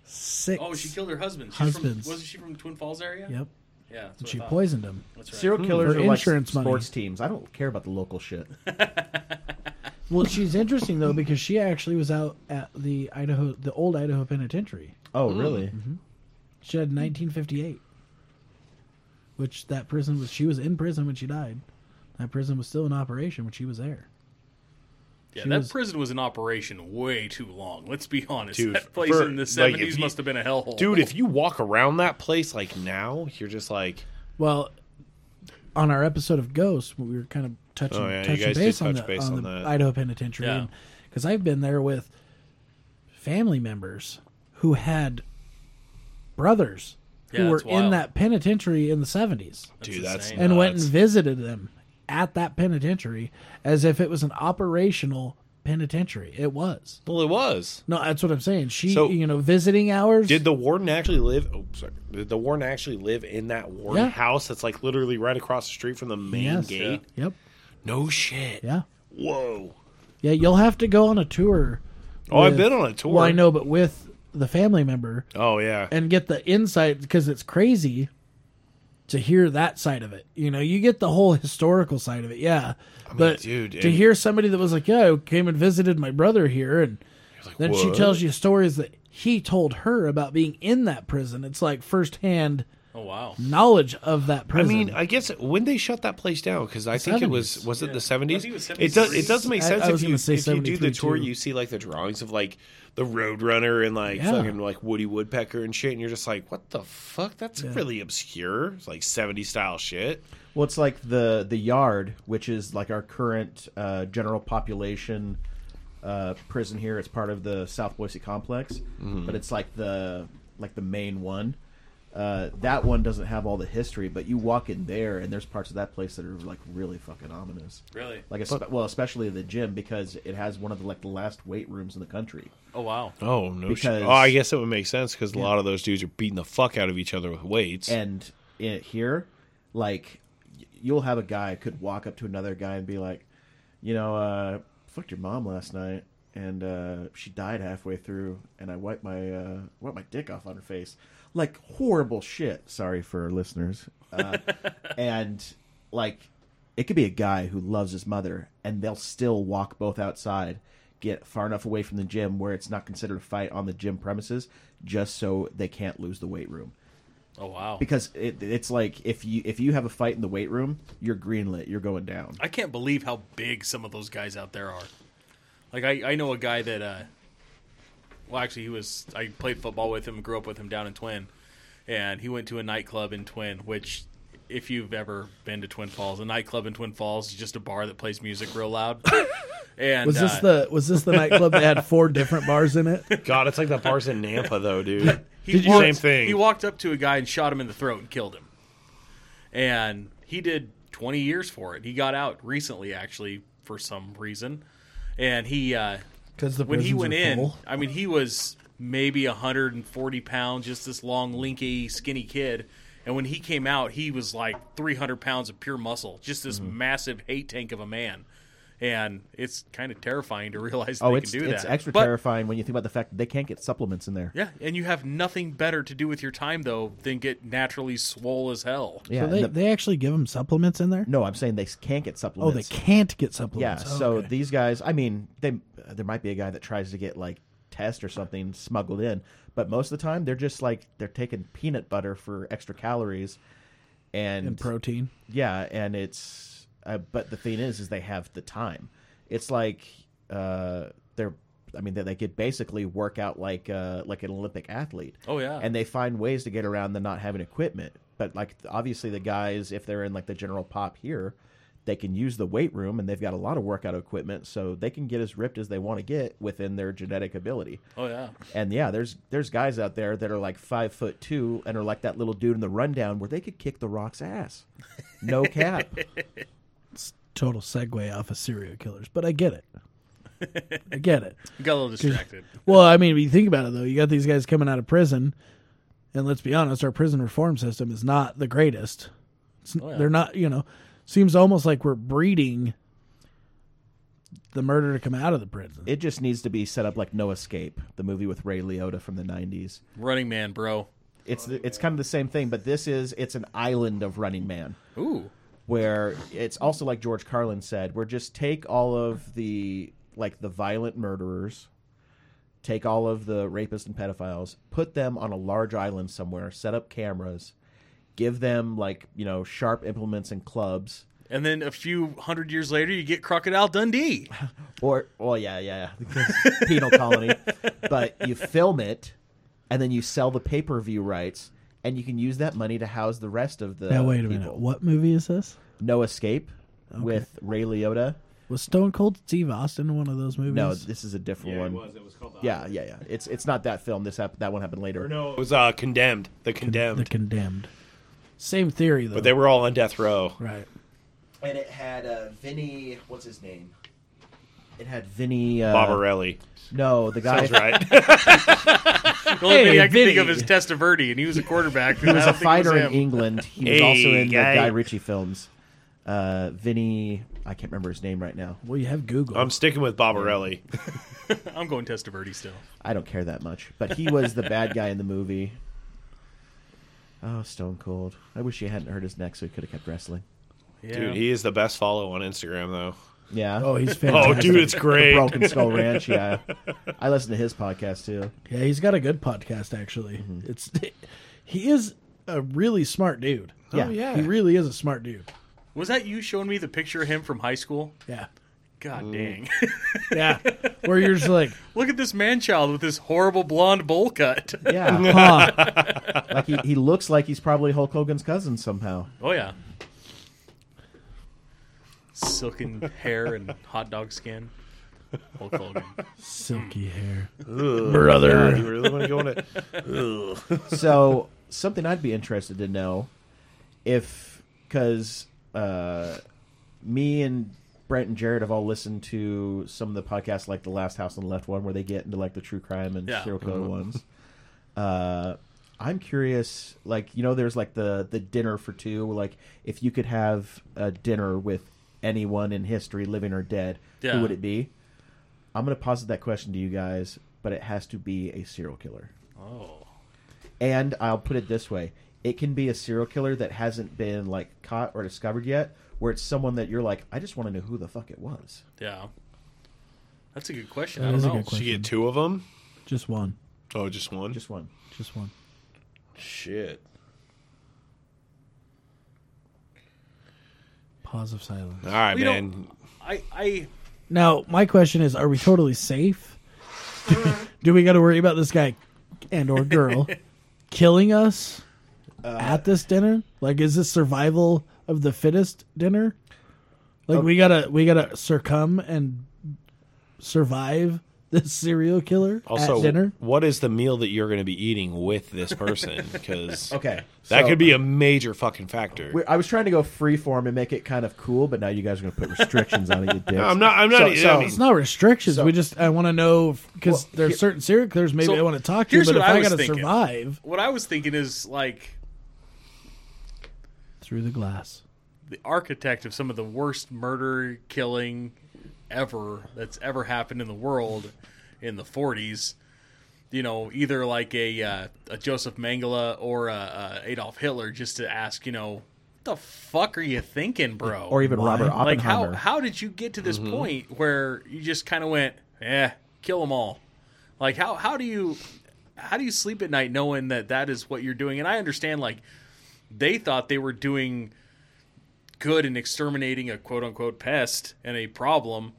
[SPEAKER 2] Six.
[SPEAKER 3] Oh, she killed her husband. She's
[SPEAKER 2] Husbands.
[SPEAKER 3] From, wasn't she from Twin Falls area?
[SPEAKER 2] Yep.
[SPEAKER 3] Yeah. that's what I
[SPEAKER 2] She
[SPEAKER 3] thought.
[SPEAKER 2] poisoned him.
[SPEAKER 3] That's right.
[SPEAKER 1] Serial killers
[SPEAKER 2] Hmm. For
[SPEAKER 1] are like
[SPEAKER 2] insurance
[SPEAKER 1] sports
[SPEAKER 2] money.
[SPEAKER 1] teams. I don't care about the local shit.
[SPEAKER 2] Well, she's interesting though because she actually was out at the Idaho, the old Idaho Penitentiary.
[SPEAKER 1] Oh, really?
[SPEAKER 2] Mm-hmm. She had 1958, which that prison was. She was in prison when she died. That prison was still in operation when she was there.
[SPEAKER 3] Yeah,
[SPEAKER 2] She
[SPEAKER 3] that
[SPEAKER 2] was-
[SPEAKER 3] prison was in operation way too long. Let's be honest.
[SPEAKER 4] Dude,
[SPEAKER 3] that place
[SPEAKER 4] for-
[SPEAKER 3] in the
[SPEAKER 4] like, if
[SPEAKER 3] seventies
[SPEAKER 4] you-
[SPEAKER 3] must have been a hellhole.
[SPEAKER 4] Dude, if you walk around that place like now, you're just like,
[SPEAKER 2] Well, on our episode of Ghosts, we were kind of touching,
[SPEAKER 4] Oh, yeah, you
[SPEAKER 2] touching
[SPEAKER 4] guys did
[SPEAKER 2] base, on,
[SPEAKER 4] touch
[SPEAKER 2] the,
[SPEAKER 4] base
[SPEAKER 2] on,
[SPEAKER 4] on
[SPEAKER 2] the
[SPEAKER 4] that.
[SPEAKER 2] Idaho Penitentiary
[SPEAKER 3] Yeah.
[SPEAKER 2] because I've been there with family members who had brothers who
[SPEAKER 3] Yeah,
[SPEAKER 2] were
[SPEAKER 3] that's wild.
[SPEAKER 2] in that penitentiary in the 70s.
[SPEAKER 4] dude, that's
[SPEAKER 3] insane.
[SPEAKER 2] and
[SPEAKER 4] nuts.
[SPEAKER 2] went and visited them at that penitentiary as if it was an operational penitentiary. It was.
[SPEAKER 4] well, it was.
[SPEAKER 2] No, that's what I'm saying. She,
[SPEAKER 4] So-
[SPEAKER 2] you know, visiting hours.
[SPEAKER 4] Did the warden actually live? Oh, sorry. Did the warden actually live in that warden
[SPEAKER 2] Yeah.
[SPEAKER 4] house that's like literally right across the street from the main
[SPEAKER 2] Yes.
[SPEAKER 4] gate?
[SPEAKER 2] Yep.
[SPEAKER 4] No shit.
[SPEAKER 2] Yeah.
[SPEAKER 4] Whoa.
[SPEAKER 2] Yeah. You'll have to go on a tour.
[SPEAKER 4] Oh, I've
[SPEAKER 2] with-
[SPEAKER 4] been on a tour.
[SPEAKER 2] Well, I know, but with the family member
[SPEAKER 4] Oh yeah.
[SPEAKER 2] and get the insight because it's crazy to hear that side of it. You know, you get the whole historical side of it. Yeah. but
[SPEAKER 4] dude,
[SPEAKER 2] to
[SPEAKER 4] and-
[SPEAKER 2] hear somebody that was like, yeah, I came and visited my brother here and.
[SPEAKER 4] Like,
[SPEAKER 2] Then she
[SPEAKER 4] what?
[SPEAKER 2] tells you stories that he told her about being in that prison. It's like firsthand
[SPEAKER 3] Oh wow.
[SPEAKER 2] knowledge of that
[SPEAKER 4] I
[SPEAKER 2] prison.
[SPEAKER 4] mean, I guess when they shut that place down, because I think it was
[SPEAKER 2] 70s.
[SPEAKER 4] was it the seventies?
[SPEAKER 3] I think it was
[SPEAKER 4] It does it does
[SPEAKER 3] 73.
[SPEAKER 4] make
[SPEAKER 2] I-
[SPEAKER 4] sense
[SPEAKER 2] I was
[SPEAKER 4] if you
[SPEAKER 2] gonna say
[SPEAKER 4] if you do the
[SPEAKER 2] 73
[SPEAKER 4] tour,
[SPEAKER 2] too.
[SPEAKER 4] you see like the drawings of like the Roadrunner and like
[SPEAKER 2] Yeah.
[SPEAKER 4] fucking like Woody Woodpecker and shit, and you're just like, what the fuck? That's really obscure. It's like 70s style shit.
[SPEAKER 1] Well, it's like the the yard, which is like our current uh, general population uh, prison here. It's part of the South Boise complex, but it's like the like the main one. Uh, that one doesn't have all the history, but you walk in there, and there's parts of that place that are like really fucking ominous.
[SPEAKER 3] Really?
[SPEAKER 1] Like, espe- well, especially the gym because it has one of the like the last weight rooms in the country.
[SPEAKER 3] Oh wow.
[SPEAKER 4] Oh no!
[SPEAKER 1] Because-
[SPEAKER 4] shit. oh, I guess it would make sense because a lot of those dudes are beating the fuck out of each other with weights.
[SPEAKER 1] and in, here, like y- you'll have a guy could walk up to another guy and be like, you know, uh, fucked your mom last night, and uh, she died halfway through, and I wiped my uh, wiped my dick off on her face, like horrible shit. Sorry for our listeners, uh, and like it could be a guy who loves his mother, and they'll still walk both outside. Get far enough away from the gym where it's not considered a fight on the gym premises, just so they can't lose the weight room
[SPEAKER 3] Oh wow.
[SPEAKER 1] because it, it's like if you if you have a fight in the weight room, you're greenlit, you're going down.
[SPEAKER 3] I can't believe how big some of those guys out there are. Like I, I know a guy that uh well actually he was I played football with him, grew up with him down in Twin. And he went to a nightclub in Twin, which if you've ever been to Twin Falls, a nightclub in Twin Falls is just a bar that plays music real loud. And
[SPEAKER 2] was this
[SPEAKER 3] uh,
[SPEAKER 2] the was this the nightclub that had four different bars in it?
[SPEAKER 4] God, it's like the bars in Nampa though, dude.
[SPEAKER 3] He
[SPEAKER 4] Same
[SPEAKER 3] walked-
[SPEAKER 4] thing.
[SPEAKER 3] He walked up to a guy and shot him in the throat and killed him. And he did 20 years for it. He got out recently, actually, for some reason. And he, uh,
[SPEAKER 2] Because the
[SPEAKER 3] when he
[SPEAKER 2] prisons
[SPEAKER 3] went
[SPEAKER 2] are
[SPEAKER 3] in,
[SPEAKER 2] full.
[SPEAKER 3] I mean, he was maybe 140 pounds, just this long, linky, skinny kid. And when he came out, he was like 300 pounds of pure muscle, just this
[SPEAKER 1] Mm-hmm.
[SPEAKER 3] massive hate tank of a man. And it's kind of terrifying to realize
[SPEAKER 1] Oh,
[SPEAKER 3] they
[SPEAKER 1] it's
[SPEAKER 3] can do
[SPEAKER 1] it's
[SPEAKER 3] that.
[SPEAKER 1] extra
[SPEAKER 3] But-
[SPEAKER 1] terrifying when you think about the fact that they can't get supplements in there.
[SPEAKER 3] Yeah, and you have nothing better to do with your time though than get naturally swole as hell.
[SPEAKER 1] Yeah,
[SPEAKER 2] so
[SPEAKER 1] and
[SPEAKER 2] they,
[SPEAKER 1] the-
[SPEAKER 2] they actually give them supplements in there.
[SPEAKER 1] no, I'm saying they can't get
[SPEAKER 2] oh,
[SPEAKER 1] supplements.
[SPEAKER 2] they can't get
[SPEAKER 1] Yeah,
[SPEAKER 2] supplements. Oh,
[SPEAKER 1] so
[SPEAKER 2] okay.
[SPEAKER 1] these guys, I mean, they uh, there might be a guy that tries to get like test or something smuggled in, but most of the time they're just like they're taking peanut butter for extra calories, and,
[SPEAKER 2] and protein.
[SPEAKER 1] yeah, and it's uh, but the thing is, is they have the time. It's like uh, they're. I mean, they, they could basically work out like uh, like an Olympic athlete.
[SPEAKER 3] Oh, yeah.
[SPEAKER 1] and they find ways to get around the not having equipment. But like obviously, the guys, if they're in like the general pop here, they can use the weight room, and they've got a lot of workout equipment, so they can get as ripped as they want to get within their genetic ability.
[SPEAKER 3] Oh yeah.
[SPEAKER 1] And yeah, there's there's guys out there that are like five foot two and are like that little dude in the rundown where they could kick the rock's ass. No cap.
[SPEAKER 2] Total segue off of serial killers, but I get it. I get it.
[SPEAKER 3] Got a little distracted.
[SPEAKER 2] Well, I mean, if you think about it, though, you got these guys coming out of prison, and let's be honest, our prison reform system is not the greatest. It's,
[SPEAKER 3] Oh, yeah.
[SPEAKER 2] They're not, you know, seems almost like we're breeding the murder to come out of the prison.
[SPEAKER 1] it just needs to be set up like No Escape, the movie with Ray Liotta from the '90s.
[SPEAKER 3] Running man, bro.
[SPEAKER 1] It's the, it's kind of the same thing, but this is it's an island of Running Man.
[SPEAKER 3] Ooh.
[SPEAKER 1] where it's also like George Carlin said, where just take all of the like the violent murderers, take all of the rapists and pedophiles, put them on a large island somewhere, set up cameras, give them like, you know, sharp implements and clubs.
[SPEAKER 3] And then a few hundred years later you get Crocodile Dundee.
[SPEAKER 1] Or well yeah, yeah, yeah. penal colony. But you film it and then you sell the pay per view rights and you can use that money to house the rest of the
[SPEAKER 2] now, wait a
[SPEAKER 1] people.
[SPEAKER 2] minute. What movie is this?
[SPEAKER 1] No Escape with Ray Liotta.
[SPEAKER 2] Was Stone Cold Steve Austin in one of those movies?
[SPEAKER 1] No, this is a different one.
[SPEAKER 4] It was called.
[SPEAKER 1] Yeah, yeah, yeah. It's it's not that film. This hap- that one happened later.
[SPEAKER 4] No, it was uh, condemned. The condemned.
[SPEAKER 2] The Condemned. Same theory, though.
[SPEAKER 4] but they were all on death row.
[SPEAKER 2] right.
[SPEAKER 1] And it had uh, Vinny. What's his name? It had Vinny. Uh,
[SPEAKER 4] Bobarelli.
[SPEAKER 1] No, the guy.
[SPEAKER 4] That's right.
[SPEAKER 3] The only
[SPEAKER 1] Hey,
[SPEAKER 3] thing I can think
[SPEAKER 1] Vinny.
[SPEAKER 3] of is Testaverde, and he was a quarterback.
[SPEAKER 1] He was a fighter in England. He was also
[SPEAKER 4] Hey,
[SPEAKER 1] in
[SPEAKER 4] guy.
[SPEAKER 1] the Guy Ritchie films. Uh, Vinny. I can't remember his name right now.
[SPEAKER 2] Well, you have Google.
[SPEAKER 4] I'm sticking with Bobarelli.
[SPEAKER 3] I'm going Testaverde still.
[SPEAKER 1] I don't care that much. But he was the bad guy in the movie. Oh, Stone Cold. I wish he hadn't hurt his neck so he could have kept wrestling.
[SPEAKER 3] Yeah.
[SPEAKER 4] Dude, he is the best follow on Instagram though.
[SPEAKER 1] Yeah.
[SPEAKER 2] oh, he's
[SPEAKER 4] Oh,
[SPEAKER 2] fantastic.
[SPEAKER 4] dude, it's great.
[SPEAKER 1] Broken Skull Ranch. Yeah. I listen to his podcast too.
[SPEAKER 2] Yeah, he's got a good podcast actually. It's he is a really smart dude.
[SPEAKER 1] Yeah.
[SPEAKER 4] Oh, yeah.
[SPEAKER 2] He really is a smart dude.
[SPEAKER 3] was that you showing me the picture of him from high school?
[SPEAKER 1] Mm.
[SPEAKER 2] Yeah.
[SPEAKER 3] God dang.
[SPEAKER 2] Yeah. Where you're just like,
[SPEAKER 3] Look at this man child with this horrible blonde bowl cut.
[SPEAKER 1] Yeah.
[SPEAKER 2] huh.
[SPEAKER 1] Like he, he looks like he's probably Hulk Hogan's cousin somehow.
[SPEAKER 3] Oh yeah. Silken hair and hot dog skin. Hulk Hogan.
[SPEAKER 2] Silky hair.
[SPEAKER 4] Brother. You really want to go on it?
[SPEAKER 1] So something I'd be interested to know if because uh, me and Brent and Jared have all listened to some of the podcasts like the Last House on the Left one where they get into like the true crime and
[SPEAKER 3] Yeah.
[SPEAKER 1] serial killer ones. Uh, I'm curious, like you know, there's like the the dinner for two. Like if you could have a dinner with anyone in history, living or dead,
[SPEAKER 3] Yeah.
[SPEAKER 1] who would it be? I'm gonna posit that question to you guys, but it has to be a serial killer.
[SPEAKER 3] Oh.
[SPEAKER 1] And I'll put it this way: it can be a serial killer that hasn't been like caught or discovered yet, where it's someone that you're like, I just want to know who the fuck it was.
[SPEAKER 3] Yeah. That's a good question. I
[SPEAKER 2] That
[SPEAKER 3] don't
[SPEAKER 2] is a
[SPEAKER 3] know.
[SPEAKER 2] good
[SPEAKER 4] Did you
[SPEAKER 2] question.
[SPEAKER 4] get two of them?
[SPEAKER 2] Just one.
[SPEAKER 4] Oh, just one.
[SPEAKER 1] Just one.
[SPEAKER 2] Just one.
[SPEAKER 4] shit.
[SPEAKER 2] Pause of silence.
[SPEAKER 4] All right,
[SPEAKER 3] Well, you
[SPEAKER 4] man.
[SPEAKER 3] I, I
[SPEAKER 2] Now, my question is, are we totally safe? Do we got to worry about this guy and or girl killing us at this dinner? Like is this survival of the fittest dinner? Like we got to we got to succumb and survive this serial killer
[SPEAKER 4] Also,
[SPEAKER 2] at dinner.
[SPEAKER 4] what is the meal that you're going to be eating with this person? Because
[SPEAKER 1] Okay,
[SPEAKER 4] that
[SPEAKER 1] so-
[SPEAKER 4] could be a major fucking factor.
[SPEAKER 1] We- I was trying to go freeform and make it kind of cool, but now you guys are going to put restrictions on it. You dicks.
[SPEAKER 4] No, I'm not. I'm not.
[SPEAKER 1] So-
[SPEAKER 4] I
[SPEAKER 1] so-
[SPEAKER 4] mean-
[SPEAKER 2] It's not restrictions.
[SPEAKER 1] So-
[SPEAKER 2] we just I want to know because
[SPEAKER 1] Well,
[SPEAKER 2] there's
[SPEAKER 1] here-
[SPEAKER 2] certain serial killers maybe
[SPEAKER 3] So,
[SPEAKER 2] I want to talk to,
[SPEAKER 3] here's
[SPEAKER 2] but if
[SPEAKER 3] what I
[SPEAKER 2] I,
[SPEAKER 3] was
[SPEAKER 2] gotta
[SPEAKER 3] thinking.
[SPEAKER 2] survive
[SPEAKER 3] What I was thinking is like
[SPEAKER 2] through the glass.
[SPEAKER 3] the architect of some of the worst murder killing ever that's ever happened in the world in the 40s. You know, either like a uh, a Joseph Mengele or a, uh Adolf Hitler, just to ask, you know, what the fuck are you thinking, bro?
[SPEAKER 1] or even Robert
[SPEAKER 3] like
[SPEAKER 1] Oppenheimer.
[SPEAKER 3] how how did you get to this point where you just kind of went, eh, kill them all? Like how how do you how do you sleep at night knowing that that is what you're doing? And I understand like they thought they were doing good in exterminating a quote unquote pest and a problem,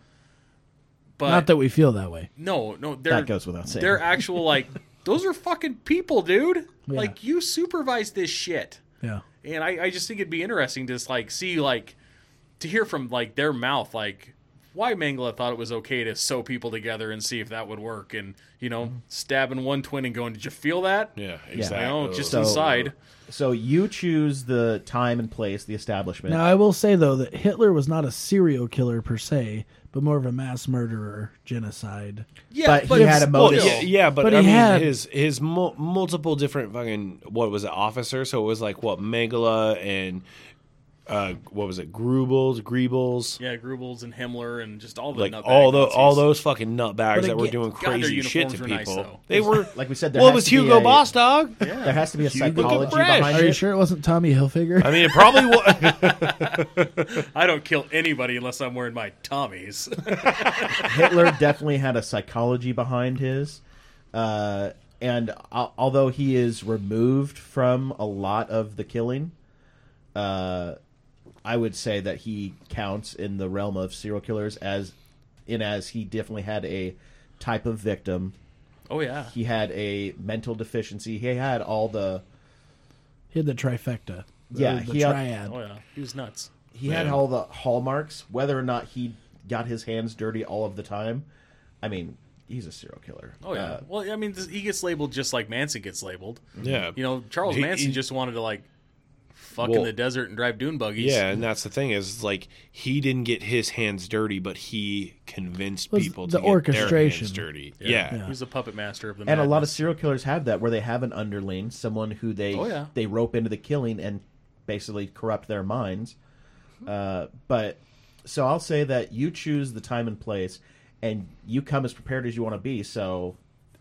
[SPEAKER 3] but
[SPEAKER 2] Not that we feel that way.
[SPEAKER 3] no, no, they're,
[SPEAKER 1] that goes without saying.
[SPEAKER 3] They're actual like those are fucking people, dude.
[SPEAKER 2] Yeah.
[SPEAKER 3] Like you supervise this shit
[SPEAKER 2] Yeah.
[SPEAKER 3] and I, I just think it'd be interesting to just, like see like to hear from like their mouth like why Mangala thought it was okay to sew people together and see if that would work and you know
[SPEAKER 1] Mm-hmm.
[SPEAKER 3] stabbing one twin and going did you feel that
[SPEAKER 4] yeah,
[SPEAKER 3] you
[SPEAKER 4] exactly.
[SPEAKER 3] know just
[SPEAKER 1] So-
[SPEAKER 3] inside
[SPEAKER 1] so you choose the time and place, the establishment.
[SPEAKER 2] Now I will say though that Hitler was not a serial killer per se, but more of a mass murderer, genocide.
[SPEAKER 3] yeah
[SPEAKER 1] but he had a
[SPEAKER 4] Well,
[SPEAKER 1] motive.
[SPEAKER 4] yeah, yeah, but,
[SPEAKER 2] But
[SPEAKER 4] I
[SPEAKER 2] he
[SPEAKER 4] mean,
[SPEAKER 2] had-
[SPEAKER 4] his his mul- multiple different fucking what was it officers? So it was like what Megala and uh, what was it Grubels, Griebels,
[SPEAKER 3] yeah Grubels and Himmler and just all the
[SPEAKER 4] like
[SPEAKER 3] nutbag
[SPEAKER 4] all those
[SPEAKER 3] Nazis.
[SPEAKER 4] all those fucking nutbags
[SPEAKER 2] But
[SPEAKER 4] that were
[SPEAKER 2] again-
[SPEAKER 4] doing
[SPEAKER 3] their
[SPEAKER 4] crazy shit
[SPEAKER 3] uniforms
[SPEAKER 4] to
[SPEAKER 3] were
[SPEAKER 4] people.
[SPEAKER 3] nice, though.
[SPEAKER 4] they were
[SPEAKER 1] like we said, there
[SPEAKER 4] what
[SPEAKER 1] has
[SPEAKER 4] was
[SPEAKER 1] to be
[SPEAKER 4] Hugo
[SPEAKER 1] a-
[SPEAKER 4] Boss dog?
[SPEAKER 1] There has to be a psychology
[SPEAKER 4] Fresh.
[SPEAKER 1] behind
[SPEAKER 2] Are you
[SPEAKER 1] it.
[SPEAKER 2] sure it wasn't Tommy Hilfiger?
[SPEAKER 4] I mean, it probably was.
[SPEAKER 3] I don't kill anybody unless I'm wearing my Tommies
[SPEAKER 1] Hitler definitely had a psychology behind his. Uh, and al- although he is removed from a lot of the killing, uh, I would say that he counts in the realm of serial killers as in as he definitely had a type of victim.
[SPEAKER 3] oh yeah
[SPEAKER 1] He had a mental deficiency. He had all the
[SPEAKER 2] he had the trifecta. The,
[SPEAKER 1] Yeah,
[SPEAKER 2] the
[SPEAKER 1] he-
[SPEAKER 2] triad.
[SPEAKER 3] oh yeah he was nuts
[SPEAKER 1] he had
[SPEAKER 4] Yeah.
[SPEAKER 1] all the hallmarks. Whether or not he got his hands dirty all of the time, I mean, he's a serial killer.
[SPEAKER 3] oh yeah
[SPEAKER 1] Uh,
[SPEAKER 3] well I mean this, he gets labeled just like Manson gets labeled
[SPEAKER 1] mm-hmm.
[SPEAKER 4] yeah,
[SPEAKER 3] you know Charles
[SPEAKER 4] He-
[SPEAKER 3] Manson
[SPEAKER 4] he-
[SPEAKER 3] just wanted to like fuck in
[SPEAKER 4] Well-
[SPEAKER 3] the desert and drive dune buggies
[SPEAKER 4] Yeah, and that's the thing is like he didn't get his hands dirty, but he convinced
[SPEAKER 2] Was
[SPEAKER 4] people
[SPEAKER 2] the
[SPEAKER 4] to get their
[SPEAKER 2] orchestration.
[SPEAKER 4] hands dirty. Yeah,
[SPEAKER 2] Yeah.
[SPEAKER 3] He's a puppet master of the
[SPEAKER 1] And a lot of
[SPEAKER 3] madness.
[SPEAKER 1] serial killers have that, where they have an underling, someone who they
[SPEAKER 3] Oh, yeah.
[SPEAKER 1] they rope into the killing and basically corrupt their minds.
[SPEAKER 3] Hmm.
[SPEAKER 1] Uh, but so I'll say that you choose the time and place, and you come as prepared as you want to be. So,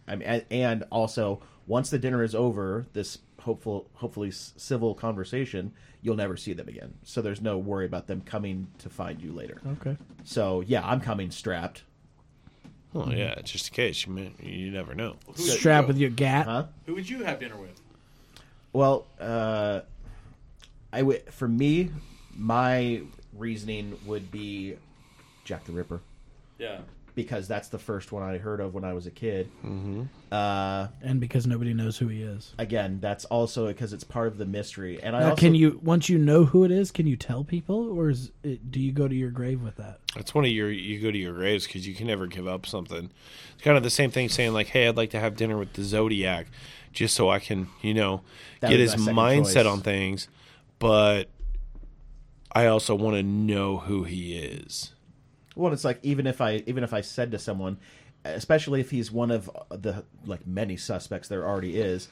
[SPEAKER 1] I mean, and, and also once the dinner is over, this hopeful, hopefully s- civil conversation, you'll never see them again. So there's no worry about them coming to find you later.
[SPEAKER 2] Okay.
[SPEAKER 1] So yeah, I'm coming strapped,
[SPEAKER 4] well, yeah. Just in case you may- you never know.
[SPEAKER 3] Who would you
[SPEAKER 2] Strap
[SPEAKER 3] go-
[SPEAKER 2] with your gat.
[SPEAKER 1] huh?
[SPEAKER 3] Who would you have dinner with?
[SPEAKER 1] Well, uh, I w- for me, my reasoning would be Jack the Ripper
[SPEAKER 3] Yeah.
[SPEAKER 1] because that's the first one I heard of when I was a kid. Mm-hmm. Uh,
[SPEAKER 2] And because nobody knows who he is.
[SPEAKER 1] again, that's also because it's part of the mystery. And I
[SPEAKER 2] Now,
[SPEAKER 1] also,
[SPEAKER 2] can you once you know who it is, can you tell people, or is it, do you go to your grave with that?
[SPEAKER 4] That's one of your you go to your graves because you can never give up something. It's kind of the same thing saying like, "Hey, I'd like to have dinner with the Zodiac, just so I can you know
[SPEAKER 1] That
[SPEAKER 4] get
[SPEAKER 1] was
[SPEAKER 4] his
[SPEAKER 1] my second
[SPEAKER 4] mindset
[SPEAKER 1] choice.
[SPEAKER 4] on things, but I also want to know who he is."
[SPEAKER 1] Well, it's like even if I even if I said to someone, especially if he's one of the like many suspects there already is.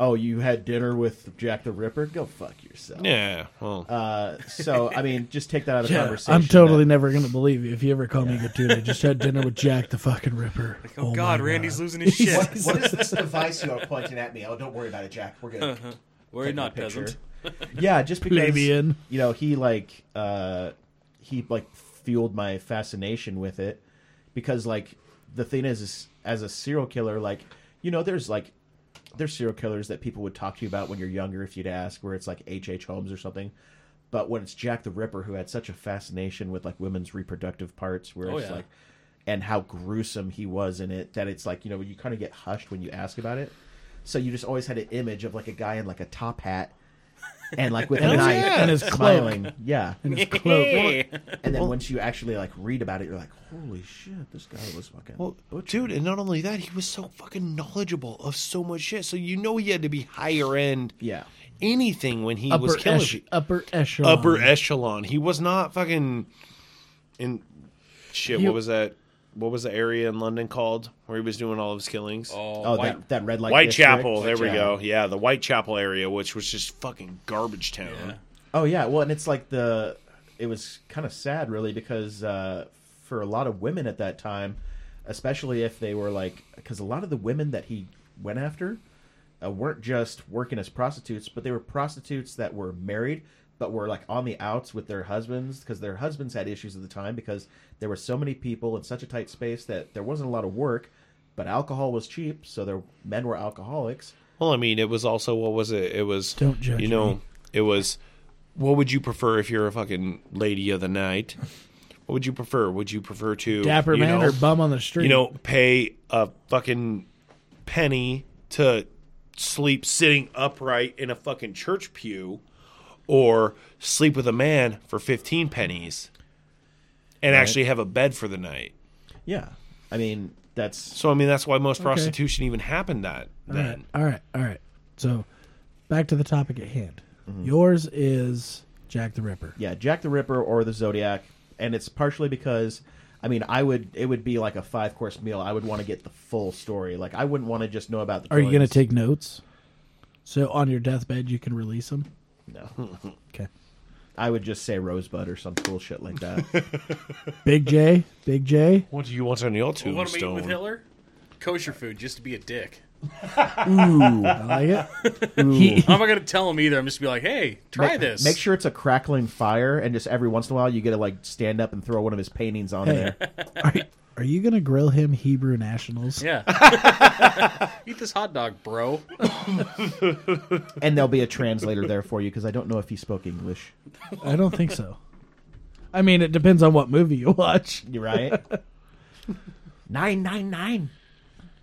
[SPEAKER 1] Oh, you had dinner with Jack the Ripper? Go fuck yourself.
[SPEAKER 4] Yeah, well,
[SPEAKER 1] Uh, so I mean, just take that out of conversation.
[SPEAKER 2] I'm totally
[SPEAKER 1] that-
[SPEAKER 2] never gonna believe you if you ever call me Gatuna. I just had dinner with Jack the fucking Ripper.
[SPEAKER 3] Oh,
[SPEAKER 2] my
[SPEAKER 3] God, Randy's losing his
[SPEAKER 1] What,
[SPEAKER 3] shit.
[SPEAKER 1] what is this device you are pointing at me? Oh, don't worry about it, Jack. We're good.
[SPEAKER 3] Uh-huh. Worry not, peasant.
[SPEAKER 1] Yeah, just because
[SPEAKER 2] Plebeian.
[SPEAKER 1] you know he like uh, he like fueled my fascination with it because like the thing is, is as a serial killer, like you know, there's like there's serial killers that people would talk to you about when you're younger if you'd ask, where it's like H. H. Holmes or something. But when it's Jack the Ripper who had such a fascination with like women's reproductive parts, where
[SPEAKER 3] Oh,
[SPEAKER 1] it's
[SPEAKER 3] yeah.
[SPEAKER 1] like and how gruesome he was in it that it's like you know you kind of get hushed when you ask about it so you just always had an image of like a guy in like a top hat and like with an eye
[SPEAKER 4] yeah.
[SPEAKER 2] And his cloak.
[SPEAKER 1] smiling. Yeah.
[SPEAKER 2] And his cloak.
[SPEAKER 1] And then once you actually like read about it, you're like, holy shit, this guy was fucking.
[SPEAKER 4] Well, dude, and not only that, he was so fucking knowledgeable of so much shit. So you know he had to be higher end
[SPEAKER 1] yeah.
[SPEAKER 4] anything when he was
[SPEAKER 2] Upper,
[SPEAKER 4] killing
[SPEAKER 2] esh-
[SPEAKER 4] people.
[SPEAKER 2] upper echelon.
[SPEAKER 4] upper echelon. He was not fucking in shit.
[SPEAKER 2] You-
[SPEAKER 4] what was that? What was the area in London called where he was doing all of his killings?
[SPEAKER 1] Oh,
[SPEAKER 3] white-
[SPEAKER 1] that that red light.
[SPEAKER 4] Whitechapel.
[SPEAKER 1] district.
[SPEAKER 4] There we
[SPEAKER 1] Yeah.
[SPEAKER 4] go. Yeah, the Whitechapel area, which was just fucking garbage town.
[SPEAKER 3] Yeah.
[SPEAKER 1] Oh yeah, well, and it's like the it was kind of sad, really, because uh, for a lot of women at that time, especially if they were like, because a lot of the women that he went after uh, weren't just working as prostitutes, but they were prostitutes that were married, but were like on the outs with their husbands because their husbands had issues at the time because there were so many people in such a tight space that there wasn't a lot of work, but alcohol was cheap, so their men were alcoholics.
[SPEAKER 4] Well, I mean, it was also what was it? It was
[SPEAKER 2] Don't judge
[SPEAKER 4] You know,
[SPEAKER 2] me.
[SPEAKER 4] it was. What would you prefer if you're a fucking lady of the night? What would you prefer? Would you prefer to
[SPEAKER 2] Dapper
[SPEAKER 4] you
[SPEAKER 2] man
[SPEAKER 4] know,
[SPEAKER 2] or bum on the street.
[SPEAKER 4] you know, pay a fucking penny to sleep sitting upright in a fucking church pew or sleep with a man for 15 pennies and actually have a bed for the night.
[SPEAKER 1] Yeah, I mean that's
[SPEAKER 4] So I mean that's why most prostitution even happened that
[SPEAKER 2] All
[SPEAKER 4] then.
[SPEAKER 2] right, all right, all right. So, back to the topic at hand.
[SPEAKER 4] Mm-hmm.
[SPEAKER 2] Yours is Jack the Ripper.
[SPEAKER 1] Yeah, Jack the Ripper or the Zodiac, and it's partially because I mean, I would it would be like a five course meal. I would want to get the full story. Like I wouldn't want to just know about the.
[SPEAKER 2] Are you going to
[SPEAKER 1] killings.
[SPEAKER 2] take notes? So on your deathbed, you can release them.
[SPEAKER 1] No,
[SPEAKER 2] Okay.
[SPEAKER 1] I would just say Rosebud or some cool shit like that.
[SPEAKER 2] Big J, Big J.
[SPEAKER 4] What do you want on your
[SPEAKER 3] Well, what am I eating with
[SPEAKER 4] tombstone?
[SPEAKER 3] Hitler? Kosher food, just to be a dick.
[SPEAKER 2] Ooh, I like it. He,
[SPEAKER 3] I'm not gonna tell him either. I'm just gonna be like, hey, try this.
[SPEAKER 1] Make sure it's a crackling fire, and just every once in a while you get to like stand up and throw one of his paintings on
[SPEAKER 2] hey,
[SPEAKER 1] there.
[SPEAKER 2] are, are you going to grill him Hebrew nationals?
[SPEAKER 3] Yeah. Eat this hot dog, bro.
[SPEAKER 1] And there'll be a translator there for you because I don't know if he spoke English.
[SPEAKER 2] I don't think so. I mean, it depends on what movie you watch.
[SPEAKER 1] You right? nine nine nine,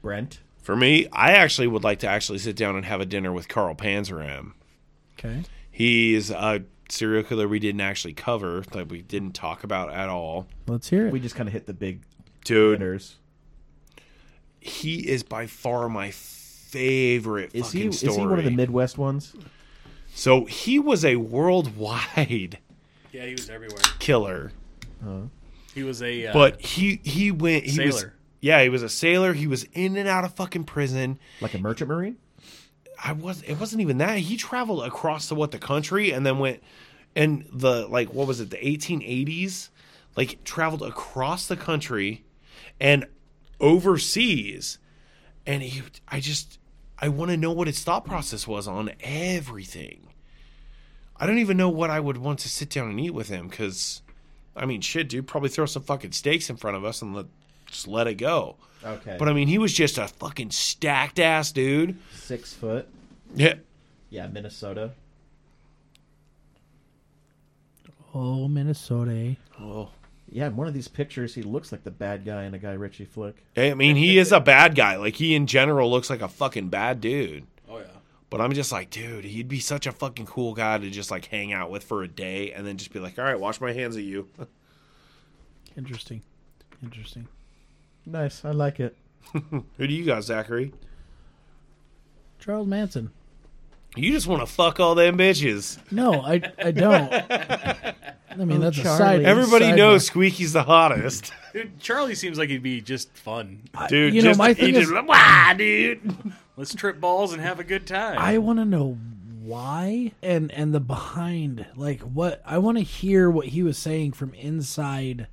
[SPEAKER 1] Brent.
[SPEAKER 4] For me, I actually would like to actually sit down and have a dinner with Carl Panzeram.
[SPEAKER 2] Okay.
[SPEAKER 4] He is a serial killer we didn't actually cover that we didn't talk about at all.
[SPEAKER 2] Let's hear it.
[SPEAKER 1] We just kind of hit the big
[SPEAKER 4] Dude,
[SPEAKER 1] hitters.
[SPEAKER 4] he is by far my favorite
[SPEAKER 1] Is
[SPEAKER 4] fucking
[SPEAKER 1] he
[SPEAKER 4] story.
[SPEAKER 1] is he one of the Midwest ones?
[SPEAKER 4] so he was a worldwide
[SPEAKER 3] Yeah, he was everywhere.
[SPEAKER 4] killer,
[SPEAKER 3] He was a uh,
[SPEAKER 4] but he he went he was
[SPEAKER 3] Sailor.
[SPEAKER 4] yeah he was a sailor. He was in and out of fucking prison.
[SPEAKER 1] Like a merchant marine?
[SPEAKER 4] I was it wasn't even that he traveled across the what the country and then went and the like what was it the 1880s like traveled across the country and overseas and he I just I want to know what his thought process was on everything. I don't even know what I would want to sit down and eat with him cuz I mean shit dude probably throw some fucking steaks in front of us and let just let it go.
[SPEAKER 1] Okay.
[SPEAKER 4] But I mean he was just a fucking stacked ass dude.
[SPEAKER 1] six foot.
[SPEAKER 4] Yeah.
[SPEAKER 1] Yeah, Minnesota.
[SPEAKER 2] oh, Minnesota.
[SPEAKER 4] Oh.
[SPEAKER 1] Yeah, in one of these pictures, he looks like the bad guy in a Guy Ritchie flick.
[SPEAKER 4] I mean, he is a bad guy. Like he in general looks like a fucking bad dude.
[SPEAKER 3] Oh yeah.
[SPEAKER 4] But I'm just like, dude, he'd be such a fucking cool guy to just like hang out with for a day and then just be like, all right, wash my hands of you.
[SPEAKER 2] Interesting. Interesting.
[SPEAKER 1] Nice, I like it.
[SPEAKER 4] Who do you got, Zachary?
[SPEAKER 2] Charles Manson.
[SPEAKER 4] You just want to fuck all them bitches.
[SPEAKER 2] No, I I don't. I mean,
[SPEAKER 1] Oh,
[SPEAKER 2] that's a
[SPEAKER 1] Charlie.
[SPEAKER 2] side.
[SPEAKER 4] Everybody
[SPEAKER 2] side
[SPEAKER 4] knows
[SPEAKER 2] note.
[SPEAKER 4] Squeaky's the hottest,
[SPEAKER 3] Dude, Charlie seems like he'd be just fun.
[SPEAKER 4] dude.
[SPEAKER 2] you know,
[SPEAKER 4] just,
[SPEAKER 2] my
[SPEAKER 4] he
[SPEAKER 2] thing
[SPEAKER 4] just-
[SPEAKER 2] is-
[SPEAKER 4] Wah, dude.
[SPEAKER 3] Let's trip balls and have a good time.
[SPEAKER 2] I want to know why and and the behind, like what I want to hear what he was saying from inside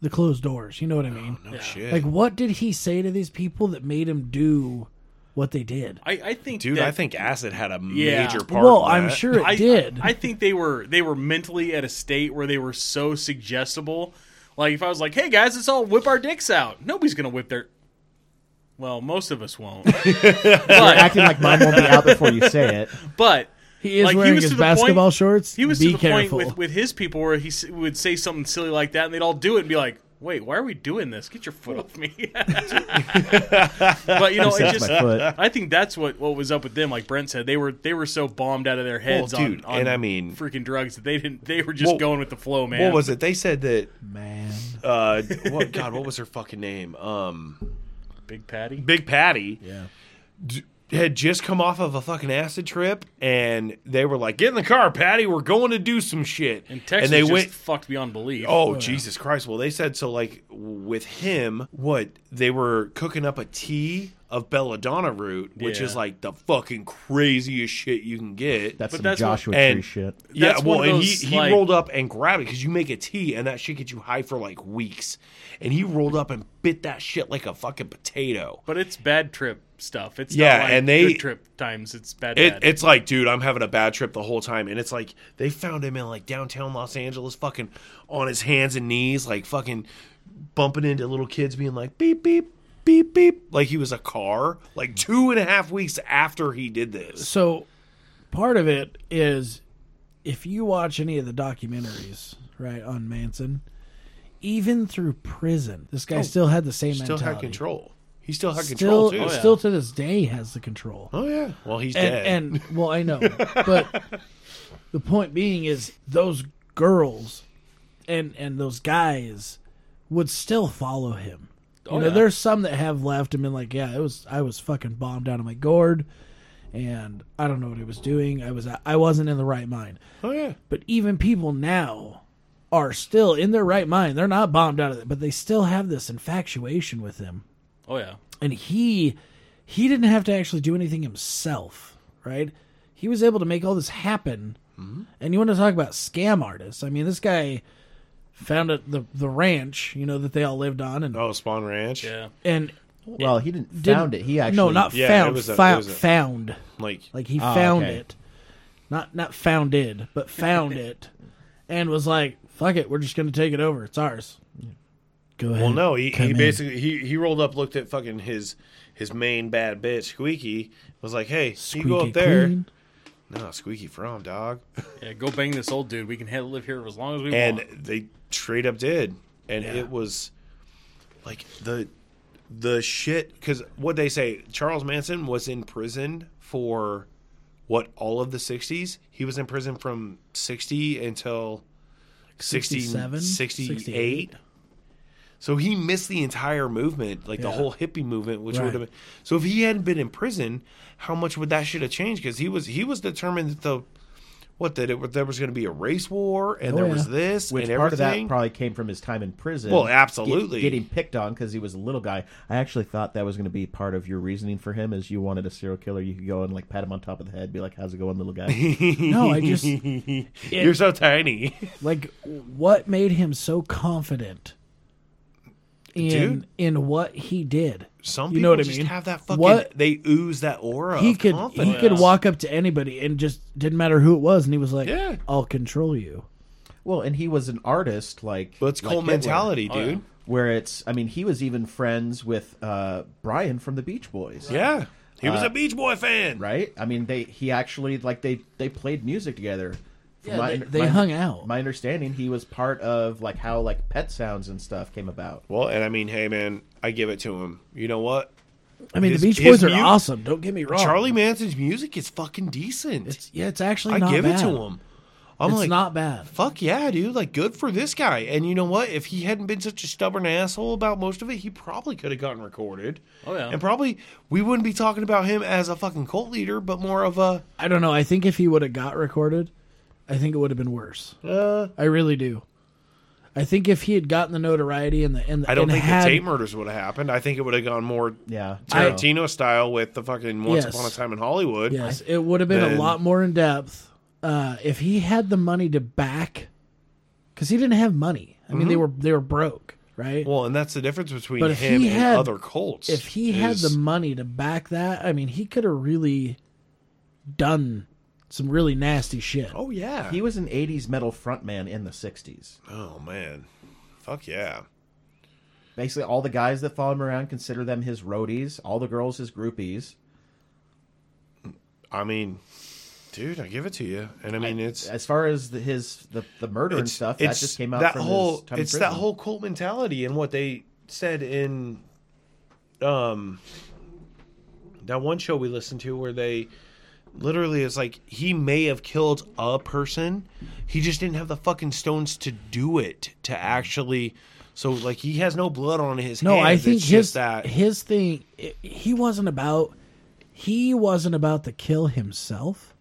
[SPEAKER 2] the closed doors. You know what I
[SPEAKER 3] Oh,
[SPEAKER 2] mean?
[SPEAKER 4] No Oh, shit,
[SPEAKER 2] Like, what did he say to these people that made him do what they did?
[SPEAKER 3] I, I think
[SPEAKER 4] dude.
[SPEAKER 3] that-
[SPEAKER 4] I think acid had a
[SPEAKER 3] Yeah.
[SPEAKER 4] major part.
[SPEAKER 2] Well,
[SPEAKER 4] in
[SPEAKER 2] I'm
[SPEAKER 4] that.
[SPEAKER 2] sure it
[SPEAKER 3] I
[SPEAKER 2] did.
[SPEAKER 3] I think they were they were mentally at a state where they were so suggestible. Like if I was like, "Hey guys, let's all whip our dicks out," nobody's gonna whip their. Well, most of us won't. but
[SPEAKER 1] Acting like mine won't be out before you say it.
[SPEAKER 3] but
[SPEAKER 2] he is
[SPEAKER 3] like, he
[SPEAKER 2] wearing
[SPEAKER 3] was
[SPEAKER 2] his
[SPEAKER 3] to the
[SPEAKER 2] basketball
[SPEAKER 3] point-
[SPEAKER 2] shorts.
[SPEAKER 3] he was
[SPEAKER 2] Be
[SPEAKER 3] to the
[SPEAKER 2] careful.
[SPEAKER 3] point with, with his people where he s- would say something silly like that, and they'd all do it and be like, wait, why are we doing this? Get your foot off me. but you know, it
[SPEAKER 1] That's
[SPEAKER 3] just
[SPEAKER 1] my foot.
[SPEAKER 3] I think that's what, what was up with them. Like Brent said, they were they were so bombed out of their heads
[SPEAKER 4] Well, dude,
[SPEAKER 3] on, on
[SPEAKER 4] and I mean-
[SPEAKER 3] freaking drugs that they didn't they were just
[SPEAKER 4] Well,
[SPEAKER 3] going with the flow, man.
[SPEAKER 4] What was it? They said that.
[SPEAKER 2] Man.
[SPEAKER 4] Uh, what God? What was her fucking name? Um,
[SPEAKER 3] Big Patty?
[SPEAKER 4] Big Patty
[SPEAKER 2] Yeah.
[SPEAKER 4] d- had just come off of a fucking acid trip, and they were like, "Get in the car, Patty. We're going to do some shit."
[SPEAKER 3] And Texas
[SPEAKER 4] and they
[SPEAKER 3] just
[SPEAKER 4] went.
[SPEAKER 3] fucked beyond belief.
[SPEAKER 4] Oh, Jesus Christ. Well, they said so, like, with him, what? They were cooking up a tea of belladonna root, which
[SPEAKER 3] Yeah.
[SPEAKER 4] is like the fucking craziest shit you can get.
[SPEAKER 1] That's some
[SPEAKER 3] that's what-
[SPEAKER 1] Joshua Tree
[SPEAKER 4] and-
[SPEAKER 1] shit.
[SPEAKER 4] yeah,
[SPEAKER 3] That's
[SPEAKER 4] well,
[SPEAKER 3] one of
[SPEAKER 4] and
[SPEAKER 3] those,
[SPEAKER 4] he, he
[SPEAKER 3] like-
[SPEAKER 4] rolled up and grabbed it because you make a tea and that shit gets you high for like weeks. And he rolled up and bit that shit like a fucking potato.
[SPEAKER 3] But it's bad trip stuff. It's
[SPEAKER 4] Yeah,
[SPEAKER 3] not like
[SPEAKER 4] and they-
[SPEAKER 3] good trip times. It's bad.
[SPEAKER 4] It,
[SPEAKER 3] bad.
[SPEAKER 4] it's like, dude, I'm having a bad trip the whole time. And it's like, they found him in like downtown Los Angeles, fucking on his hands and knees, like fucking bumping into little kids being like, beep, beep, beep, beep. Like he was a car. Like two and a half weeks after he did this.
[SPEAKER 2] So part of it is if you watch any of the documentaries, right, on Manson, even through prison, this guy still had the same
[SPEAKER 4] Oh, Still
[SPEAKER 2] mentality.
[SPEAKER 4] had control. He still had
[SPEAKER 2] Still,
[SPEAKER 4] control, too.
[SPEAKER 2] still to this day has the control.
[SPEAKER 4] Oh, yeah. Well, he's dead.
[SPEAKER 2] and, and well, I know, but the point being is those girls and and those guys would still follow him. You know,
[SPEAKER 3] yeah.
[SPEAKER 2] there's some that have left and been like, "Yeah, it was I was fucking bombed out of my gourd, and I don't know what I was doing. I was I wasn't in the right mind."
[SPEAKER 4] oh, yeah.
[SPEAKER 2] But even people now are still in their right mind. They're not bombed out of it, but they still have this infatuation with him
[SPEAKER 3] oh yeah.
[SPEAKER 2] and he he didn't have to actually do anything himself right he was able to make all this happen and you want to talk about scam artists i mean this guy founded the the ranch you know that they all lived on and
[SPEAKER 4] Oh, Spawn Ranch.
[SPEAKER 3] Yeah.
[SPEAKER 2] and
[SPEAKER 1] Well, he didn't
[SPEAKER 2] didn't-
[SPEAKER 1] found it. He actually
[SPEAKER 2] no not
[SPEAKER 4] Yeah, it
[SPEAKER 2] found
[SPEAKER 4] was a- it
[SPEAKER 2] found,
[SPEAKER 4] was a-
[SPEAKER 2] found
[SPEAKER 4] Like,
[SPEAKER 2] like he
[SPEAKER 1] Ah,
[SPEAKER 2] found
[SPEAKER 1] okay.
[SPEAKER 2] it not not founded but found it and was like fuck it we're just gonna take it over it's ours go ahead
[SPEAKER 4] well, no, he,
[SPEAKER 2] come
[SPEAKER 4] he
[SPEAKER 2] in.
[SPEAKER 4] basically he, he rolled up, looked at fucking his his main bad bitch Squeaky, was like, "Hey, you go
[SPEAKER 2] Squeaky
[SPEAKER 4] up there."
[SPEAKER 2] clean.
[SPEAKER 4] No, Squeaky from dog,
[SPEAKER 3] Yeah, go bang this old dude. We can have, live here as long as we
[SPEAKER 4] and
[SPEAKER 3] want.
[SPEAKER 4] they straight up did, and it was like the the shit because what they say Charles Manson was in prison for what all of the '60s. He was in prison from '60 until 60,
[SPEAKER 2] 67?
[SPEAKER 4] 68. So he missed the entire movement, like the
[SPEAKER 2] Yeah.
[SPEAKER 4] whole hippie movement, which
[SPEAKER 2] Right.
[SPEAKER 4] would have been. So if he hadn't been in prison, how much would that shit have changed? Because he was he was determined that the what that it, there was going to be a race war, and
[SPEAKER 2] Oh,
[SPEAKER 4] there
[SPEAKER 2] yeah.
[SPEAKER 4] was this,
[SPEAKER 1] Which
[SPEAKER 4] and
[SPEAKER 1] part of
[SPEAKER 4] everything.
[SPEAKER 1] that probably came from his time in prison.
[SPEAKER 4] Well,
[SPEAKER 1] Get-
[SPEAKER 4] absolutely.
[SPEAKER 1] getting picked on because he was a little guy. I actually thought that was going to be part of your reasoning for him, is you wanted a serial killer. You could go and like pat him on top of the head, be like, "How's it going, little guy?"
[SPEAKER 2] no i just
[SPEAKER 4] You're so tiny.
[SPEAKER 2] like what made him so confident in
[SPEAKER 4] Dude.
[SPEAKER 2] in what he did
[SPEAKER 4] Some people
[SPEAKER 2] You know what I
[SPEAKER 4] just
[SPEAKER 2] mean?
[SPEAKER 4] have that fucking.
[SPEAKER 2] What-
[SPEAKER 4] They ooze that aura.
[SPEAKER 2] he
[SPEAKER 4] of
[SPEAKER 2] could
[SPEAKER 4] confidence.
[SPEAKER 2] he could walk up to anybody and just didn't matter who it was and he was like
[SPEAKER 4] Yeah.
[SPEAKER 2] i'll control you
[SPEAKER 1] well, and he was an artist, like
[SPEAKER 4] But it's
[SPEAKER 1] like
[SPEAKER 4] cold
[SPEAKER 1] Hitler,
[SPEAKER 4] mentality,
[SPEAKER 2] Oh,
[SPEAKER 3] yeah.
[SPEAKER 4] dude.
[SPEAKER 1] Where it's, I mean, he was even friends with uh, Brian from the Beach Boys.
[SPEAKER 4] yeah. he
[SPEAKER 2] Uh,
[SPEAKER 4] was a Beach Boy fan.
[SPEAKER 1] right? I mean, they he actually like they they played music together. From
[SPEAKER 2] Yeah, they- they hung out.
[SPEAKER 1] My understanding, he was part of like how like Pet Sounds and stuff came about.
[SPEAKER 4] Well, and I mean, hey, man, I give it to him. You know what?
[SPEAKER 2] i mean
[SPEAKER 4] His-
[SPEAKER 2] the beach
[SPEAKER 4] his
[SPEAKER 2] boys are
[SPEAKER 4] mu-
[SPEAKER 2] awesome don't get me wrong
[SPEAKER 4] Charlie Manson's music is fucking decent.
[SPEAKER 2] it's yeah it's actually
[SPEAKER 4] I
[SPEAKER 2] not
[SPEAKER 4] give
[SPEAKER 2] bad.
[SPEAKER 4] it to him. I'm
[SPEAKER 2] it's
[SPEAKER 4] like,
[SPEAKER 2] not bad
[SPEAKER 4] fuck yeah, dude. Like, good for this guy. And you know what? If he hadn't been such a stubborn asshole about most of it, he probably could have gotten recorded.
[SPEAKER 3] Oh, yeah.
[SPEAKER 4] And probably we wouldn't be talking about him as a fucking cult leader, but more of a
[SPEAKER 2] i don't know i think if he would have got recorded i think it would have been worse
[SPEAKER 4] uh,
[SPEAKER 2] i really do i think if he had gotten the notoriety and the and the
[SPEAKER 4] I don't
[SPEAKER 2] and
[SPEAKER 4] think
[SPEAKER 2] had,
[SPEAKER 4] the tape murders would have happened. I think it would have gone more
[SPEAKER 1] Yeah,
[SPEAKER 2] I-
[SPEAKER 4] Tarantino style with the fucking Once
[SPEAKER 2] Yes.
[SPEAKER 4] Upon a Time in Hollywood.
[SPEAKER 2] Yes, it would have been
[SPEAKER 4] then-
[SPEAKER 2] a lot more in depth uh, if he had the money to back, because he didn't have money. I mean, they were they were broke, right?
[SPEAKER 4] Well, and that's the difference between
[SPEAKER 2] But if
[SPEAKER 4] him
[SPEAKER 2] he
[SPEAKER 4] and
[SPEAKER 2] had-
[SPEAKER 4] other cults.
[SPEAKER 2] if he had
[SPEAKER 4] is-
[SPEAKER 2] the money to back that, I mean, he could have really done some really nasty shit.
[SPEAKER 4] Oh, yeah.
[SPEAKER 1] he was an '80s metal frontman in the '60s.
[SPEAKER 4] oh, man. Fuck yeah.
[SPEAKER 1] Basically, all the guys that follow him around consider them his roadies. All the girls his groupies.
[SPEAKER 4] I mean, dude. I give it to you, and I mean it's
[SPEAKER 1] As far as the, his the, the murder and stuff, that just came out
[SPEAKER 4] that
[SPEAKER 1] from
[SPEAKER 4] whole
[SPEAKER 1] his time in
[SPEAKER 4] it's that
[SPEAKER 1] prison.
[SPEAKER 4] whole cult mentality and what they said in um that one show we listened to where they literally it's like he may have killed a person he just didn't have the fucking stones to do it to actually so like he has no blood on his
[SPEAKER 2] No,
[SPEAKER 4] hands.
[SPEAKER 2] I think
[SPEAKER 4] it's
[SPEAKER 2] his
[SPEAKER 4] just that
[SPEAKER 2] his thing i he wasn't about he wasn't about the kill himself.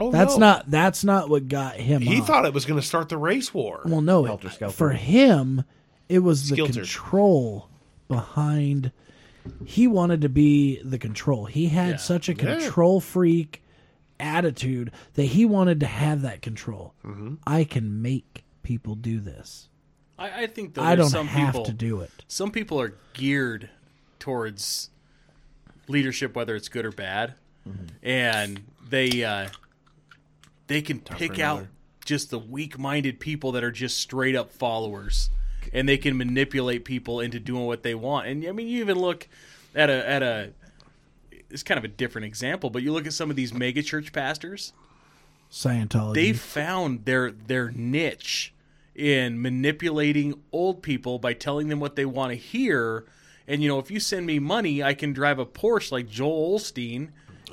[SPEAKER 4] oh,
[SPEAKER 2] That's
[SPEAKER 4] no.
[SPEAKER 2] not that's not what got him.
[SPEAKER 4] he
[SPEAKER 2] off.
[SPEAKER 4] thought it was going to start the race war Oh,
[SPEAKER 2] well, no,
[SPEAKER 1] Helter Skelter.
[SPEAKER 2] for him, it was the
[SPEAKER 4] Skilter.
[SPEAKER 2] control behind. He wanted to be the control. He had such a control freak attitude that he wanted to have that control.
[SPEAKER 4] Mm-hmm.
[SPEAKER 2] I can make people do this.
[SPEAKER 3] I, I think though
[SPEAKER 2] I
[SPEAKER 3] there's
[SPEAKER 2] don't
[SPEAKER 3] some
[SPEAKER 2] have
[SPEAKER 3] people
[SPEAKER 2] to do it.
[SPEAKER 3] some people are geared towards leadership, whether it's good or bad,
[SPEAKER 2] Mm-hmm.
[SPEAKER 3] and they uh, they can pick out just the weak-minded people that are just straight up followers, and they can manipulate people into doing what they want. And I mean, you even look at a at a it's kind of a different example, but you look at some of these megachurch pastors
[SPEAKER 2] Scientology.
[SPEAKER 4] Mm-hmm.
[SPEAKER 3] they found their their niche in manipulating old people by telling them what they want to hear. And you know, if you send me money, I can drive a Porsche like Joel Olstein.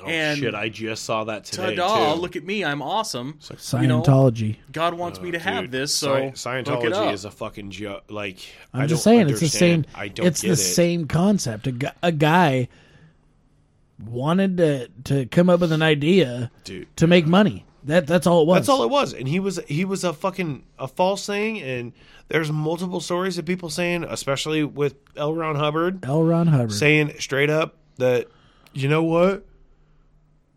[SPEAKER 3] and
[SPEAKER 4] Oh, shit i just saw that today
[SPEAKER 3] ta-da!
[SPEAKER 4] too.
[SPEAKER 3] Look at me, I'm awesome. You know,
[SPEAKER 2] Scientology.
[SPEAKER 3] God wants me to have
[SPEAKER 4] Uh, Dude,
[SPEAKER 3] this, so
[SPEAKER 4] Sci-
[SPEAKER 3] hook it
[SPEAKER 4] Scientology
[SPEAKER 3] up.
[SPEAKER 4] is a fucking joke. Like
[SPEAKER 2] I'm
[SPEAKER 4] I
[SPEAKER 2] just
[SPEAKER 4] don't
[SPEAKER 2] saying, it's the same.
[SPEAKER 4] understand. I don't
[SPEAKER 2] it's
[SPEAKER 4] get
[SPEAKER 2] the
[SPEAKER 4] it.
[SPEAKER 2] same concept. A, gu- a guy wanted to to come up with an idea
[SPEAKER 4] dude.
[SPEAKER 2] to make money. That that's all it was.
[SPEAKER 4] That's all it was, and he was he was a fucking a false thing. And there's multiple stories of people saying, especially with L. Ron Hubbard,
[SPEAKER 2] L. Ron Hubbard.
[SPEAKER 4] saying straight up that you know what.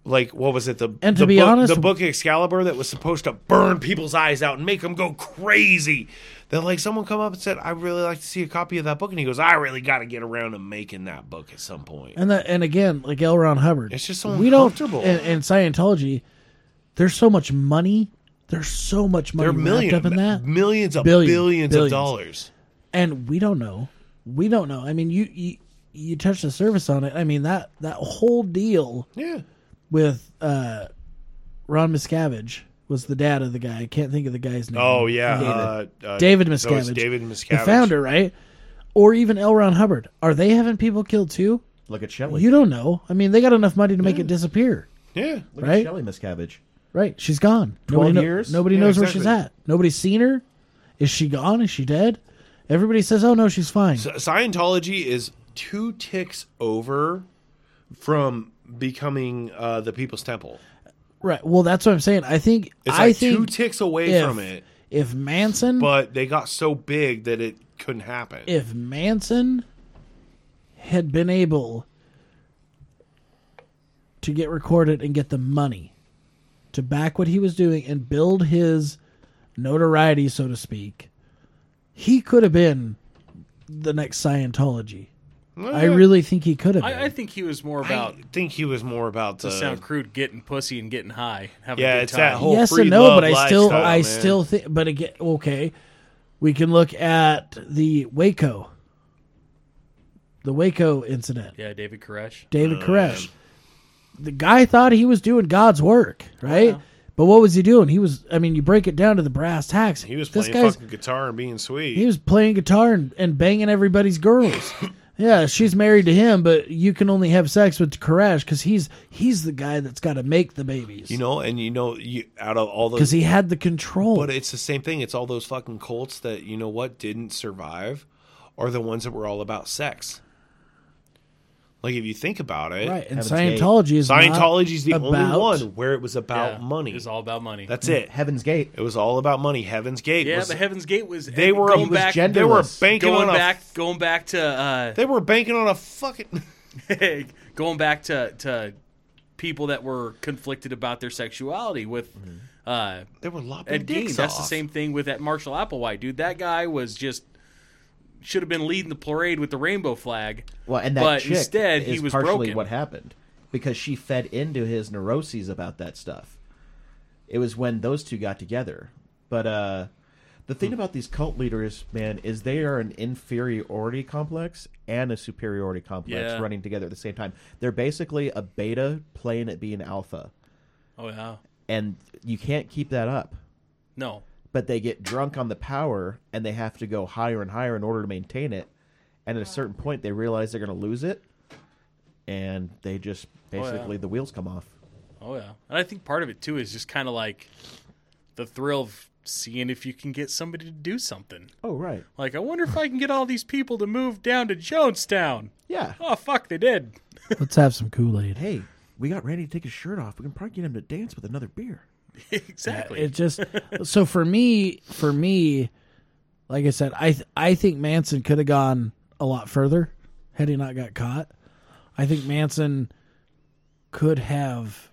[SPEAKER 4] Like what was it the
[SPEAKER 2] And to
[SPEAKER 4] the
[SPEAKER 2] be
[SPEAKER 4] book,
[SPEAKER 2] honest-
[SPEAKER 4] the book Excalibur that was supposed to burn people's eyes out and make them go crazy that like someone come up and said I really like to see a copy of that book and he goes I really got to get around to making that book at some point
[SPEAKER 2] and that and again, like L. Ron Hubbard.
[SPEAKER 4] It's just so
[SPEAKER 2] we don't.
[SPEAKER 4] uncomfortable.
[SPEAKER 2] And, and Scientology, there's so much money. There's so much money
[SPEAKER 4] They're
[SPEAKER 2] wrapped
[SPEAKER 4] million,
[SPEAKER 2] up in that,
[SPEAKER 4] millions of
[SPEAKER 2] Billion-
[SPEAKER 4] billions,
[SPEAKER 2] billions.
[SPEAKER 4] of dollars.
[SPEAKER 2] and we don't know. We don't know. I mean, you you, you touched the surface on it. I mean that that whole deal.
[SPEAKER 4] Yeah.
[SPEAKER 2] with uh, Ron Miscavige was the dad of the guy. I can't think of the guy's name.
[SPEAKER 4] Oh yeah.
[SPEAKER 2] David,
[SPEAKER 4] uh, uh,
[SPEAKER 2] David
[SPEAKER 4] so it's
[SPEAKER 2] Miscavige,
[SPEAKER 4] David
[SPEAKER 2] the
[SPEAKER 4] Miscavige,
[SPEAKER 2] founder, right? Or even L. Ron Hubbard. Are they having people killed too?
[SPEAKER 1] Look at Shelley.
[SPEAKER 2] You don't know. I mean, they got enough money to make it disappear,
[SPEAKER 4] Yeah.
[SPEAKER 1] Look
[SPEAKER 2] right?
[SPEAKER 1] at Shelley Miscavige.
[SPEAKER 2] right? She's gone.
[SPEAKER 1] 12
[SPEAKER 2] nobody kno-
[SPEAKER 1] years?
[SPEAKER 2] Nobody
[SPEAKER 4] Yeah,
[SPEAKER 2] knows where she's
[SPEAKER 4] exactly.
[SPEAKER 2] at. Nobody's seen her. Is she gone? Is she dead? Everybody says, "Oh no, she's fine."
[SPEAKER 4] Sci- Scientology is two ticks over from becoming uh, the People's Temple.
[SPEAKER 2] right. Well, that's what I'm saying. I think.
[SPEAKER 4] It's
[SPEAKER 2] I
[SPEAKER 4] like
[SPEAKER 2] think
[SPEAKER 4] two ticks away
[SPEAKER 2] if-
[SPEAKER 4] from it,
[SPEAKER 2] if Manson
[SPEAKER 4] but they got so big that it couldn't happen.
[SPEAKER 2] if Manson had been able to get recorded and get the money to back what he was doing and build his notoriety, so to speak, he could have been the next Scientology. I really think he could have been.
[SPEAKER 3] I, I think he was more
[SPEAKER 4] I
[SPEAKER 3] about
[SPEAKER 4] think he was more about the
[SPEAKER 3] to sound crude, getting pussy and getting high. Having
[SPEAKER 4] Yeah,
[SPEAKER 3] a good
[SPEAKER 4] it's
[SPEAKER 3] time.
[SPEAKER 4] that whole
[SPEAKER 2] yes
[SPEAKER 4] Oh, free
[SPEAKER 2] and no,
[SPEAKER 4] love
[SPEAKER 2] but I still,
[SPEAKER 4] lifestyle,
[SPEAKER 2] I
[SPEAKER 4] man.
[SPEAKER 2] still think. But again, okay, we can look at the Waco, the Waco incident.
[SPEAKER 3] Yeah, David Koresh.
[SPEAKER 2] David Koresh. The guy thought he was doing God's work, right? But what was he doing? He was I mean, you break it down to the brass tacks.
[SPEAKER 4] he was
[SPEAKER 2] this
[SPEAKER 4] playing
[SPEAKER 2] guy's
[SPEAKER 4] fucking guitar and being sweet.
[SPEAKER 2] he was playing guitar and, and banging everybody's girls. yeah, she's married to him, but you can only have sex with Koresh cuz he's he's the guy that's got to make the babies.
[SPEAKER 4] you know, and you know, you out of all those
[SPEAKER 2] cuz he had the control.
[SPEAKER 4] But it's the same thing. It's all those fucking cults that you know what didn't survive, are the ones that were all about sex. Like if you think about it,
[SPEAKER 2] right, and
[SPEAKER 1] Heaven's Gate.
[SPEAKER 2] Scientology is not
[SPEAKER 4] Scientology's the only
[SPEAKER 2] about-
[SPEAKER 4] one where it was
[SPEAKER 3] Yeah,
[SPEAKER 4] about money.
[SPEAKER 3] It was all about money.
[SPEAKER 4] That's it.
[SPEAKER 1] Heaven's Gate.
[SPEAKER 4] It was all about money. Heaven's Gate.
[SPEAKER 3] yeah,
[SPEAKER 4] was-
[SPEAKER 3] but Heaven's Gate was
[SPEAKER 4] they were
[SPEAKER 3] going
[SPEAKER 4] a,
[SPEAKER 3] back,
[SPEAKER 1] gen-
[SPEAKER 4] they were
[SPEAKER 1] genderless.
[SPEAKER 4] banking
[SPEAKER 3] going
[SPEAKER 4] on
[SPEAKER 3] back, going back to uh,
[SPEAKER 4] a they were banking on a fucking
[SPEAKER 3] going back to, to people that were conflicted about their sexuality with uh,
[SPEAKER 4] they were lopping
[SPEAKER 3] Ed Gein.
[SPEAKER 4] Mm-hmm. dicks
[SPEAKER 3] That's the
[SPEAKER 4] off.
[SPEAKER 3] same thing with that Marshall Applewhite dude. That guy was just should have been leading the parade with the rainbow flag.
[SPEAKER 1] Well, and that
[SPEAKER 3] but
[SPEAKER 1] chick
[SPEAKER 3] instead
[SPEAKER 1] is
[SPEAKER 3] he was
[SPEAKER 1] partially
[SPEAKER 3] broken.
[SPEAKER 1] what happened because she fed into his neuroses about that stuff. It was when those two got together. But uh, the
[SPEAKER 3] Hmm.
[SPEAKER 1] thing about these cult leaders, man, is they are an inferiority complex and a superiority complex
[SPEAKER 3] Yeah.
[SPEAKER 1] running together at the same time. They're basically a beta playing at being alpha.
[SPEAKER 3] Oh yeah.
[SPEAKER 1] and you can't keep that up.
[SPEAKER 3] No.
[SPEAKER 1] But they get drunk on the power, and they have to go higher and higher in order to maintain it. And at a certain point, they realize they're going to lose it, and they just
[SPEAKER 3] yeah.
[SPEAKER 1] basically the wheels come off.
[SPEAKER 3] Oh yeah. And I think part of it too is just kind of like the thrill of seeing if you can get somebody to do something.
[SPEAKER 1] Oh right,
[SPEAKER 3] Like I wonder if I can get all these people to move down to Jonestown.
[SPEAKER 1] yeah.
[SPEAKER 3] Oh fuck, they did.
[SPEAKER 2] Let's have some Kool Aid.
[SPEAKER 1] Hey, we got Randy to take his shirt off. We can probably get him to dance with another beer.
[SPEAKER 3] exactly.
[SPEAKER 2] It just so for me, for me, like I said, I th- I think Manson could have gone a lot further had he not got caught. I think Manson could have,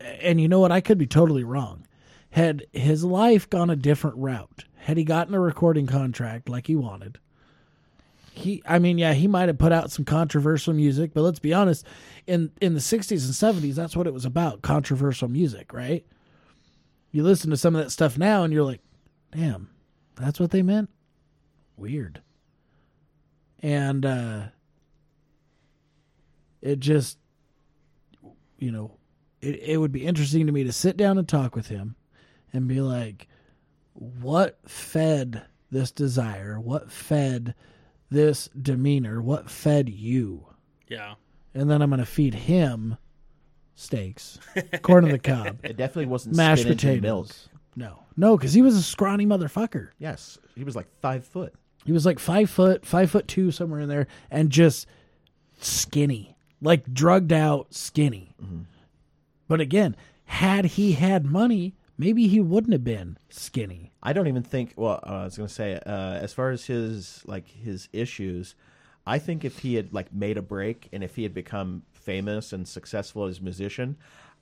[SPEAKER 2] and you know what? I could be totally wrong. Had his life gone a different route, had he gotten a recording contract like he wanted, he i mean yeah he might have put out some controversial music but let's be honest in in the 60s and 70s that's what it was about controversial music right you listen to some of that stuff now and you're like damn that's what they meant weird and uh it just you know it, it would be interesting to me to sit down and talk with him and be like what fed this desire what fed this demeanor? What fed you?
[SPEAKER 3] yeah.
[SPEAKER 2] And then I'm going to feed him steaks, corn on the cob.
[SPEAKER 1] It definitely wasn't
[SPEAKER 2] Mashed
[SPEAKER 1] spinach and
[SPEAKER 2] potatoes.
[SPEAKER 1] Mills.
[SPEAKER 2] No, no, because he was a scrawny motherfucker.
[SPEAKER 1] Yes, he was like five foot.
[SPEAKER 2] He was like five foot, five foot two, somewhere in there, and just skinny, like drugged out skinny. But again, had he had money, maybe he wouldn't have been skinny.
[SPEAKER 1] I don't even think. Well, uh, I was going to say, uh, as far as his like his issues, I think if he had like made a break and if he had become famous and successful as a musician,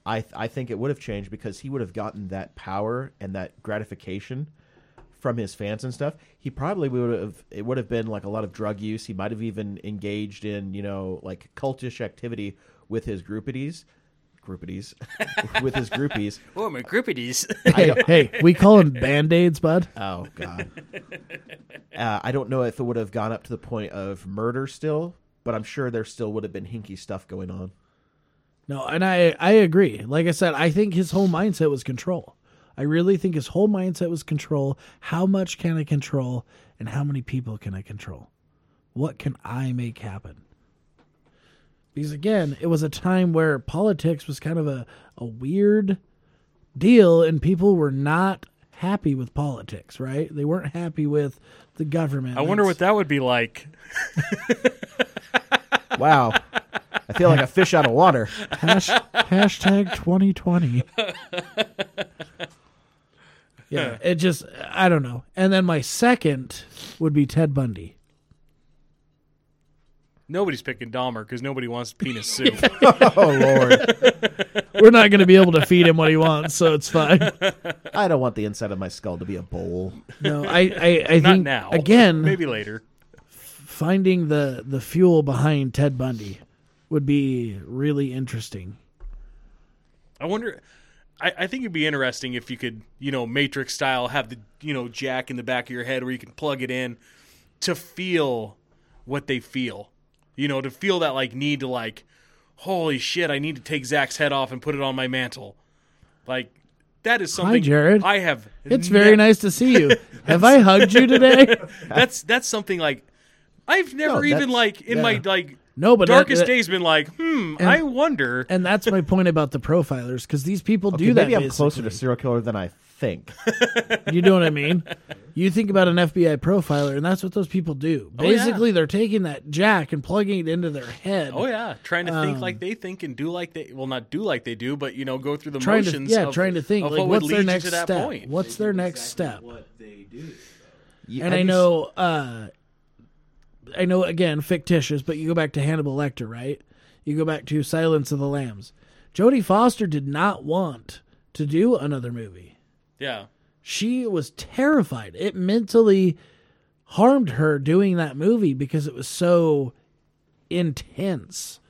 [SPEAKER 1] I I think it would have changed because he would have gotten that power and that gratification from his fans and stuff. He probably would have. It would have been like a lot of drug use. He might have even engaged in you know like cultish activity with his groupies, groupies, with his groupies.
[SPEAKER 3] Oh my groupies.
[SPEAKER 2] Hey, hey, we call him band aids, bud.
[SPEAKER 1] Oh God. uh, I don't know if it would have gone up to the point of murder still, but I'm sure there still would have been hinky stuff going on.
[SPEAKER 2] No, and I I agree. Like I said, I think his whole mindset was control. I really think his whole mindset was control. How much can I control and how many people can I control? What can I make happen? Because again, it was a time where politics was kind of a, a weird deal and people were not happy with politics, right? They weren't happy with the government.
[SPEAKER 3] I wonder what that would be like.
[SPEAKER 1] Wow. I feel like a fish out of water.
[SPEAKER 2] Hash, hashtag 2020. yeah, it just, I don't know. And then my second would be Ted Bundy.
[SPEAKER 3] Nobody's picking Dahmer because nobody wants penis soup.
[SPEAKER 1] Oh Lord.
[SPEAKER 2] We're not going to be able to feed him what he wants, so it's fine.
[SPEAKER 1] I don't want the inside of my skull to be a bowl.
[SPEAKER 2] No, I, I, I
[SPEAKER 3] Not
[SPEAKER 2] think,
[SPEAKER 3] now.
[SPEAKER 2] again,
[SPEAKER 3] maybe later.
[SPEAKER 2] finding the, the fuel behind Ted Bundy would be really interesting.
[SPEAKER 3] I wonder. I, I think it'd be interesting if you could, you know, Matrix style, have the you know jack in the back of your head where you can plug it in to feel what they feel. You know, to feel that like need to like, holy shit, I need to take Zach's head off and put it on my mantle. Like that is something
[SPEAKER 2] Jared.
[SPEAKER 3] I have.
[SPEAKER 2] It's very
[SPEAKER 3] ne-
[SPEAKER 2] nice to see you. Have I hugged you today?
[SPEAKER 3] That's that's something like I've never even
[SPEAKER 1] that's-
[SPEAKER 3] like in my
[SPEAKER 2] yeah.
[SPEAKER 3] like
[SPEAKER 2] No, but that-
[SPEAKER 3] darkest
[SPEAKER 2] that-
[SPEAKER 3] days been like, hmm, I wonder.
[SPEAKER 2] And that's my point about the profilers, because these people do
[SPEAKER 1] Okay,
[SPEAKER 2] that.
[SPEAKER 1] maybe I'm closer to
[SPEAKER 2] basically.
[SPEAKER 1] serial killer than I think.
[SPEAKER 2] You know what I mean? You think about an FBI profiler, and that's what those people do.
[SPEAKER 3] Oh, yeah.
[SPEAKER 2] Basically, they're taking that jack and plugging it into their head.
[SPEAKER 3] Oh yeah, trying to think
[SPEAKER 2] um,
[SPEAKER 3] like they think and do like they well not do like they do, but you know go through the
[SPEAKER 2] trying to
[SPEAKER 3] motions.
[SPEAKER 2] yeah,
[SPEAKER 3] of,
[SPEAKER 2] trying to think
[SPEAKER 3] of
[SPEAKER 2] like
[SPEAKER 3] what
[SPEAKER 2] what's
[SPEAKER 3] would
[SPEAKER 2] their
[SPEAKER 3] lead
[SPEAKER 2] next
[SPEAKER 3] you to that
[SPEAKER 2] step?
[SPEAKER 3] point.
[SPEAKER 2] What's their next step?
[SPEAKER 5] What they do.
[SPEAKER 1] You- have
[SPEAKER 2] and I
[SPEAKER 1] you
[SPEAKER 2] know, uh, I know again fictitious, but you go back to Hannibal Lecter, right? You go back to Silence of the Lambs. Jodie Foster did not want to do another movie.
[SPEAKER 3] Yeah,
[SPEAKER 2] she was terrified. It mentally harmed her doing that movie because it was so intense.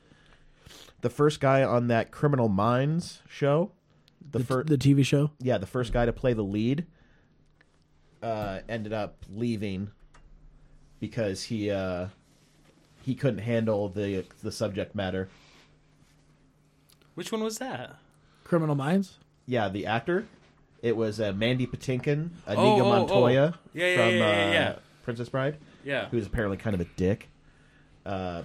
[SPEAKER 1] s- the first guy on that Criminal Minds show? The, first
[SPEAKER 2] the TV show.
[SPEAKER 1] yeah, the first guy to play the lead uh, ended up leaving because he uh, he couldn't handle the the subject matter.
[SPEAKER 3] which one was that?
[SPEAKER 2] Criminal Minds.
[SPEAKER 1] Yeah, the actor. It was uh, Mandy Patinkin, Aniga
[SPEAKER 3] oh, oh.
[SPEAKER 1] Montoya
[SPEAKER 3] Yeah, yeah,
[SPEAKER 1] from
[SPEAKER 3] yeah, yeah,
[SPEAKER 1] uh,
[SPEAKER 3] yeah.
[SPEAKER 1] Princess Bride,
[SPEAKER 3] Yeah.
[SPEAKER 1] who's apparently kind of a dick. Uh,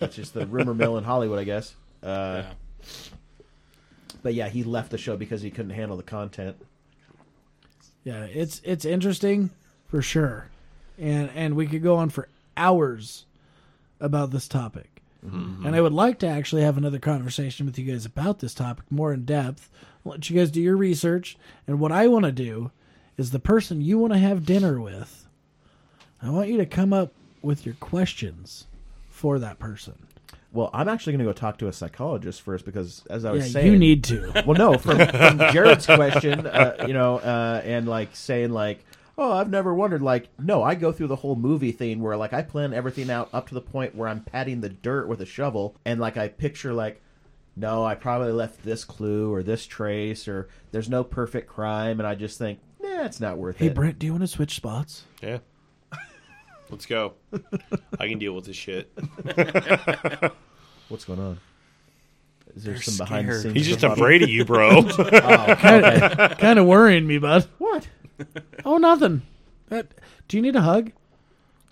[SPEAKER 1] that's just the rumor mill in Hollywood, I guess. Uh,
[SPEAKER 3] yeah.
[SPEAKER 1] But yeah, he left the show because he couldn't handle the content.
[SPEAKER 2] Yeah, it's it's interesting for sure, and and we could go on for hours about this topic. And I would like to actually have another conversation with you guys about this topic more in depth. I'll let you guys do your research. And what I want to do is the person you want to have dinner with. I want you to come up with your questions for that person.
[SPEAKER 1] Well, I'm actually going to go talk to a psychologist first because, as I was
[SPEAKER 2] Yeah,
[SPEAKER 1] saying,
[SPEAKER 2] you need to.
[SPEAKER 1] Well, no, from, from Jared's question, uh, you know, uh, and like saying like, oh, I've never wondered. Like, no, I go through the whole movie thing where like I plan everything out up to the point where I'm patting the dirt with a shovel, and like I picture like, no, I probably left this clue or this trace or there's no perfect crime, and I just think, nah, it's not worth
[SPEAKER 2] Hey,
[SPEAKER 1] it.
[SPEAKER 2] Brent, do you want to switch spots?
[SPEAKER 4] Yeah. Let's go. I can deal with this shit.
[SPEAKER 1] What's going on? Is there
[SPEAKER 3] They're
[SPEAKER 1] some behind the
[SPEAKER 3] scared.
[SPEAKER 1] scenes?
[SPEAKER 4] He's just
[SPEAKER 1] stuff on-
[SPEAKER 4] afraid of you, bro.
[SPEAKER 1] Oh, okay.
[SPEAKER 2] kind of worrying me, bud.
[SPEAKER 1] what?
[SPEAKER 2] Oh, nothing. That, do you need a hug?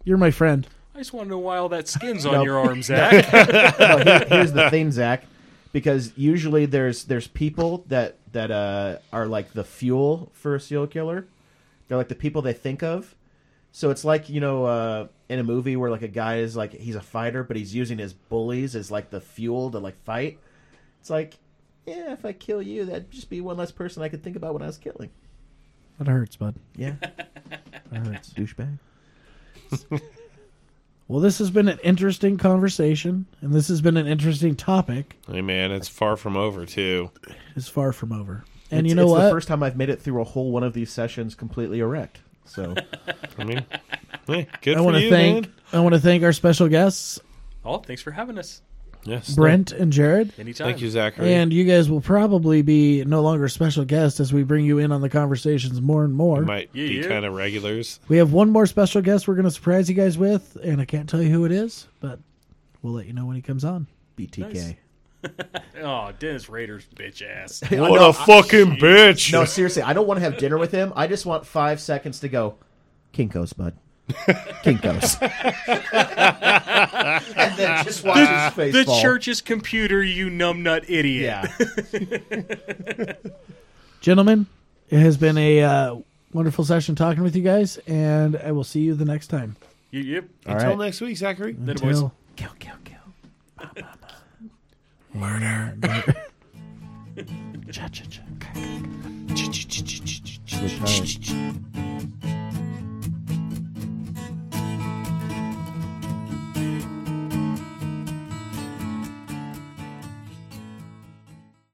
[SPEAKER 2] You're my friend.
[SPEAKER 3] I just want to know why all that skin's on
[SPEAKER 1] Nope.
[SPEAKER 3] your arm, Zach.
[SPEAKER 1] no, here- here's the thing, Zach. Because usually there's there's people that that uh, are like the fuel for a serial killer. They're like the people they think of. So it's like you know uh, in a movie where like a guy is like he's a fighter, but he's using his bullies as like the fuel to like fight. It's like, yeah, if I kill you, that'd just be one less person I could think about when I was killing.
[SPEAKER 2] That hurts, bud.
[SPEAKER 1] Yeah,
[SPEAKER 2] That hurts.
[SPEAKER 1] douchebag.
[SPEAKER 2] Well, this has been an interesting conversation, and this has been an interesting topic.
[SPEAKER 4] hey, man, it's far from over, too.
[SPEAKER 2] It's far from over. And
[SPEAKER 1] It's-
[SPEAKER 2] you know
[SPEAKER 1] it's
[SPEAKER 2] what?
[SPEAKER 1] the first time I've made it through a whole one of these sessions completely erect. So
[SPEAKER 4] I mean, hey, good
[SPEAKER 2] I
[SPEAKER 4] for
[SPEAKER 2] want to
[SPEAKER 4] you,
[SPEAKER 2] thank
[SPEAKER 4] man.
[SPEAKER 2] I want to thank our special guests,
[SPEAKER 3] oh, thanks for having us.
[SPEAKER 4] Yes.
[SPEAKER 2] Brent and Jared.
[SPEAKER 3] Anytime.
[SPEAKER 4] Thank you, Zachary.
[SPEAKER 2] And you guys will probably be no longer special guests as we bring you in on the conversations more and more.
[SPEAKER 4] We might
[SPEAKER 3] Yeah,
[SPEAKER 4] be
[SPEAKER 3] yeah.
[SPEAKER 4] kind of regulars.
[SPEAKER 2] We have one more special guest we're going to surprise you guys with, and I can't tell you who it is, but we'll let you know when he comes on.
[SPEAKER 1] BTK.
[SPEAKER 3] Nice. Oh, Dennis Rader's bitch ass.
[SPEAKER 4] What a fucking bitch.
[SPEAKER 1] No, seriously, I don't want to have dinner with him. I just want five seconds to go. Kinkos, bud. Kinkos. and then just watch his face
[SPEAKER 3] the
[SPEAKER 1] fall.
[SPEAKER 3] church's computer, you numbnut idiot.
[SPEAKER 1] Yeah.
[SPEAKER 2] Gentlemen, it has been a uh, wonderful session talking with you guys, and I will see you the next time.
[SPEAKER 3] You- Yep.
[SPEAKER 1] All
[SPEAKER 4] Until
[SPEAKER 1] right.
[SPEAKER 4] next week, Zachary.
[SPEAKER 3] Later, boys.
[SPEAKER 2] Till-
[SPEAKER 1] Kill, kill, kill.
[SPEAKER 2] Cha-cha-cha.
[SPEAKER 1] Good times.